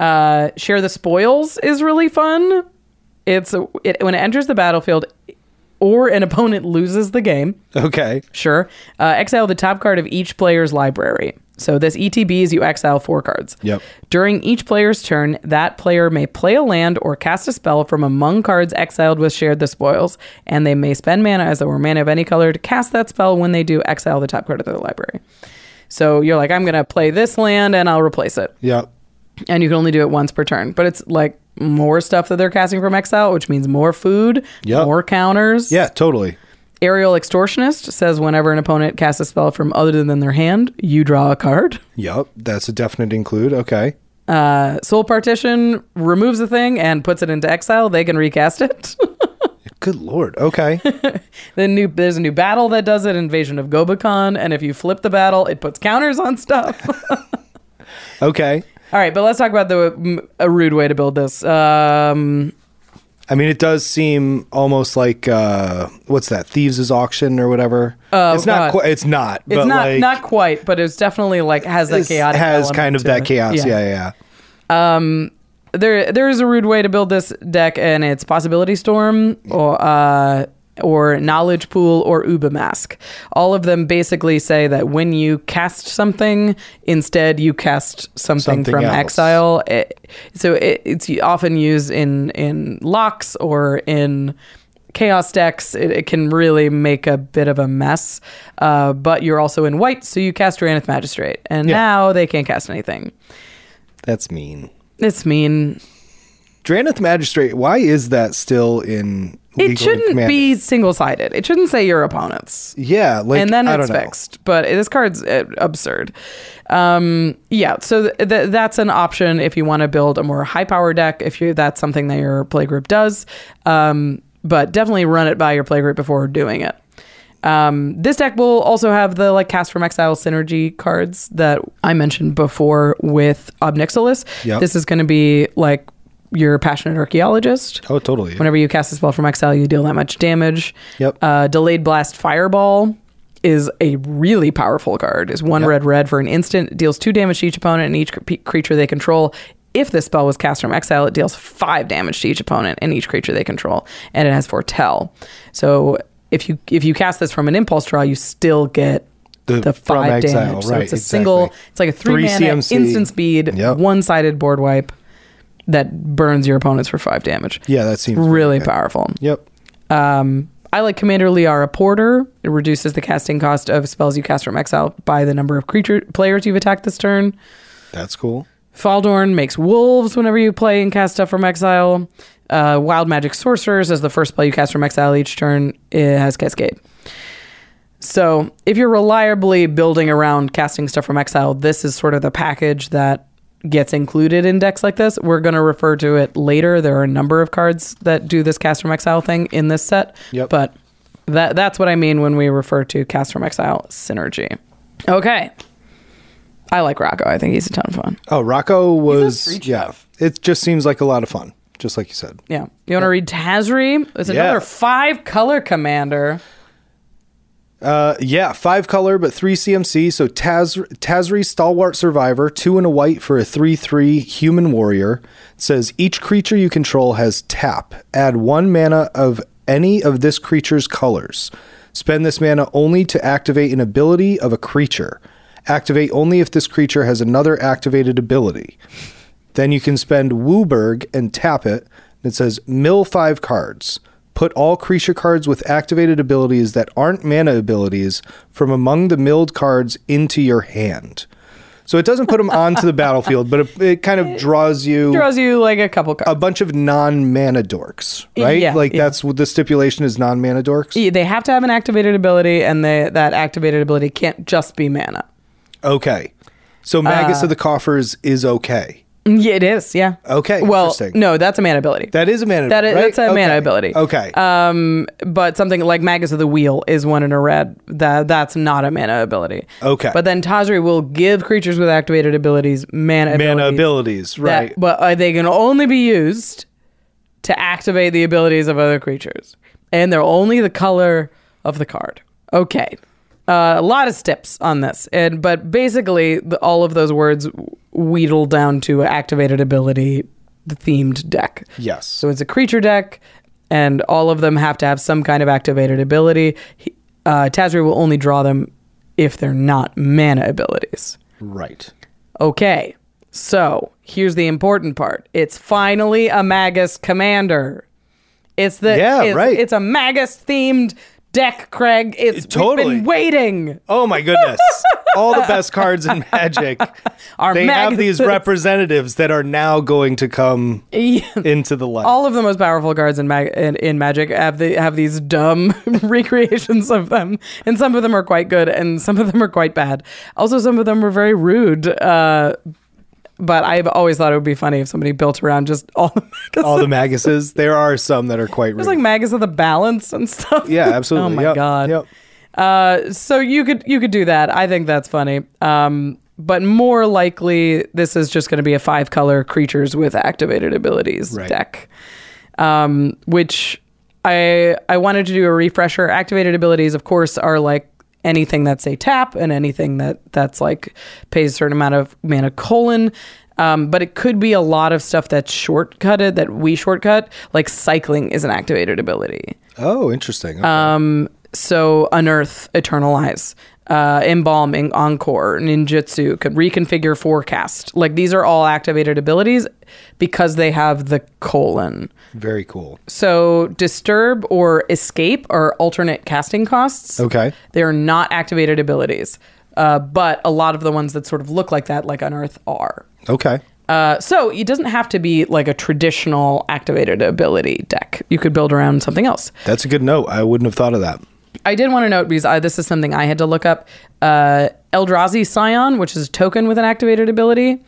Uh, Share the spoils is really fun. It's a, it, when it enters the battlefield, or an opponent loses the game. Okay. Sure. Uh, exile the top card of each player's library. So this ETB is you exile four cards. Yep. During each player's turn, that player may play a land or cast a spell from among cards exiled with Shared the Spoils, and they may spend mana as there were mana of any color to cast that spell. When they do, exile the top card of their library. So you're like, I'm going to play this land and I'll replace it. Yeah. And you can only do it once per turn. But it's like more stuff that they're casting from exile, which means more food, Yep. more counters. Yeah, totally. Aerial Extortionist says whenever an opponent casts a spell from other than their hand, you draw a card. Yep. That's a definite include. Okay. Uh, Soul Partition removes a thing and puts it into exile. They can recast it. Good lord. Okay. the new there's a new battle that does it, Invasion of Gobakon, and if you flip the battle, it puts counters on stuff. okay. All right, but let's talk about the mm, a rude way to build this. Um, I mean, it does seem almost like uh, what's that? Thieves' auction or whatever. Oh, it's not. God. Qu- it's not. it's but not like, not quite, but it's definitely like has that this chaotic has element kind of to that it. chaos. Yeah. yeah, yeah. there there is a rude way to build this deck, and it's possibility storm or uh, or knowledge pool or Uba mask. All of them basically say that when you cast something, instead you cast something, Something from else. exile. It- so it, it's often used in in locks or in chaos decks. It, it can really make a bit of a mess. Uh, but you're also in white, so you cast Ranith Magistrate, and Yeah. now they can't cast anything. That's mean. It's mean. Draneth Magistrate. Why is that still in? it legal shouldn't command? be single-sided it shouldn't say your opponents Yeah, like and then I it's don't know. fixed but this card's uh, absurd um, yeah so th- th- that's an option if you want to build a more high power deck if you that's something that your playgroup does um, but definitely run it by your playgroup before doing it um, this deck will also have the like cast from exile synergy cards that I mentioned before with Obnixilis. Yep. This is going to be like your passionate archaeologist. Oh, totally. Whenever you cast a spell from exile, you deal that much damage. Yep. Uh, delayed blast fireball is a really powerful card. Is one red red for an instant. It deals two damage to each opponent and each cre- creature they control. If this spell was cast from exile, it deals five damage to each opponent and each creature they control, and it has foretell. So if you if you cast this from an impulse draw, you still get The- the, from five exile, damage. so right, it's a exactly. single. It's like a Three three, mana CMC. instant speed, Yep. one sided board wipe that burns your opponents for five damage. Yeah, that seems pretty really good. powerful. Yep. Um, I like Commander Liara Porter. It reduces the casting cost of spells you cast from exile by the number of creature players you've attacked this turn. That's cool. Faldorn makes wolves whenever you play and cast stuff from exile. Uh, Wild Magic Sorcerers is the first spell you cast from exile each turn. It has Cascade. So if you're reliably building around casting stuff from exile, this is sort of the package that gets included in decks like this. We're going to refer to it later. There are a number of cards that do this cast from exile thing in this set. Yep. But that that's what I mean when we refer to cast from exile synergy. Okay. I like Rocco. I think he's a ton of fun. Oh, Rocco was yeah. It just seems like a lot of fun, just like you said. Yeah. You want to read Tazri? It's Yeah. another five color commander. Uh, yeah, five color, but three CMC. So Taz, Tazri, stalwart survivor, two in a white for a three-three human warrior. It says each creature you control has tap. Add one mana of any of this creature's colors. Spend this mana only to activate an ability of a creature. Activate only if this creature has another activated ability. Then you can spend Wooburg and tap it. And it says mill five cards. Put all creature cards with activated abilities that aren't mana abilities from among the milled cards into your hand. So it doesn't put them onto the battlefield, but it, it kind of draws you Draws you like a couple a cards. bunch of non mana dorks, right? Yeah, like yeah. that's what the stipulation is non mana dorks. they have to have an activated ability, and they, that activated ability can't just be mana. Okay. So Magus Uh, of the Coffers is okay. Mm, Yeah, it is. Yeah. Okay, Well, interesting. no, that's a mana ability. That is a mana That is, ability, That's a right? mana Okay, ability. okay. Um, but something like Magus of the Wheel is one in a red. That that's not a mana ability. Okay. But then Tazri will give creatures with activated abilities mana Mana abilities abilities, that- right. but uh, they can only be used to activate the abilities of other creatures, and they're only the color of the card. Okay, uh, a lot of steps on this, and but basically the, all of those words wheedle down to activated ability themed deck. Yes. So it's a creature deck, and all of them have to have some kind of activated ability. He, uh, Tazri will only draw them if they're not mana abilities. right. Okay, so here's the important part. It's finally a Magus commander. It's the Yeah, it's, right. It's a Magus themed deck, Craig. It's totally. we've been waiting. Oh my goodness. All the best cards in Magic. Our they have these Magus- representatives that are now going to come into the light. All of the most powerful cards in, mag- in, in Magic have the, have these dumb recreations of them, and some of them are quite good, and some of them are quite bad. Also, some of them were very rude. Uh, but I've always thought it would be funny if somebody built around just all the Magus. All the Maguses. There are some that are quite rude. There's like Magus of the Balance and stuff. yeah, absolutely. oh my Yep, god. Yep. Uh, so you could you could do that. I think that's funny. Um, but more likely, this is just going to be a five color creatures with activated abilities Right. deck, um, which I I wanted to do a refresher. Activated abilities, of course, are like anything that's a tap and anything that that's like pays a certain amount of mana colon. Um, but it could be a lot of stuff that's shortcutted that we shortcut. Like cycling is an activated ability Oh, interesting. Okay. Uh, so unearth eternalize uh, embalming encore ninjutsu could reconfigure forecast like these are all activated abilities because they have the colon Very cool. so disturb or escape are alternate casting costs Okay. they are not activated abilities uh, but a lot of the ones that sort of look like that like unearth are Okay. uh, so it doesn't have to be like a traditional activated ability deck you could build around something else That's a good note. I wouldn't have thought of that. I did want to note because I, this is something I had to look up. Uh, Eldrazi Scion, which is a token with an activated ability,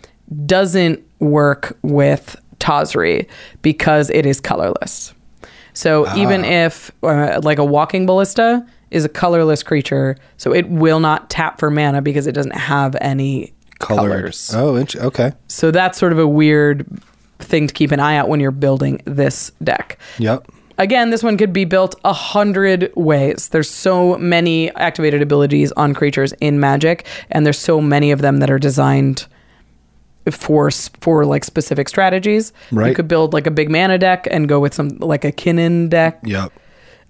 doesn't work with Tazri because it is colorless. So even if uh, like a walking ballista is a colorless creature, so it will not tap for mana because it doesn't have any Colored. colors. Oh, int- okay. So that's sort of a weird thing to keep an eye out when you're building this deck Yep. again this one could be built a hundred ways there's so many activated abilities on creatures in magic and there's so many of them that are designed for s- for like specific strategies you Right. could build like a big mana deck and go with some like a kinnin deck Yep.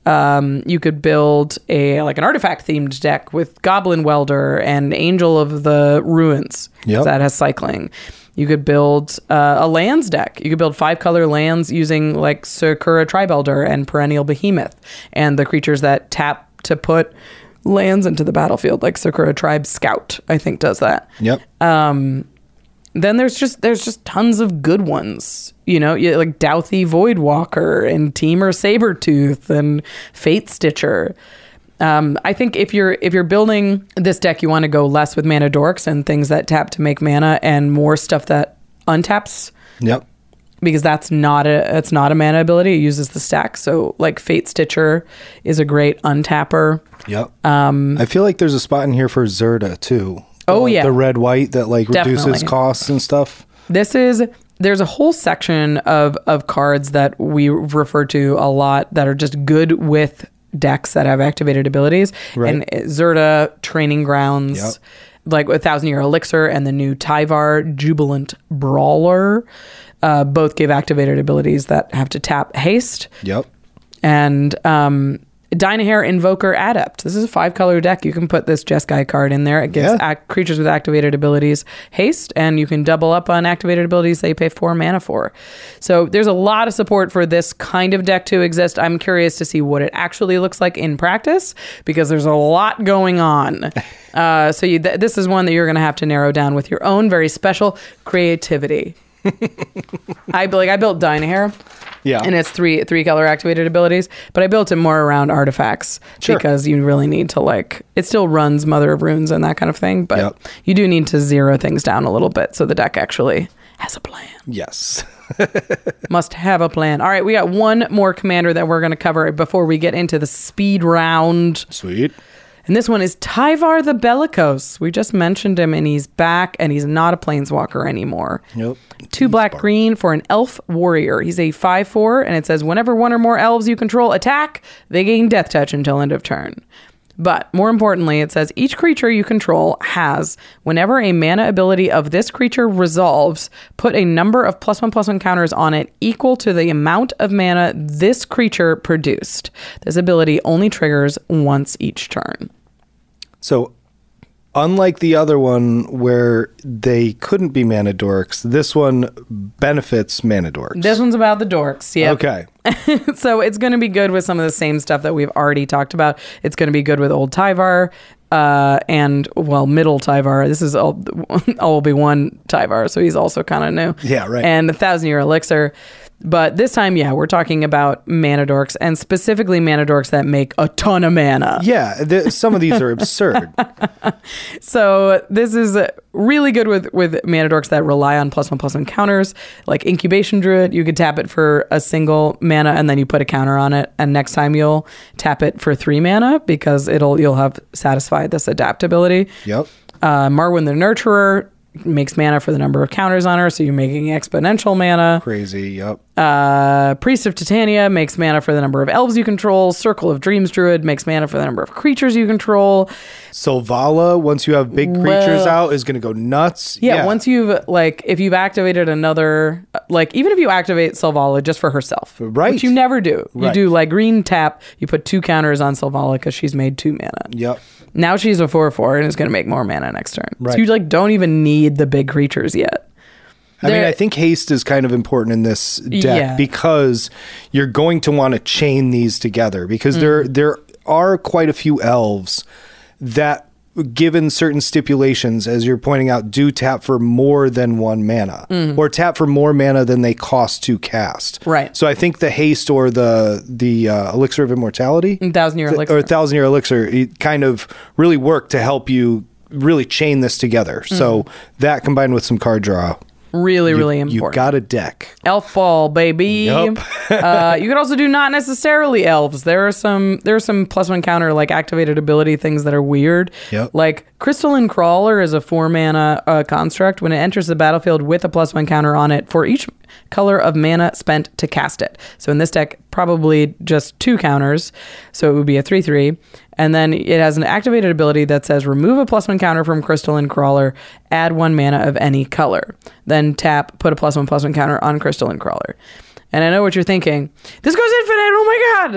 um, you could build a like an artifact themed deck with goblin welder and angel of the ruins 'cause Yep. that has cycling you could build uh, a lands deck you could build five color lands using like sakura tribe elder and perennial behemoth and the creatures that tap to put lands into the battlefield like sakura tribe scout i think does that Yep. Uh, then there's just there's just tons of good ones you know you, like douthy voidwalker and teamer sabretooth and fate stitcher um, i think if you're if you're building this deck you want to go less with mana dorks and things that tap to make mana and more stuff that untaps yep. because that's not a it's not a mana ability it uses the stack so like fate stitcher is a great untapper Yep. Um, I feel like there's a spot in here for Zerda too. Oh, Uh, yeah. the red white that like reduces Definitely. costs and stuff. This is there's a whole section of of cards that we refer to a lot that are just good with decks that have activated abilities Right. and Zerta training grounds. Yep. Like a thousand year elixir and the new Tyvar jubilant brawler, uh, both give activated abilities that have to tap haste Yep. and um, Dynahair Invoker Adept. This is a five color deck. You can put this Jeskai card in there. It gives Yeah. ac- creatures with activated abilities haste, and you can double up on activated abilities that you pay four mana for. So there's a lot of support for this kind of deck to exist. I'm curious to see what it actually looks like in practice because there's a lot going on. Uh, so you, th- this is one that you're going to have to narrow down with your own very special creativity. I like I built Dynahair Yeah. and it's three three color activated abilities. But I built it more around artifacts Sure. because you really need to like it still runs Mother of Runes and that kind of thing, but Yep. you do need to zero things down a little bit so the deck actually has a plan. yes. Must have a plan. All right, we got one more commander that we're going to cover before we get into the speed round. Sweet. And this one is Tyvar the Bellicose. We just mentioned him and he's back and he's not a planeswalker anymore. Yep. Two black green for an elf warrior. He's a 5 4, and it says whenever one or more elves you control attack, they gain death touch until end of turn. But more importantly, it says each creature you control has, whenever a mana ability of this creature resolves, put a number of plus one plus one counters on it equal to the amount of mana this creature produced. This ability only triggers once each turn. So, unlike the other one where they couldn't be mana dorks, this one benefits mana dorks. This one's about the dorks. Yeah. Okay. so it's going to be good with some of the same stuff that we've already talked about. It's going to be good with old Tyvar uh, and well, middle Tyvar. This is all all will be one Tyvar, so he's also kind of new. Yeah, right. And the thousand year elixir. But this time, yeah, we're talking about mana dorks and specifically mana dorks that make a ton of mana. Yeah, th- some of these are absurd. So this is uh, really good with with mana dorks that rely on plus one plus one counters, like incubation druid. You could tap it for a single mana, and then you put a counter on it, and next time you'll tap it for three mana because it'll you'll have satisfied this adaptability. Yep. Uh, Marwyn the Nurturer makes mana for the number of counters on her, so you're making exponential mana. Crazy. Yep. Uh, Priest of Titania makes mana for the number of elves you control. Circle of Dreams Druid makes mana for the number of creatures you control. Silvala, once you have big creatures out, is going to go nuts. Yeah, once you've like if you've activated another like even if you activate Silvala just for herself. Right. Which you never do. You Right. do like green tap, you put two counters on Silvala cuz she's made two mana. Yep. Now she's a 4/4 and is going to make more mana next turn. Right. So you like don't even need the big creatures yet. I mean, There- I think haste is kind of important in this deck Yeah. because you're going to want to chain these together because there Mm. there are quite a few elves that given certain stipulations as you're pointing out do tap for more than one mana or tap for more mana than they cost to cast Mm. Right. so i think the haste or the the uh, elixir of immortality Thousand year Th- elixir. or thousand year elixir it kind of really worked to help you really chain this together Mm. so that combined with some card draw really really you important. got a deck. elf ball baby Yup. uh, you could also do not necessarily elves there are some there are some plus one counter like activated ability things that are weird Yup. like crystalline crawler is a four mana uh, construct when it enters the battlefield with a plus one counter on it for each color of mana spent to cast it so in this deck probably just two counters so it would be a three three and then it has an activated ability that says remove a plus one counter from Crystalline Crawler, add one mana of any color. Then tap, put a plus one plus one counter on Crystalline Crawler. And I know what you're thinking. This goes infinite. Oh my god!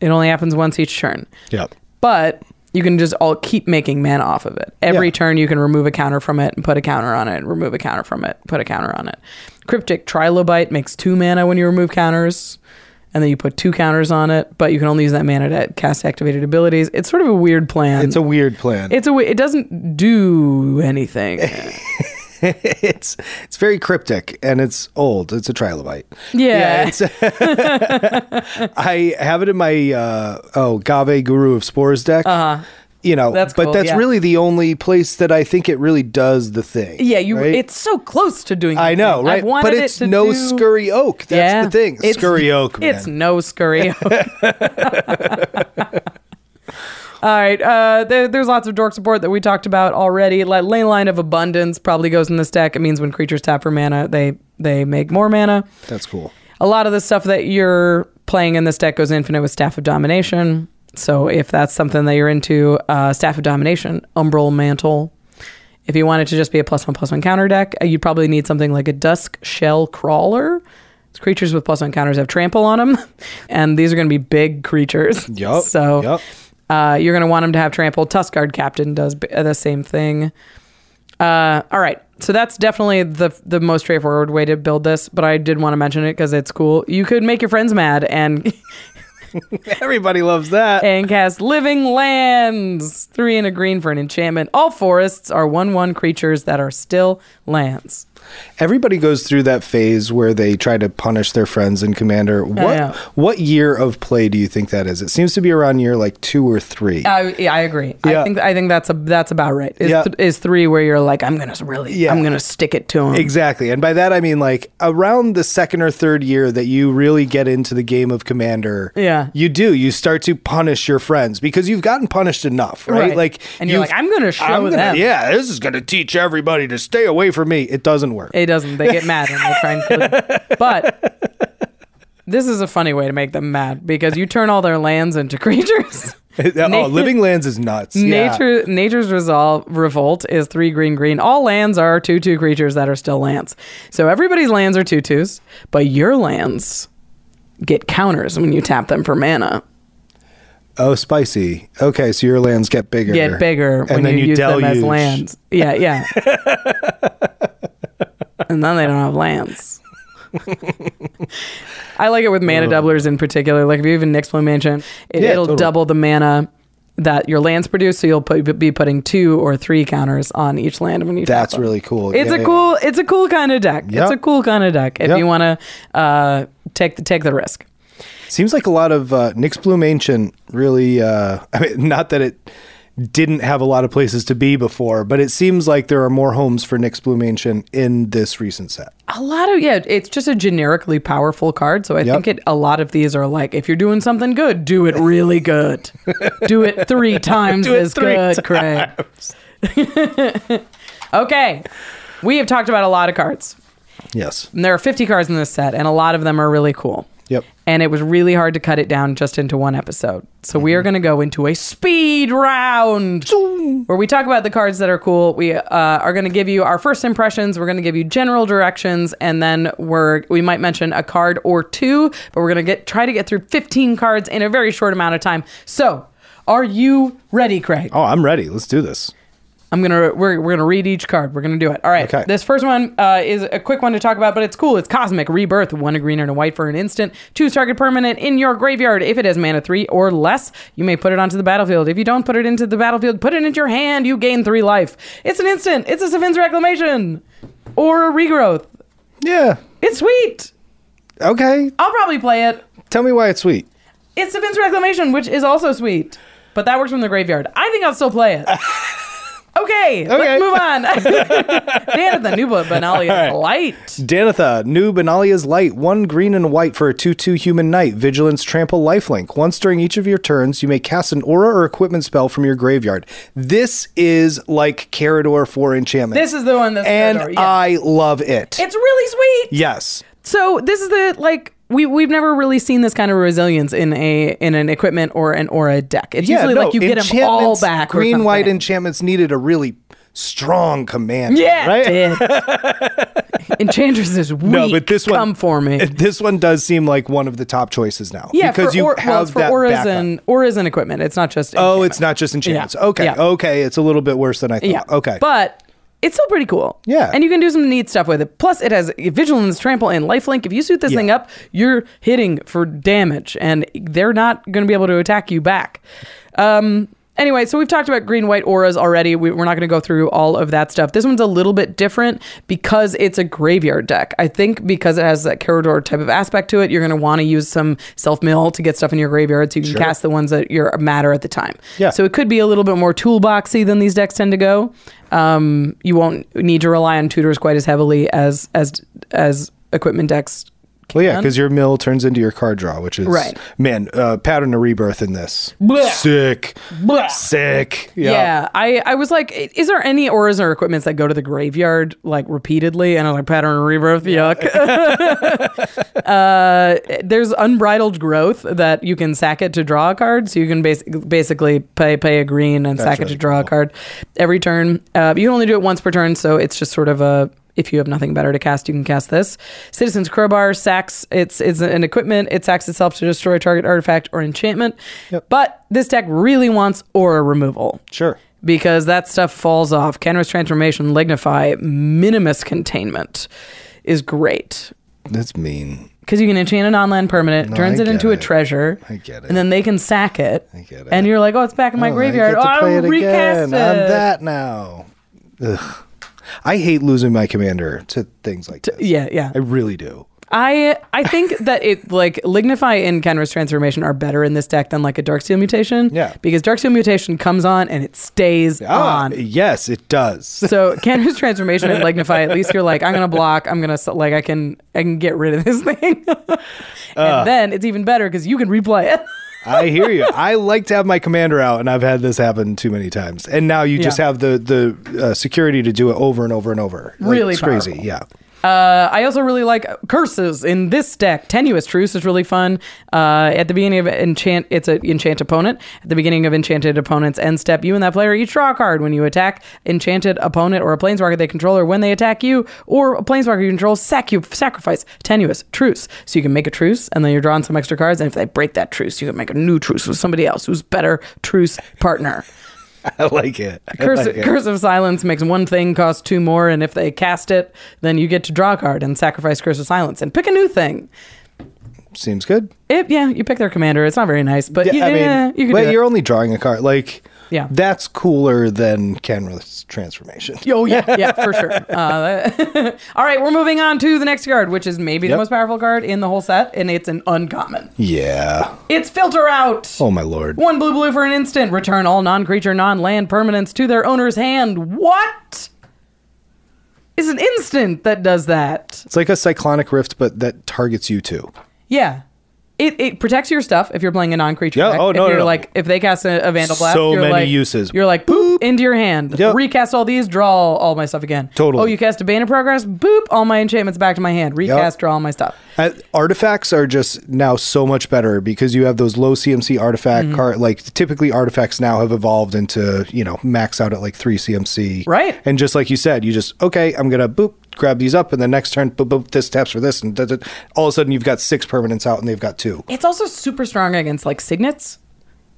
It only happens once each turn. Yep. But you can just all keep making mana off of it. Every Yeah. turn you can remove a counter from it and put a counter on it, remove a counter from it, put a counter on it. Cryptic Trilobite makes two mana when you remove counters, and then you put two counters on it, but you can only use that mana to cast activated abilities. It's sort of a weird plan. It's a weird plan. it's a w- it doesn't do anything. it's it's very cryptic and it's old. It's a trilobite. Yeah. it's, I have it in my uh, oh Gave Guru of Spores deck. Uh-huh. You know, That's but cool, that's yeah. really the only place that I think it really does the thing. yeah, you right? it's so close to doing I know, anything. right? I've wanted But it it's to no do- scurry oak. That's the thing. It's- scurry oak, man. It's no scurry oak. All right. Uh, there, there's lots of dork support that we talked about already. Like ley line of abundance probably goes in this deck. It means when creatures tap for mana, they they make more mana. that's cool. A lot of the stuff that you're playing in this deck goes infinite with Staff of Domination. So if that's something that you're into, uh, Staff of Domination, Umbral Mantle. If you wanted to just be a plus one plus one counter deck, uh, you'd probably need something like a Dusk Shell Crawler. It's creatures with plus one counters have trample on them, and these are going to be big creatures. Yup, So yup. uh, you're going to want them to have trample. Tuskguard Captain does b- the same thing. Uh, all right. So that's definitely the the most straightforward way to build this, but I did want to mention it because it's cool. You could make your friends mad and Everybody loves that. and cast Living Lands. Three and a green for an enchantment. All forests are 1 1 creatures that are still lands. Everybody goes through that phase where they try to punish their friends in Commander. What Oh, yeah. what year of play do you think that is? It seems to be around year like two or three. I, yeah, I agree. Yeah. I think I think that's a, that's about right. Is, Yeah. th- is three where you're like, I'm gonna really, Yeah. I'm gonna stick it to him. Exactly. And by that I mean like around the second or third year that you really get into the game of commander. Yeah. You do. You start to punish your friends because you've gotten punished enough, right? Right. And you're you've- like, "I'm gonna show I'm gonna- them." Yeah, this is gonna teach everybody to stay away from me. It doesn't work. It doesn't. They get mad and they try and kill you. But this is a funny way to make them mad because you turn all their lands into creatures. oh, Living Lands is nuts. Yeah. Nature, nature's resolve revolt is three green green. All lands are two two creatures that are still lands. So everybody's lands are two twos, but your lands get counters when you tap them for mana. Oh, spicy. Okay, so your lands get bigger. Get bigger and when then you, you, use deluge. them as lands. Yeah, yeah. and then they don't have lands. I like it with mana doublers in particular. Like if you have an Nix Blue Mansion, it, Yeah, it'll totally. double the mana that your lands produce. So you'll put, be putting two or three counters on each land when you. tap That's them. really cool. It's Yeah, a yeah. cool. It's a cool kind of deck. Yep. It's a cool kind of deck. If Yep. you want to uh, take the, take the risk. Seems like a lot of uh, Nick's Bloom Ancient really. Uh, I mean, not that it didn't have a lot of places to be before, but it seems like there are more homes for Nick's Bloom Ancient in this recent set. A lot of yeah, it's just a generically powerful card. So I Yep. think it a lot of these are like if you're doing something good, do it really good. do it three times Do it as three good, Craig. okay. We have talked about a lot of cards. Yes. And there are 50 cards in this set, and a lot of them are really cool. Yep. And it was really hard to cut it down just into one episode. So we are going to go into a speed round where we talk about the cards that are cool. We uh, are going to give you our first impressions. We're going to give you general directions, and then we're we might mention a card or two. But we're going to get try to get through 15 cards in a very short amount of time. So. Are you ready, Craig? Oh, I'm ready. Let's do this. I'm gonna we're, we're gonna read each card. We're gonna do it. All right. Okay. This first one uh, is a quick one to talk about, but it's cool. It's cosmic rebirth. One a green and a white for an instant. Choose target permanent in your graveyard. If it has mana three or less, you may put it onto the battlefield. If you don't put it into the battlefield, put it into your hand. You gain three life. It's an instant. It's a Savin's Reclamation or a regrowth. Yeah. It's sweet. Okay. I'll probably play it. Tell me why it's sweet. It's Savin's Reclamation, which is also sweet, but that works from the graveyard. I think I'll still play it. Okay, Okay. let's move on. Dan of the Nuba Benali is light. Danatha, new Benalia's Light, one green and white for a 2 2 human knight, vigilance, trample, lifelink. Once during each of your turns, you may cast an aura or equipment spell from your graveyard. This is like Carador for enchantment. This is the one that's and uh, Theodore, yeah. I love it. It's really sweet. yes. So this is the like we we've never really seen this kind of resilience in a in an equipment or an aura deck. It's usually like you get them all enchantments- back. or Green white something. enchantments needed a really strong command. yeah, right? dude. Enchantress is weak. No, but this one come for me. This one does seem like one of the top choices now. yeah, because for you or, have well, it's for that auras backup. and auras and equipment. It's not just Oh, it's not just enchantments. Yeah. Okay, Yeah. okay, it's a little bit worse than I thought. Yeah. Okay, But it's still pretty cool. Yeah. And you can do some neat stuff with it. Plus, it has vigilance, trample, and lifelink. If you suit this Yeah. thing up, you're hitting for damage, and they're not going to be able to attack you back. Um, anyway, so we've talked about green white auras already. We, we're not going to go through all of that stuff. This one's a little bit different because it's a graveyard deck. I think because it has that Corridor type of aspect to it, you're going to want to use some self mill to get stuff in your graveyard so you can cast the ones that you're matter at the time. Yeah. So it could be a little bit more toolboxy than these decks tend to go. Um, you won't need to rely on tutors quite as heavily as as as equipment decks Well, yeah, because your mill turns into your card draw, which is Right. Man, uh, pattern of rebirth in this Blech. sick, Blech. sick. Yeah. Yeah, I, I was like, "I- is there any or is there equipments that go to the graveyard like repeatedly? And I'm like, pattern of rebirth, yuck. uh, there's unbridled growth that you can sack it to draw a card, so you can bas- basically pay pay a green and sack it really to draw a card every turn. Uh, you can only do it once per turn, so it's just sort of a if you have nothing better to cast, you can cast this. Citizen's Crowbar sacks it's it's an equipment. It sacks itself to destroy target artifact or enchantment. But this deck really wants aura removal Sure. because that stuff falls off. Kenris Transformation, Lignify, Minimus Containment is great. That's mean. Because you can enchant an online permanent, turns I it into get a it. treasure. I get it. And then they can sack it. I get it. And you're like, oh, it's back in my Oh, I graveyard. get to oh, play I'll it recast again. it. I'm that now. Ugh. I hate losing my commander to things like this. Yeah, yeah. I really do. I I think that it like Lignify and Kenris Transformation are better in this deck than like a Darksteel Mutation. Yeah. Because Darksteel Mutation comes on and it stays Ah, on. yes, it does. So Kendra's transformation and Lignify, at least you're like, I'm gonna block, I'm gonna s- like I can I can get rid of this thing. and then it's even better because you can replay it. I hear you. I like to have my commander out, and I've had this happen too many times. And now you just Yeah. have the the uh, security to do it over and over and over. Like, Really it's crazy. powerful. Yeah. Uh, I also really like curses in this deck. Tenuous Truce is really fun. Uh, at the beginning of enchant, it's an enchant opponent. At the beginning of enchanted opponent's end step, you and that player each draw a card. When you attack enchanted opponent or a planeswalker they control, or when they attack you or a planeswalker you control, sac you sacrifice Tenuous Truce. So you can make a truce, and then you're drawing some extra cards. And if they break that truce, you can make a new truce with somebody else who's better truce partner. I like it. I Curse, like it. Curse of Silence makes one thing cost two more, and if they cast it, then you get to draw a card and sacrifice Curse of Silence and pick a new thing. Seems good. It, yeah, you pick their commander. It's not very nice, but Yeah, yeah, I mean, yeah, you can but do you're only drawing a card. Like, Yeah. that's cooler than Kenra's transformation. it. Oh, yeah, yeah, for sure. Uh, all right, we're moving on to the next card, which is maybe the Yep. most powerful card in the whole set, and it's an uncommon. Yeah. It's Filter Out. Oh my lord. One blue blue for an instant. Return all non creature, non land permanents to their owner's hand. What? Is an instant that does that. It's like a cyclonic rift, but that targets you too. Yeah. It, it protects your stuff if you're playing a non-creature. Yeah, deck. oh, no, if no, you're no. like if they cast a, a Vandal Blast, So you're many like, uses. You're like boop into your hand. Yep. Recast all these, draw all my stuff again. Totally. Oh, you cast a Bane of Progress, boop, all my enchantments back to my hand. Recast, draw all my stuff. Uh, artifacts are just now so much better because you have those low CMC Mm-hmm. artifact card. Like typically, artifacts now have evolved into you know max out at like three CMC. Right. And just like you said, you just okay, I'm gonna boop grab these up, and then next turn boop boop this taps for this, and da, da. all of a sudden you've got six permanents out, and they've got two. It's also super strong against like signets.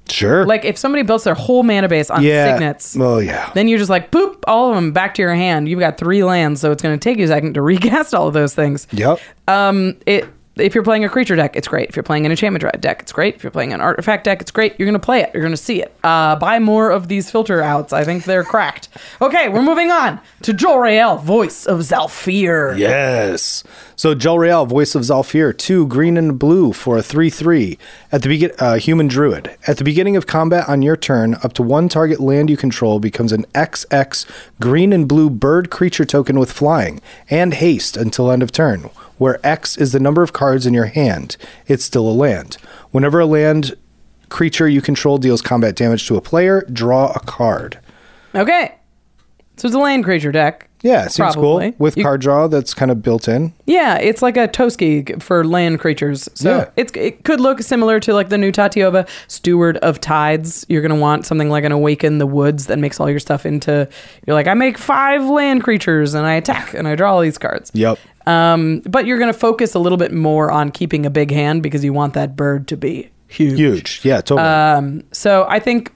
Sure. Like if somebody builds their whole mana base on yeah. signets, Oh yeah. then you're just like boop all of them back to your hand. You've got three lands, so it's going to take you a second to recast all of those things. Yep. um, it if you're playing a creature deck, it's great. If you're playing an enchantment dra- deck, it's great. If you're playing an artifact deck, it's great. You're gonna play it. You're gonna see it. Uh, buy more of these filter outs. I think they're cracked. Okay, we're moving on to Jor-El, voice of Zalfir. Yes. So Jel Real, voice of Zalfir, two green and blue for a three-three at the begin. Uh, human druid at the beginning of combat on your turn, up to one target land you control becomes an XX green and blue bird creature token with flying and haste until end of turn, where X is the number of cards in your hand. It's still a land. Whenever a land creature you control deals combat damage to a player, draw a card. Okay, so it's a land creature deck. Yeah, it seems Probably. cool with You- card draw. That's kind of built in. Yeah, it's like a Toski for land creatures. So Yeah. it's it could look similar to like the new Tatiova Steward of Tides. You're gonna want something like an Awaken the Woods that makes all your stuff into. You're like, I make five land creatures and I attack and I draw all these cards. Yep. Um, but you're gonna focus a little bit more on keeping a big hand because you want that bird to be huge. Huge. Yeah, totally. So I think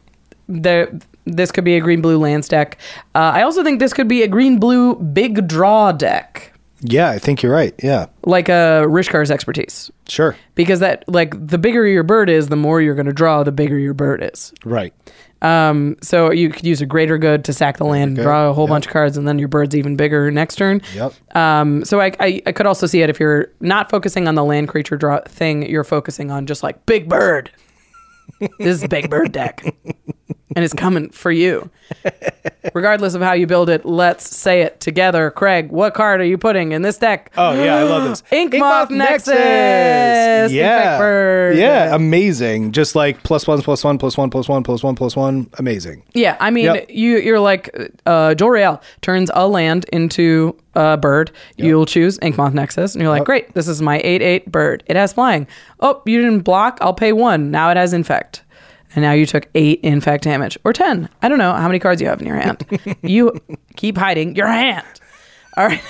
there this could be a green blue lands deck. Uh, I also think this could be a green blue big draw deck, yeah, I think you're right. Yeah, like a Rishkar's expertise. sure. because that like the bigger your bird is, the more you're going to draw. The bigger your bird is. Right. Um, so you could use a greater good to sack the land, good, draw a whole yep. bunch of cards, and then your bird's even bigger next turn. Yep. Um, so I, I I could also see it if you're not focusing on the land creature draw thing, you're focusing on just like big bird. this is big bird deck. and it's coming for you. Regardless of how you build it, let's say it together. Craig, what card are you putting in this deck? Oh yeah, I love this. Ink Moth Nexus! Ink Yeah, Blackbird. yeah, amazing. Just like plus one, plus one, plus one, plus one, plus one, plus one. Amazing. Yeah, I mean, Yep. you you're like uh, Jor-El turns a land into a bird. You'll choose Inkmoth Nexus, and you're like, great, this is my eight eight bird. It has flying. Oh, you didn't block. I'll pay one. Now it has infect, and now you took eight infect damage or ten. I don't know how many cards you have in your hand. you keep hiding your hand. All right.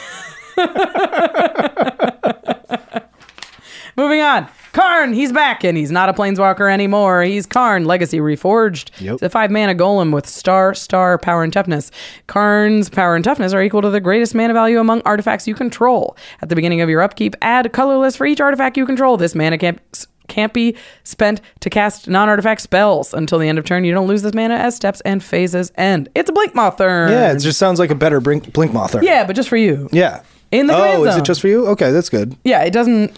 Moving on. Karn, he's back, and he's not a planeswalker anymore. He's Karn, Legacy Reforged. Yep. It's a five mana golem with star, star, power, and toughness. Karn's power and toughness are equal to the greatest mana value among artifacts you control. At the beginning of your upkeep, add colorless for each artifact you control. This mana can't, can't be spent to cast non artifact spells. Until the end of turn, you don't lose this mana as steps and phases end. It's a Blink Moth turn. Yeah, it just sounds like a better blink, blink mother. Yeah, but just for you. yeah. In the oh, command is zone. it just for you? Okay, that's good. Yeah, it doesn't.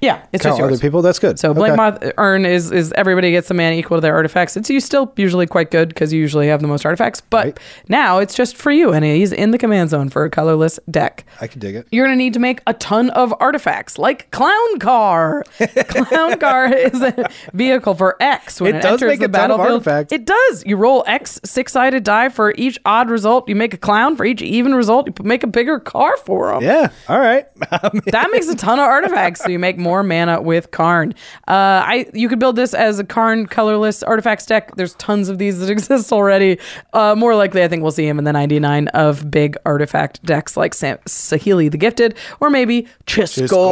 Yeah, it's Count just yours. other people. That's good. So Blink Okay. Moth Earn is is everybody gets the mana equal to their artifacts. It's you still usually quite good because you usually have the most artifacts, but Right. now it's just for you, and he's in the command zone for a colorless deck. I can dig it. You're gonna need to make a ton of artifacts, like Clown Car. Clown Car is a vehicle for X when It it, does enters make the a ton of battlefield. artifacts. It does. You roll X six sided die for each odd result. You make a clown for each even result. You p- make a bigger car for them. Yeah. All right. That makes a ton of artifacts, so you make more mana with Karn. Uh, I you could build this as a Karn colorless artifacts deck. There's tons of these that exist already. Uh, more likely, I think we'll see him in the 99 of big artifact decks like Sam- Sahili the Gifted, or maybe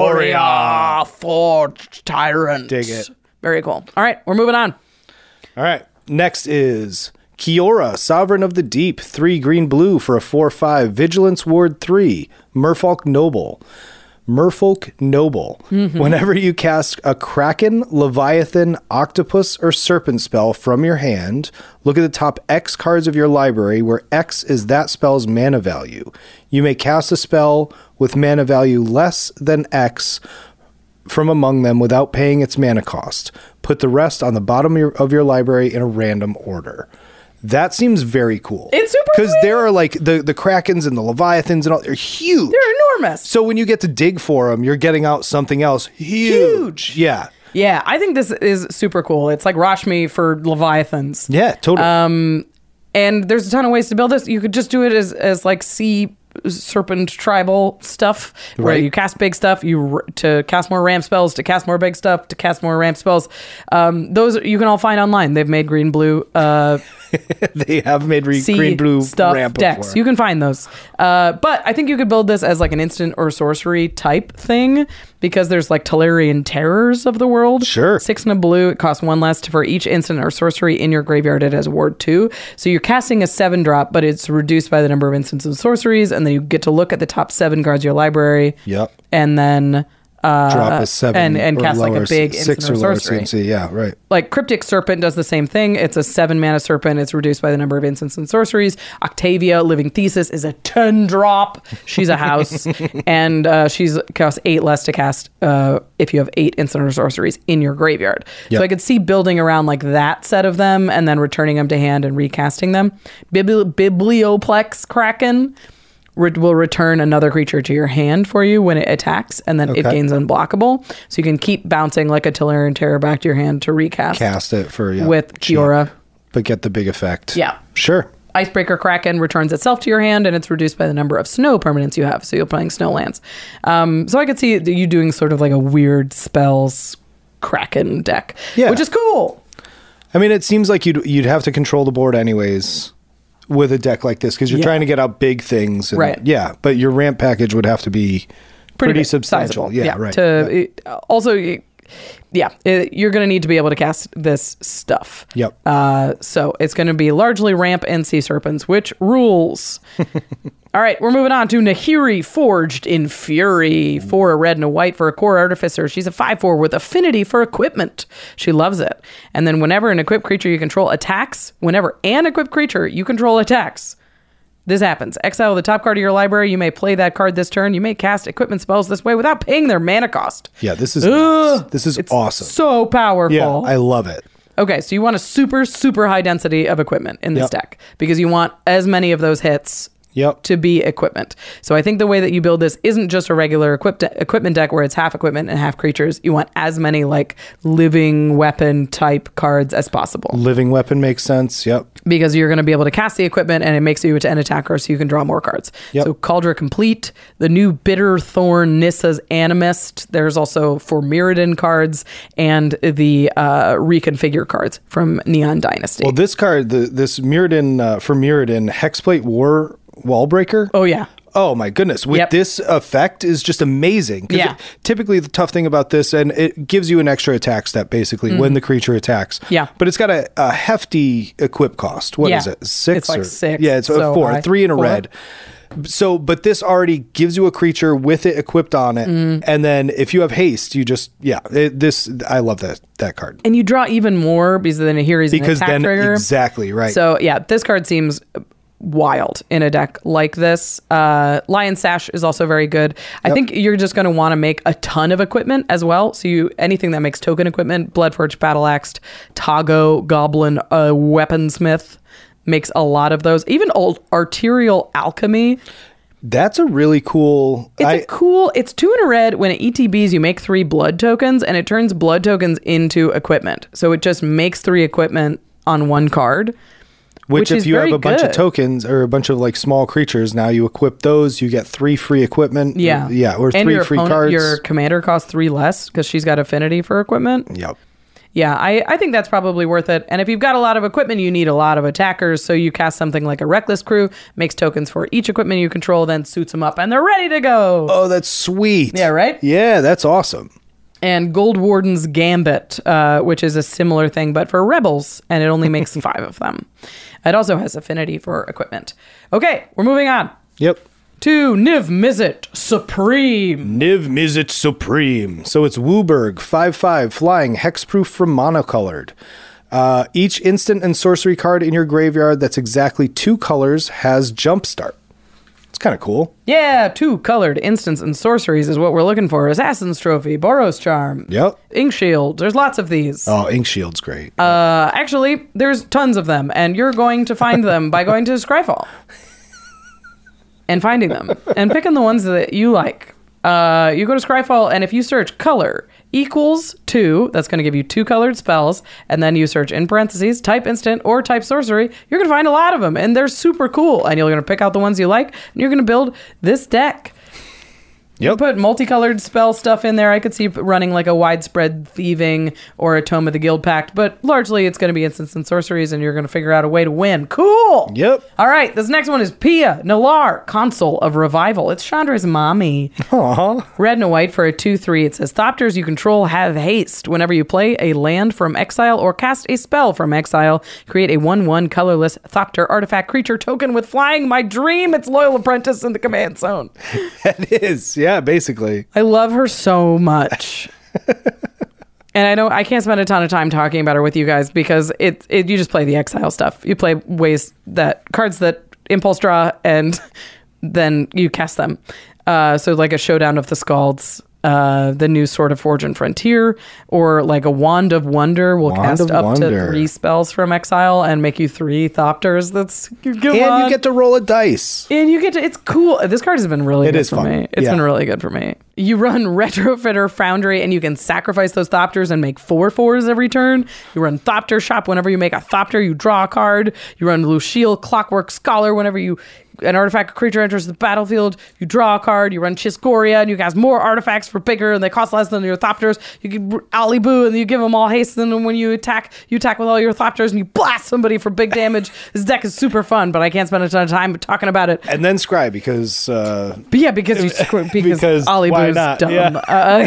Chiscoria Forged Tyrant. Dig it. Very cool. All right, we're moving on. All right. Next is Kiora, Sovereign of the Deep, three green blue for a four five vigilance ward three Merfolk Noble. Merfolk Noble. Mm-hmm. Whenever you cast a Kraken, Leviathan, Octopus, or Serpent spell from your hand, look at the top X cards of your library where X is that spell's mana value. You may cast a spell with mana value less than X from among them without paying its mana cost. Put the rest on the bottom of your, of your library in a random order. That seems very cool. It's super because cool. there are like the the krakens and the leviathans and all. They're huge. They're enormous. So when you get to dig for them, you're getting out something else huge. Yeah. Yeah, I think this is super cool. It's like Rashmi for Leviathans. Yeah, totally. Um, and there's a ton of ways to build this. You could just do it as as like sea serpent tribal stuff where Right. you cast big stuff you r- to cast more ramp spells to cast more big stuff to cast more ramp spells um, those you can all find online they've made green blue uh, they have made re- sea green blue stuff ramp decks before. you can find those uh, but i think you could build this as like an instant or sorcery type thing because there's like Talarian terrors of the world Sure. six and a blue. It costs one less to- for each instant or sorcery in your graveyard. It has ward two. So you're casting a seven drop, but it's reduced by the number of instants and sorceries. And then you get to look at the top seven cards of your library. Yep. And then uh, drop a seven and, and or cast like lower a big C- instant six or, or lower sorcery. CMC. Yeah, right. Like Cryptic Serpent does the same thing. It's a seven mana serpent. It's reduced by the number of instants and sorceries. Octavia, Living Thesis, is a 10 drop. She's a house. and uh, she's costs eight less to cast uh, if you have eight instant or sorceries in your graveyard. Yep. So I could see building around like that set of them and then returning them to hand and recasting them. Bibli- Biblioplex Kraken re- will return another creature to your hand for you when it attacks, and then it Okay. gains unblockable. So you can keep bouncing like a Tillarian Terror back to your hand to recast. Cast it for yeah, With cheap, Kiora. but get the big effect. Yeah. sure. Icebreaker Kraken returns itself to your hand, and it's reduced by the number of snow permanents you have. So you're playing snow lands. Um, so I could see that you doing sort of like a weird spells Kraken deck, Yeah. which is cool. I mean, it seems like you'd you'd have to control the board anyways with a deck like this because you're Yeah. trying to get out big things. and- Right. Yeah, but your ramp package would have to be pretty, big, substantial. sizable. Yeah, right. To it- also, y- yeah, it- you're going to need to be able to cast this stuff. Yep. Uh, so it's going to be largely ramp and sea serpents, which rules. All right, we're moving on to Nahiri Forged in Fury for a red and a white for a core artificer. She's a 5 4 with affinity for equipment. She loves it. And then, whenever an equipped creature you control attacks, whenever an equipped creature you control attacks, this happens. Exile the top card of your library. You may play that card this turn. You may cast equipment spells this way without paying their mana cost. yeah, this is Ugh, this is it's awesome. So powerful. yeah, I love it. Okay, so you want a super, super high density of equipment in this Yep. deck because you want as many of those hits Yep. to be equipment. So I think the way that you build this isn't just a regular equip equipment deck where it's half equipment and half creatures. You want as many like living weapon type cards as possible Living weapon makes sense. Yep. because you're going to be able to cast the equipment and it makes you into an attacker so you can draw more cards. Yep. So Cauldra Complete, the new Bitter Thorn Nissa's Animist. There's also for Mirrodin cards and the uh, Reconfigure cards from Neon Dynasty. Well, this card, the, this Mirrodin uh, for Mirrodin Hexplate War Wallbreaker. oh, yeah. Oh my goodness! With Yep. this effect is just amazing. 'Cause Yeah. it- typically, the tough thing about this, and it gives you an extra attack step basically when the creature attacks. Mm-hmm. Yeah. But it's got a, a hefty equip cost. What Yeah. is it? Six. It's like or- six, Yeah, it's so a four, high. three, and a Four. red. So, but this already gives you a creature with it equipped on it, Mm. and then if you have haste, you just yeah. It, this I love that that card And you draw even more because then here he's because an attack then trigger. exactly right. So yeah, this card seems wild in a deck like this. Uh, Lion Sash is also very good. I think you're just going to want to make a ton of equipment as well. So you anything that makes token equipment, Bloodforge, Battle Axe, Tago, Goblin, uh, Weaponsmith makes a lot of those. Even old Arterial Alchemy. that's a really cool. It's a I- cool. It's two in a red. When it ETBs, you make three blood tokens, and it turns blood tokens into equipment. So it just makes three equipment on one card. Which, which if is you have very a bunch of good. tokens or a bunch of like small creatures, now you equip those, you get three free equipment. Yeah. Or, Mm, yeah. Or And three your free opponent- cards. Your commander costs three less because she's got affinity for equipment. Yep. Yeah, I, I think that's probably worth it. And if you've got a lot of equipment, you need a lot of attackers. So you cast something like a Reckless Crew, makes tokens for each equipment you control, then suits them up, and they're ready to go. Oh, that's sweet. Yeah, right? Yeah, that's awesome. And Gold Warden's Gambit, uh, which is a similar thing, but for Rebels, and it only makes five of them. It also has affinity for equipment. Okay, we're moving on Yep. to Niv Mizzet Supreme. Niv Mizzet Supreme. So it's Wooburg, 5 5, flying, hexproof from monocolored. Uh, each instant and sorcery card in your graveyard that's exactly two colors has jumpstart. It's kind of cool. Yeah, two colored instants and sorceries is what we're looking for. Assassin's Trophy, Boros Charm, Yep. Ink Shield. There's lots of these. Oh, Ink Shield's great. Uh, actually, there's tons of them, and you're going to find them by going to Scryfall and finding them and picking the ones that you like. Uh, you go to Scryfall, and if you search color equals two, that's going to give you two colored spells, and then you search in parentheses, type instant or type sorcery, you're going to find a lot of them, and they're super cool. And you're going to pick out the ones you like, and you're going to build this deck. yep. Put multicolored spell stuff in there. I could see running like a widespread thieving or a Tome of the Guild Pact, but largely it's going to be instants and sorceries, and you're going to figure out a way to win. Cool. Yep. All right. This next one is Pia Nalar, Consul of Revival. It's Chandra's mommy. Red and a white for a 2 3. It says Thopters you control have haste. Whenever you play a land from exile or cast a spell from exile, create a 1 1 colorless Thopter artifact creature token with flying. My dream. It's Loyal Apprentice in the command zone. it is. Yeah, basically. I love her so much. and I know I can't spend a ton of time talking about her with you guys because it, it you just play the exile stuff. You play ways that cards that impulse draw and then you cast them. Uh, so like a showdown of the scalds. Uh, the new sort of forge and frontier, or like a wand of wonder, will Wand cast of up Wonder. to three spells from exile and make you three thopters. That's good. And you get to roll a dice. And you get to, it's cool. This card has been really It good is for fun. me. It's Yeah. been really good for me. You run Retrofitter Foundry and you can sacrifice those Thopters and make four fours every turn. You run Thopter Shop whenever you make a Thopter, you draw a card. You run Lucial Clockwork Scholar whenever you an artifact or creature enters the battlefield, you draw a card, you run Chiskoria, and you cast more artifacts for bigger and they cost less than your Thopters. You give Ali Boo and you give them all haste, and then when you attack, you attack with all your Thopters and you blast somebody for big damage. this deck is super fun, but I can't spend a ton of time talking about it. and then Scry because uh, But yeah, because you screw, because, Because Ollie why Boo's not? dumb. Yeah. Uh,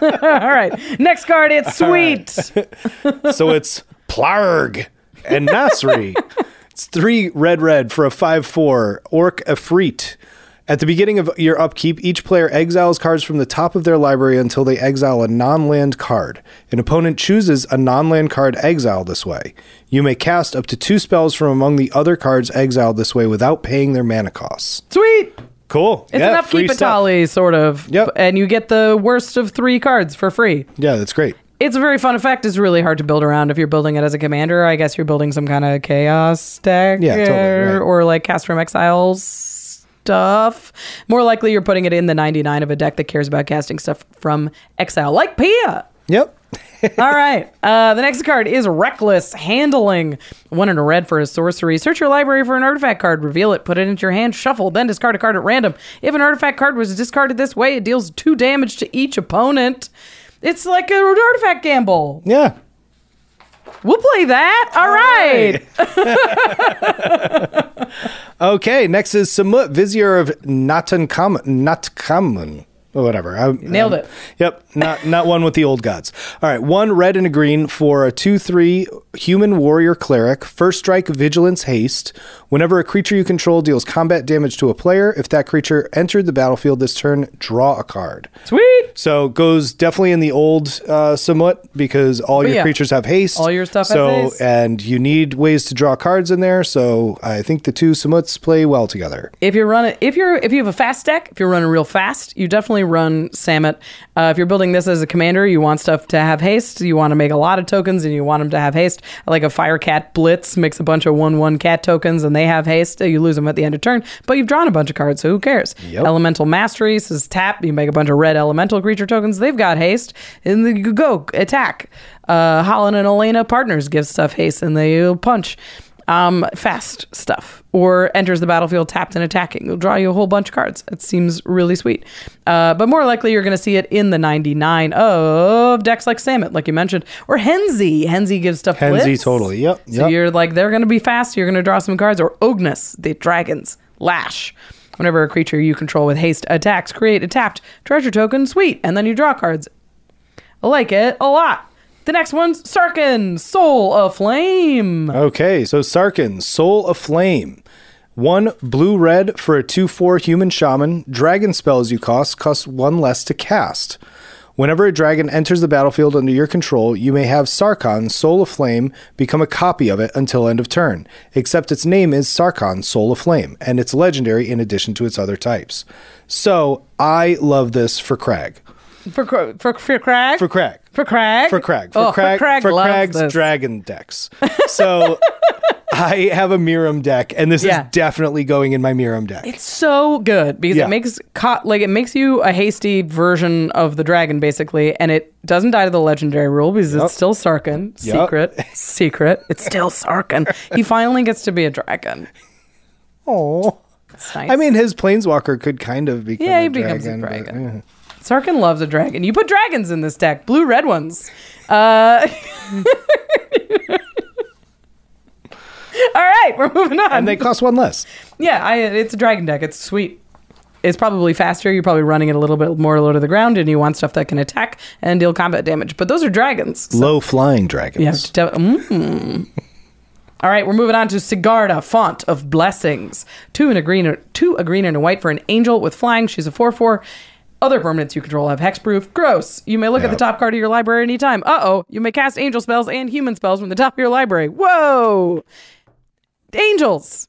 all right, next card. It's sweet. so it's Plarg and Nasri. it's three red red for a five four orc Efreet. At the beginning of your upkeep, each player exiles cards from the top of their library until they exile a non land card. An opponent chooses a non land card exiled this way. You may cast up to two spells from among the other cards exiled this way without paying their mana costs. Sweet. Cool. It's an upkeep Atali, sort of. Yep. And you get the worst of three cards for free. Yeah, that's great. It's a very fun effect. It's really hard to build around if you're building it as a commander. I guess you're building some kind of chaos deck Yeah, totally, right. or like cast from exiles stuff. More likely you're putting it in the 99 of a deck that cares about casting stuff from exile, like Pia. Yep. All right. Uh, the next card is Reckless Handling. One in a red for a sorcery. Search your library for an artifact card. Reveal it. Put it into your hand. Shuffle. Then discard a card at random. If an artifact card was discarded this way, it deals two damage to each opponent. It's like an artifact gamble. Yeah. We'll play that. All right. Okay, next is Samut, Vizier of Natankam- Natkamun. Or whatever. I, Nailed I'm- it. Yep. Not not one with the old gods. All right. One red and a green for a 2 3 human warrior cleric. First strike, vigilance, haste. Whenever a creature you control deals combat damage to a player, if that creature entered the battlefield this turn, draw a card. Sweet. So goes definitely in the old uh, somewhat because all your Oh, yeah. creatures have haste. All your stuff has so, haste. and you need ways to draw cards in there. So I think the two Samuts play well together. If you're running, if you're if you have a fast deck, if you're running real fast, you definitely run Samet. Uh, if you're building this as a commander, you want stuff to have haste. You want to make a lot of tokens, and you want them to have haste. Like a fire cat blitz makes a bunch of one one cat tokens, and they have haste. You lose them at the end of turn, but you've drawn a bunch of cards, so who cares? Elemental mastery says tap. You make a bunch of red elemental creature tokens. They've got haste, and then you go attack. Uh, Holland and Elena partners give stuff haste, and they punch um, fast stuff or enters the battlefield tapped and attacking. It'll draw you a whole bunch of cards. It seems really sweet. Uh, but more likely, you're going to see it in the 99 of decks like Samet, like you mentioned, or Henzi. Henzi gives stuff Henzi, blitz. totally. Yep, So yep. you're like, they're going to be fast. You're going to draw some cards. Or Ognus, the dragon's lash. Whenever a creature you control with haste attacks, create a tapped treasure token. Sweet. And then you draw cards. I like it a lot. The next one's Sarkin, Soul of Flame. Okay, so Sarkin, Soul of Flame. One blue red for a 2 4 human shaman. Dragon spells you cost cost one less to cast. Whenever a dragon enters the battlefield under your control, you may have Sarkon, Soul of Flame, become a copy of it until end of turn, except its name is Sarkon, Soul of Flame, and it's legendary in addition to its other types. So I love this for Crag. For Cro- for for Crag. For Crag. For Crag. For Crag. For Oh, Crag. For, loves Crag's this. dragon decks. So I have a Miram deck, and this Yeah. is definitely going in my Miram deck. It's so good because Yeah. it makes co- like it makes you a hasty version of the dragon basically, and it doesn't die to the legendary rule because it's still Sarkin. Yup. Secret, secret. It's still Sarkin. he finally gets to be a dragon. Oh. It's nice. I mean, his Planeswalker could kind of become Yeah, a he becomes a but, dragon. yeah. Sarkin loves a dragon. You put dragons in this deck, blue red ones. Uh, all right, we're moving on. And they cost one less. Yeah, I, it's a dragon deck. It's sweet. It's probably faster. You're probably running it a little bit more low to the ground, and you want stuff that can attack and deal combat damage. But those are dragons. So Low flying dragons. you have to. Tell, mm. All right, we're moving on to Sigarda, Font of Blessings. Two and a green, two a green and a white for an angel with flying. She's a four four. Other permanents you control have hexproof. Gross. You may look at the top card of your library anytime. Uh oh. You may cast angel spells and human spells from the top of your library. Whoa angels.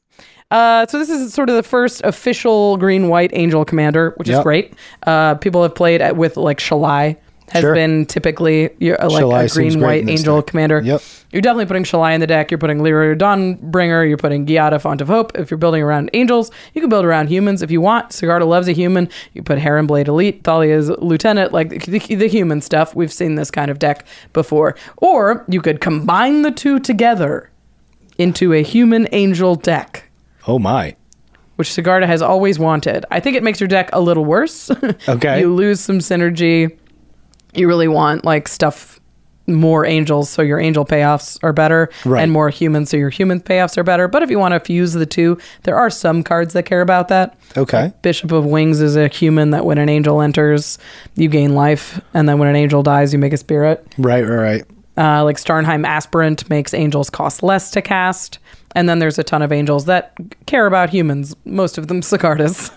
Uh, so this is sort of the first official green white angel commander, which is Yep. great. Uh, people have played at, with like Shalai has Sure. been typically you uh, like Shalai a seems green great white in this angel deck. commander. Yep. You're definitely putting Shalai in the deck. You're putting Lyra Dawnbringer. You're putting Giada Font of Hope. If you're building around angels, you can build around humans if you want. Sigarda loves a human. You put Heron Blade Elite, Thalia's Lieutenant, like the, the human stuff. We've seen this kind of deck before. Or you could combine the two together into a human angel deck, Oh, my. which Sigarda has always wanted. I think it makes your deck a little worse. Okay. you lose some synergy. You really want like stuff more angels so your angel payoffs are better Right. and more humans so your human payoffs are better. But if you want to fuse the two, there are some cards that care about that. Okay. Like Bishop of Wings is a human that when an angel enters, you gain life and then when an angel dies, you make a spirit. Right, right, right. Uh, like Starnheim Aspirant makes angels cost less to cast. And then there's a ton of angels that care about humans, most of them cicadas,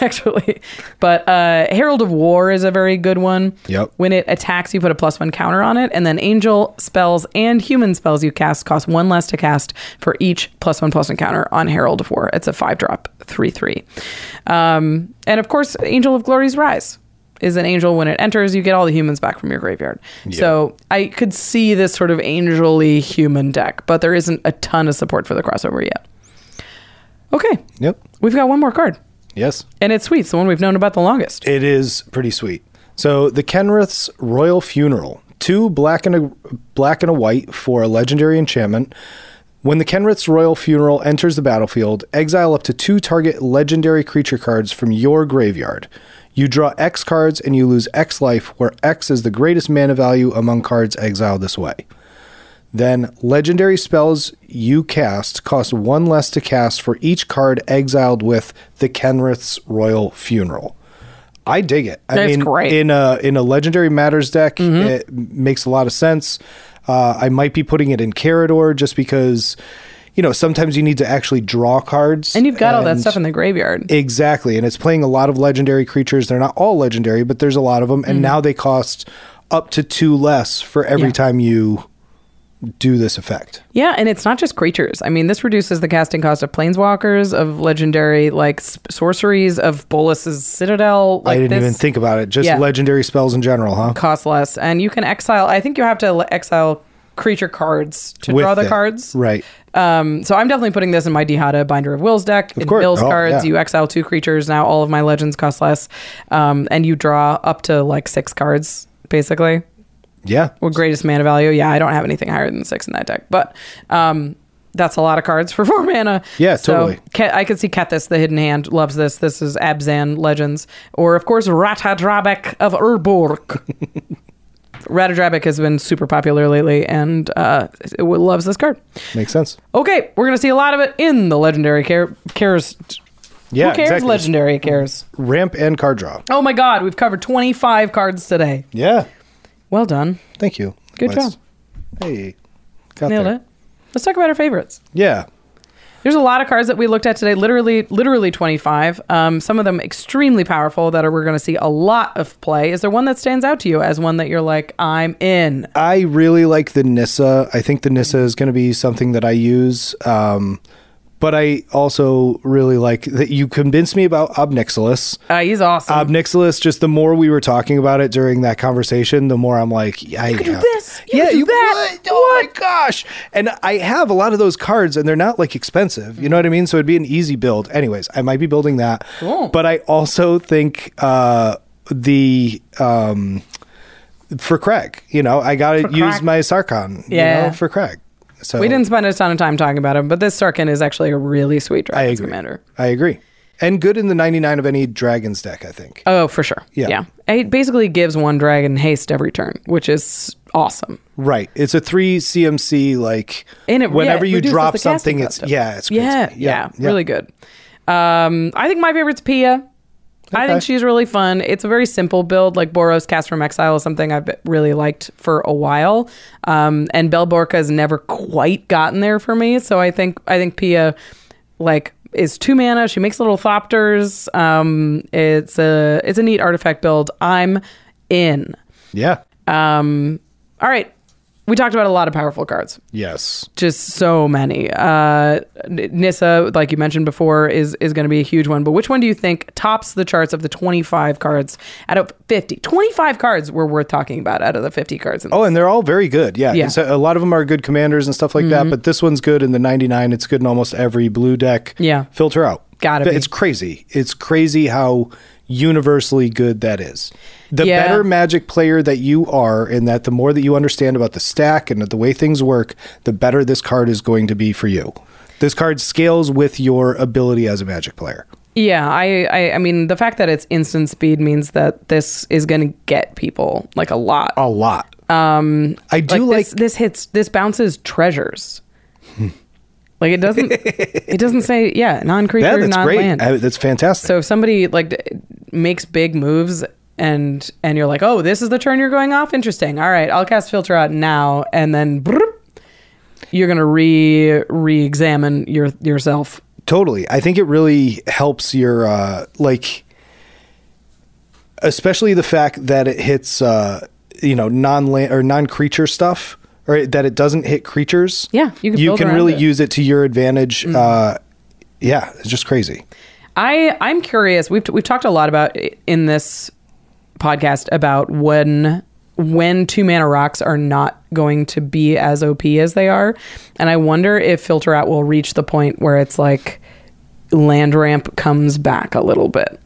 actually. But uh, Herald of War is a very good one. Yep. When it attacks, you put a plus one counter on it. And then angel spells and human spells you cast cost one less to cast for each plus one plus one counter on Herald of War. It's a five drop, three, three. Um, and of course, Angel of Glory's Rise is an angel when it enters you get all the humans back from your graveyard so i could see this sort of angelly human deck but there isn't a ton of support for the crossover yet okay Yep. we've got one more card Yes. and it's sweet it's the one we've known about the longest It is pretty sweet. So the Kenrith's royal funeral, two black and a black and a white for a legendary enchantment. When the Kenrith's royal funeral enters the battlefield, exile up to two target legendary creature cards from your graveyard. You draw X cards and you lose X life, where X is the greatest mana value among cards exiled this way. Then legendary spells you cast cost one less to cast for each card exiled with the Kenrith's royal funeral. I dig it. I That's mean, great. Mm-hmm. in a in a legendary matters deck, it makes a lot of sense. Uh, I might be putting it in Carador just because, you know, sometimes you need to actually draw cards, and you've got all that and- stuff in the graveyard Exactly. And it's playing a lot of legendary creatures. They're not all legendary, but there's a lot of them. And now they cost up to two less for every Mm. Yeah. time you do this effect. Yeah, and it's not just creatures. I mean, this reduces the casting cost of planeswalkers, of legendary like s- sorceries, of Bolus's Citadel. Like I didn't this even think about it. Just yeah. legendary spells in general, huh? costs less, and you can exile. I think you have to le- exile creature cards to With draw the it. cards. Right. Um, so I'm definitely putting this in my Dehada Binder of Wills deck. Of course. Mills Oh, cards. yeah. You exile two creatures. Now all of my legends cost less, um, and you draw up to like six cards basically. Yeah. Well, greatest mana value. Yeah, I don't have anything higher than six in that deck, but um, that's a lot of cards for four mana. Yeah, So, totally. Ke- I could see Kethis, the Hidden Hand, loves this. This is Abzan Legends, or of course Ratadrabek of Urborg. Ratadrabek has been super popular lately and uh, it w- loves this card. Makes sense. Okay, we're gonna see a lot of it in the legendary care cares. Yeah. Who cares? exactly. Legendary cares. Ramp and card draw. Oh my God, we've covered twenty five cards today. Yeah. Well done. Thank you. Good Les. job. Hey. Got Nailed there. it. Let's talk about our favorites. Yeah. There's a lot of cards that we looked at today, literally, literally 25. Um, some of them extremely powerful that are, we're going to see a lot of play. Is there one that stands out to you as one that you're like, I'm in? I really like the Nissa. I think the Nissa is going to be something that I use. Um, but I also really like that you convinced me about Obnixilus. Uh, he's awesome. Obnixilus, just the more we were talking about it during that conversation, the more I'm like, I you could do this. You could do that. What? Oh my gosh. And I have a lot of those cards and they're not like expensive. You know what I mean? So it'd be an easy build. Anyways, I might be building that. Cool. But I also think uh, the. Um, for crack, you know, I gotta use crack. my Sarkon, yeah, Yeah. for crack. So we didn't spend a ton of time talking about him, but this Sarkin is actually a really sweet I Dragon's agree. Commander. I agree, and good in the ninety nine of any dragons deck. I think. Oh, for sure. Yeah. yeah. It basically gives one dragon haste every turn, which is awesome. Right. It's a three CMC like And it, whenever yeah, it you reduces drop the casting something, it's cost of- yeah, it's crazy. yeah, yeah, really good. Um, I think my favorite's Pia. I Okay. think she's really fun. It's a very simple build, like Boros Cast from Exile is something I've really liked for a while. Um, and Bell has never quite gotten there for me, so I think I think Pia, like. Is two mana. She makes little thopters. Um, it's a it's a neat artifact build. I'm in. Yeah. Uh, All right, we talked about a lot of powerful cards Yes. just so many. Uh, N- Nissa, like you mentioned before, is is going to be a huge one. But which one do you think tops the charts of the 25 cards out of 50? 25 cards were worth talking about out of the 50 cards. In Oh, and they're all very good. Yeah. Yeah. Mm-hmm. So a lot of them are good commanders and stuff like that, but this one's good in the 99. It's good in almost every blue deck. Yeah. Filter out. Gotta But be. It's crazy. It's crazy how universally good that is. The Yeah. better magic player that you are, and that the more that you understand about the stack and the way things work, the better this card is going to be for you. This card scales with your ability as a magic player. Yeah, I, I I mean the fact that it's instant speed means that this is going to get people like a lot. a lot. Um, Oh, I do like, Hmm. this, this hits this bounces treasures. like it doesn't it doesn't say yeah non creature yeah, that's non great. land. I- that's fantastic. So if somebody like d- makes big moves and and you're like, oh, this is the turn you're going off. Interesting. All right, I'll cast filter out now, and then brrp, you're gonna re re-examine your yourself. totally. I think it really helps your uh, like, especially the fact that it hits uh, you know non land or non creature stuff, or that it doesn't hit creatures. Yeah, you can build around really it. Mm-hmm. use it to your advantage. Uh, yeah, it's just crazy. I I'm curious. We've we've talked a lot about i- in this podcast about when when two mana rocks are not going to be as OP as they are, and I wonder if Filter Out will reach the point where it's like land ramp comes back a little bit.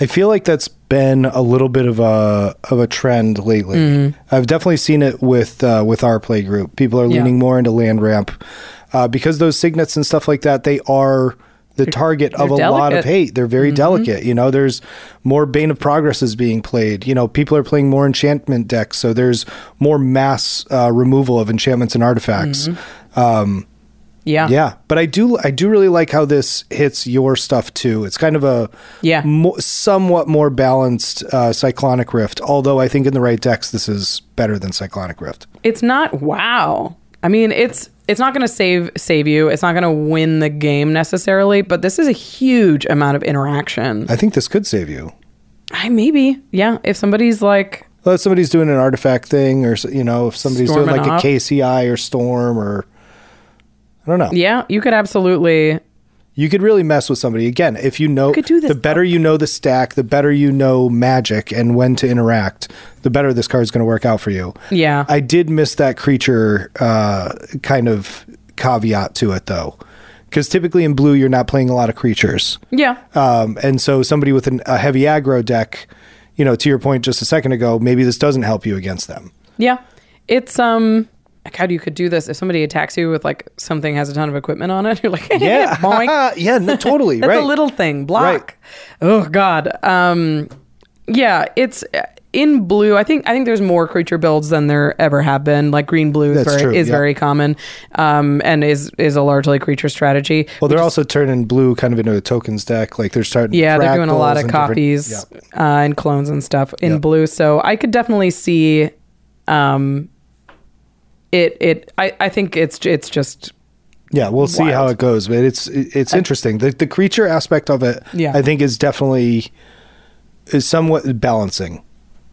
I feel like that's been a little bit of a of a trend lately. Mm-hmm. I've definitely seen it with uh, with our play group. People are leaning more into land ramp uh, because those signets and stuff like that. They are the target of a they're lot of delicate. Mm-hmm. hate. They're very delicate. You know, there's more Bane of Progress is being played. You know, people are playing more enchantment decks, so there's more mass uh, removal of enchantments and artifacts. Mm-hmm. Yeah. Yeah, but I do I do really like how this hits your stuff too. It's kind of a Yeah. mo- somewhat more balanced uh, cyclonic rift. Although I think in the right decks this is better than cyclonic rift. it's not wow. I mean, it's it's not going to save save you. It's not going to win the game necessarily, but this is a huge amount of interaction. I think this could save you. I maybe yeah. If somebody's like Well, if somebody's doing an artifact thing, or s- you know, if somebody's doing Storming like up. a KCI or storm, or I don't know, yeah, you could absolutely you could really mess with somebody again if you know. could do this- the better you know the stack, the better you know magic and when to interact, the better this card's going to work out for you. yeah. I did miss that creature uh, kind of caveat to it though, because typically in blue you're not playing a lot of creatures, yeah. um, and so somebody with an, a heavy aggro deck, you know, to your point just a second ago, maybe this doesn't help you against them. Yeah. It's um like how do you could do this if somebody attacks you with like something has a ton of equipment on it, you're like, Yeah, boink. yeah, no, totally That's right. a little thing. Block. Oh God. Um, yeah, it's uh, in blue. I think I think there's more creature builds than there ever have been. Like green blue is That's very, true, is yeah. very common, um, and is is a largely creature strategy. Well, they're also turning blue kind of into a tokens deck. Like they're starting. Yeah, they're doing a lot fractals of and different- copies yeah. uh, and clones and stuff in Yeah. blue. So I could definitely see um, it. It. I, I think it's it's just Yeah, we'll see how Wild. it goes, but it's it- it's interesting. The the creature aspect of it, Yeah. I think, is definitely is somewhat balancing.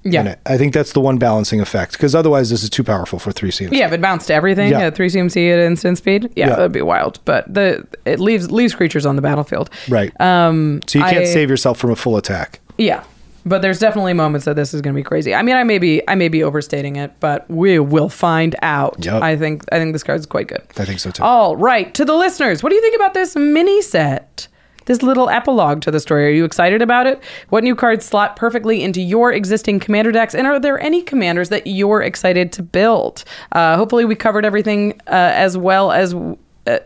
yeah. in it. I think that's the one balancing effect because otherwise this is too powerful for three CMC. Yeah, if it bounced to everything Yeah. at three CMC at instant speed, yeah, Yeah. that'd be wild. But the it leaves leaves creatures on the battlefield. right. Um. so you can't I- save yourself from a full attack. Yeah. But there's definitely moments that this is going to be crazy. I mean, I may be I may be overstating it, but we will find out. Yup. I think I think this card's quite good. I think so too. All right, to the listeners, what do you think about this mini set? This little epilogue to the story. Are you excited about it? What new cards slot perfectly into your existing commander decks? And are there any commanders that you're excited to build? Uh, hopefully, we covered everything uh, as well as. Uh,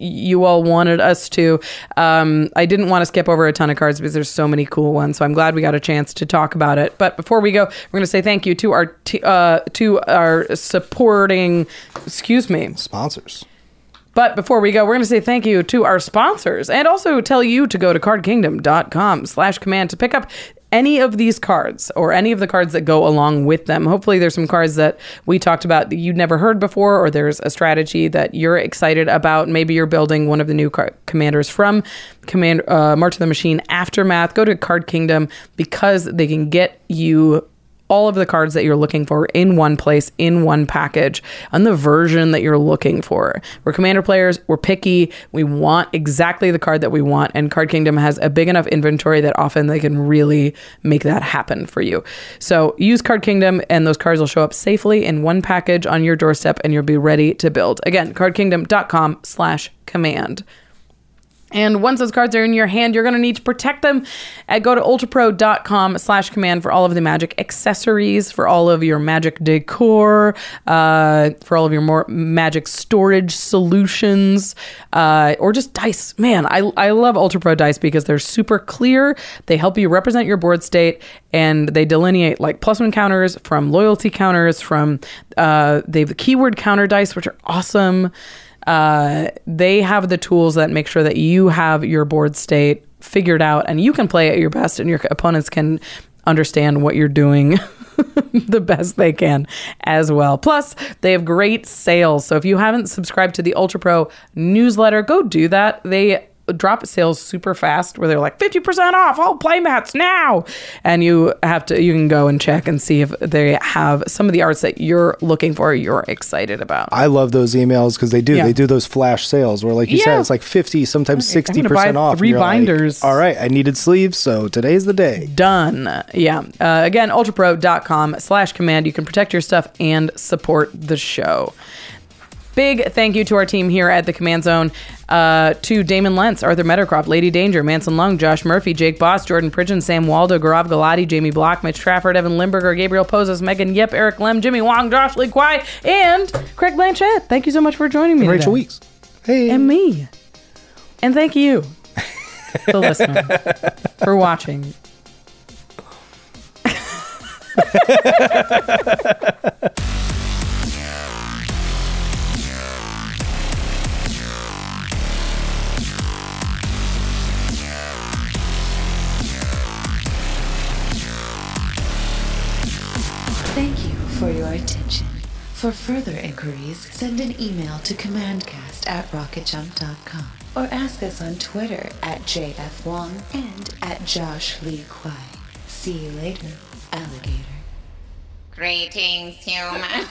you all wanted us to. Um, I didn't want to skip over a ton of cards because there's so many cool ones. So I'm glad we got a chance to talk about it. But before we go, we're going to say thank you to our t- uh, to our supporting. Excuse me. Sponsors. But before we go, we're going to say thank you to our sponsors and also tell you to go to cardkingdom.com slash command to pick up any of these cards or any of the cards that go along with them. Hopefully there's some cards that we talked about that you'd never heard before or there's a strategy that you're excited about. Maybe you're building one of the new car- commanders from Command uh, March of the Machine Aftermath. Go to Card Kingdom because they can get you all of the cards that you're looking for in one place, in one package, on the version that you're looking for. We're commander players, we're picky, we want exactly the card that we want, and Card Kingdom has a big enough inventory that often they can really make that happen for you. So use Card Kingdom, and those cards will show up safely in one package on your doorstep, and you'll be ready to build. Again, cardkingdom.com slash command. And once those cards are in your hand, you're going to need to protect them. Uh, go to ultrapro.com slash command for all of the magic accessories, for all of your magic decor, uh, for all of your more magic storage solutions, uh, or just dice. Man, I, I love ultrapro dice because they're super clear. They help you represent your board state and they delineate like plus one counters from loyalty counters, from uh, they have the keyword counter dice, which are awesome uh, they have the tools that make sure that you have your board state figured out and you can play at your best and your opponents can understand what you're doing the best they can as well. Plus, they have great sales. So if you haven't subscribed to the Ultra Pro newsletter, go do that. They drop sales super fast where they're like 50% off all playmats now and you have to you can go and check and see if they have some of the arts that you're looking for you're excited about I love those emails because they do. Yeah. They do those flash sales where, like you said, Yeah. it's like 50, sometimes I'm gonna 60% buy off. and three you're like, binders. All right, I needed sleeves, so today's the day. done yeah uh, again ultrapro.com slash command you can protect your stuff and support the show Big thank you to our team here at the Command Zone, uh, to Damon Lentz, Arthur Meadowcroft, Lady Danger, Manson Lung, Josh Murphy, Jake Boss, Jordan Pridgeon, Sam Waldo, Garav Galati, Jamie Block, Mitch Trafford, Evan Limburger, Gabriel Poses, Megan Yip, Eric Lem, Jimmy Wong, Josh Lee Kwai, and Craig Blanchett. Thank you so much for joining me. Rachel today. Weeks. Hey. And me. And thank you, the listener, for watching. Thank you for your attention. For further inquiries, send an email to commandcast at rocketjump.com or ask us on Twitter at JF Wong and at Josh Lee Kwai. See you later, alligator. Greetings, humans.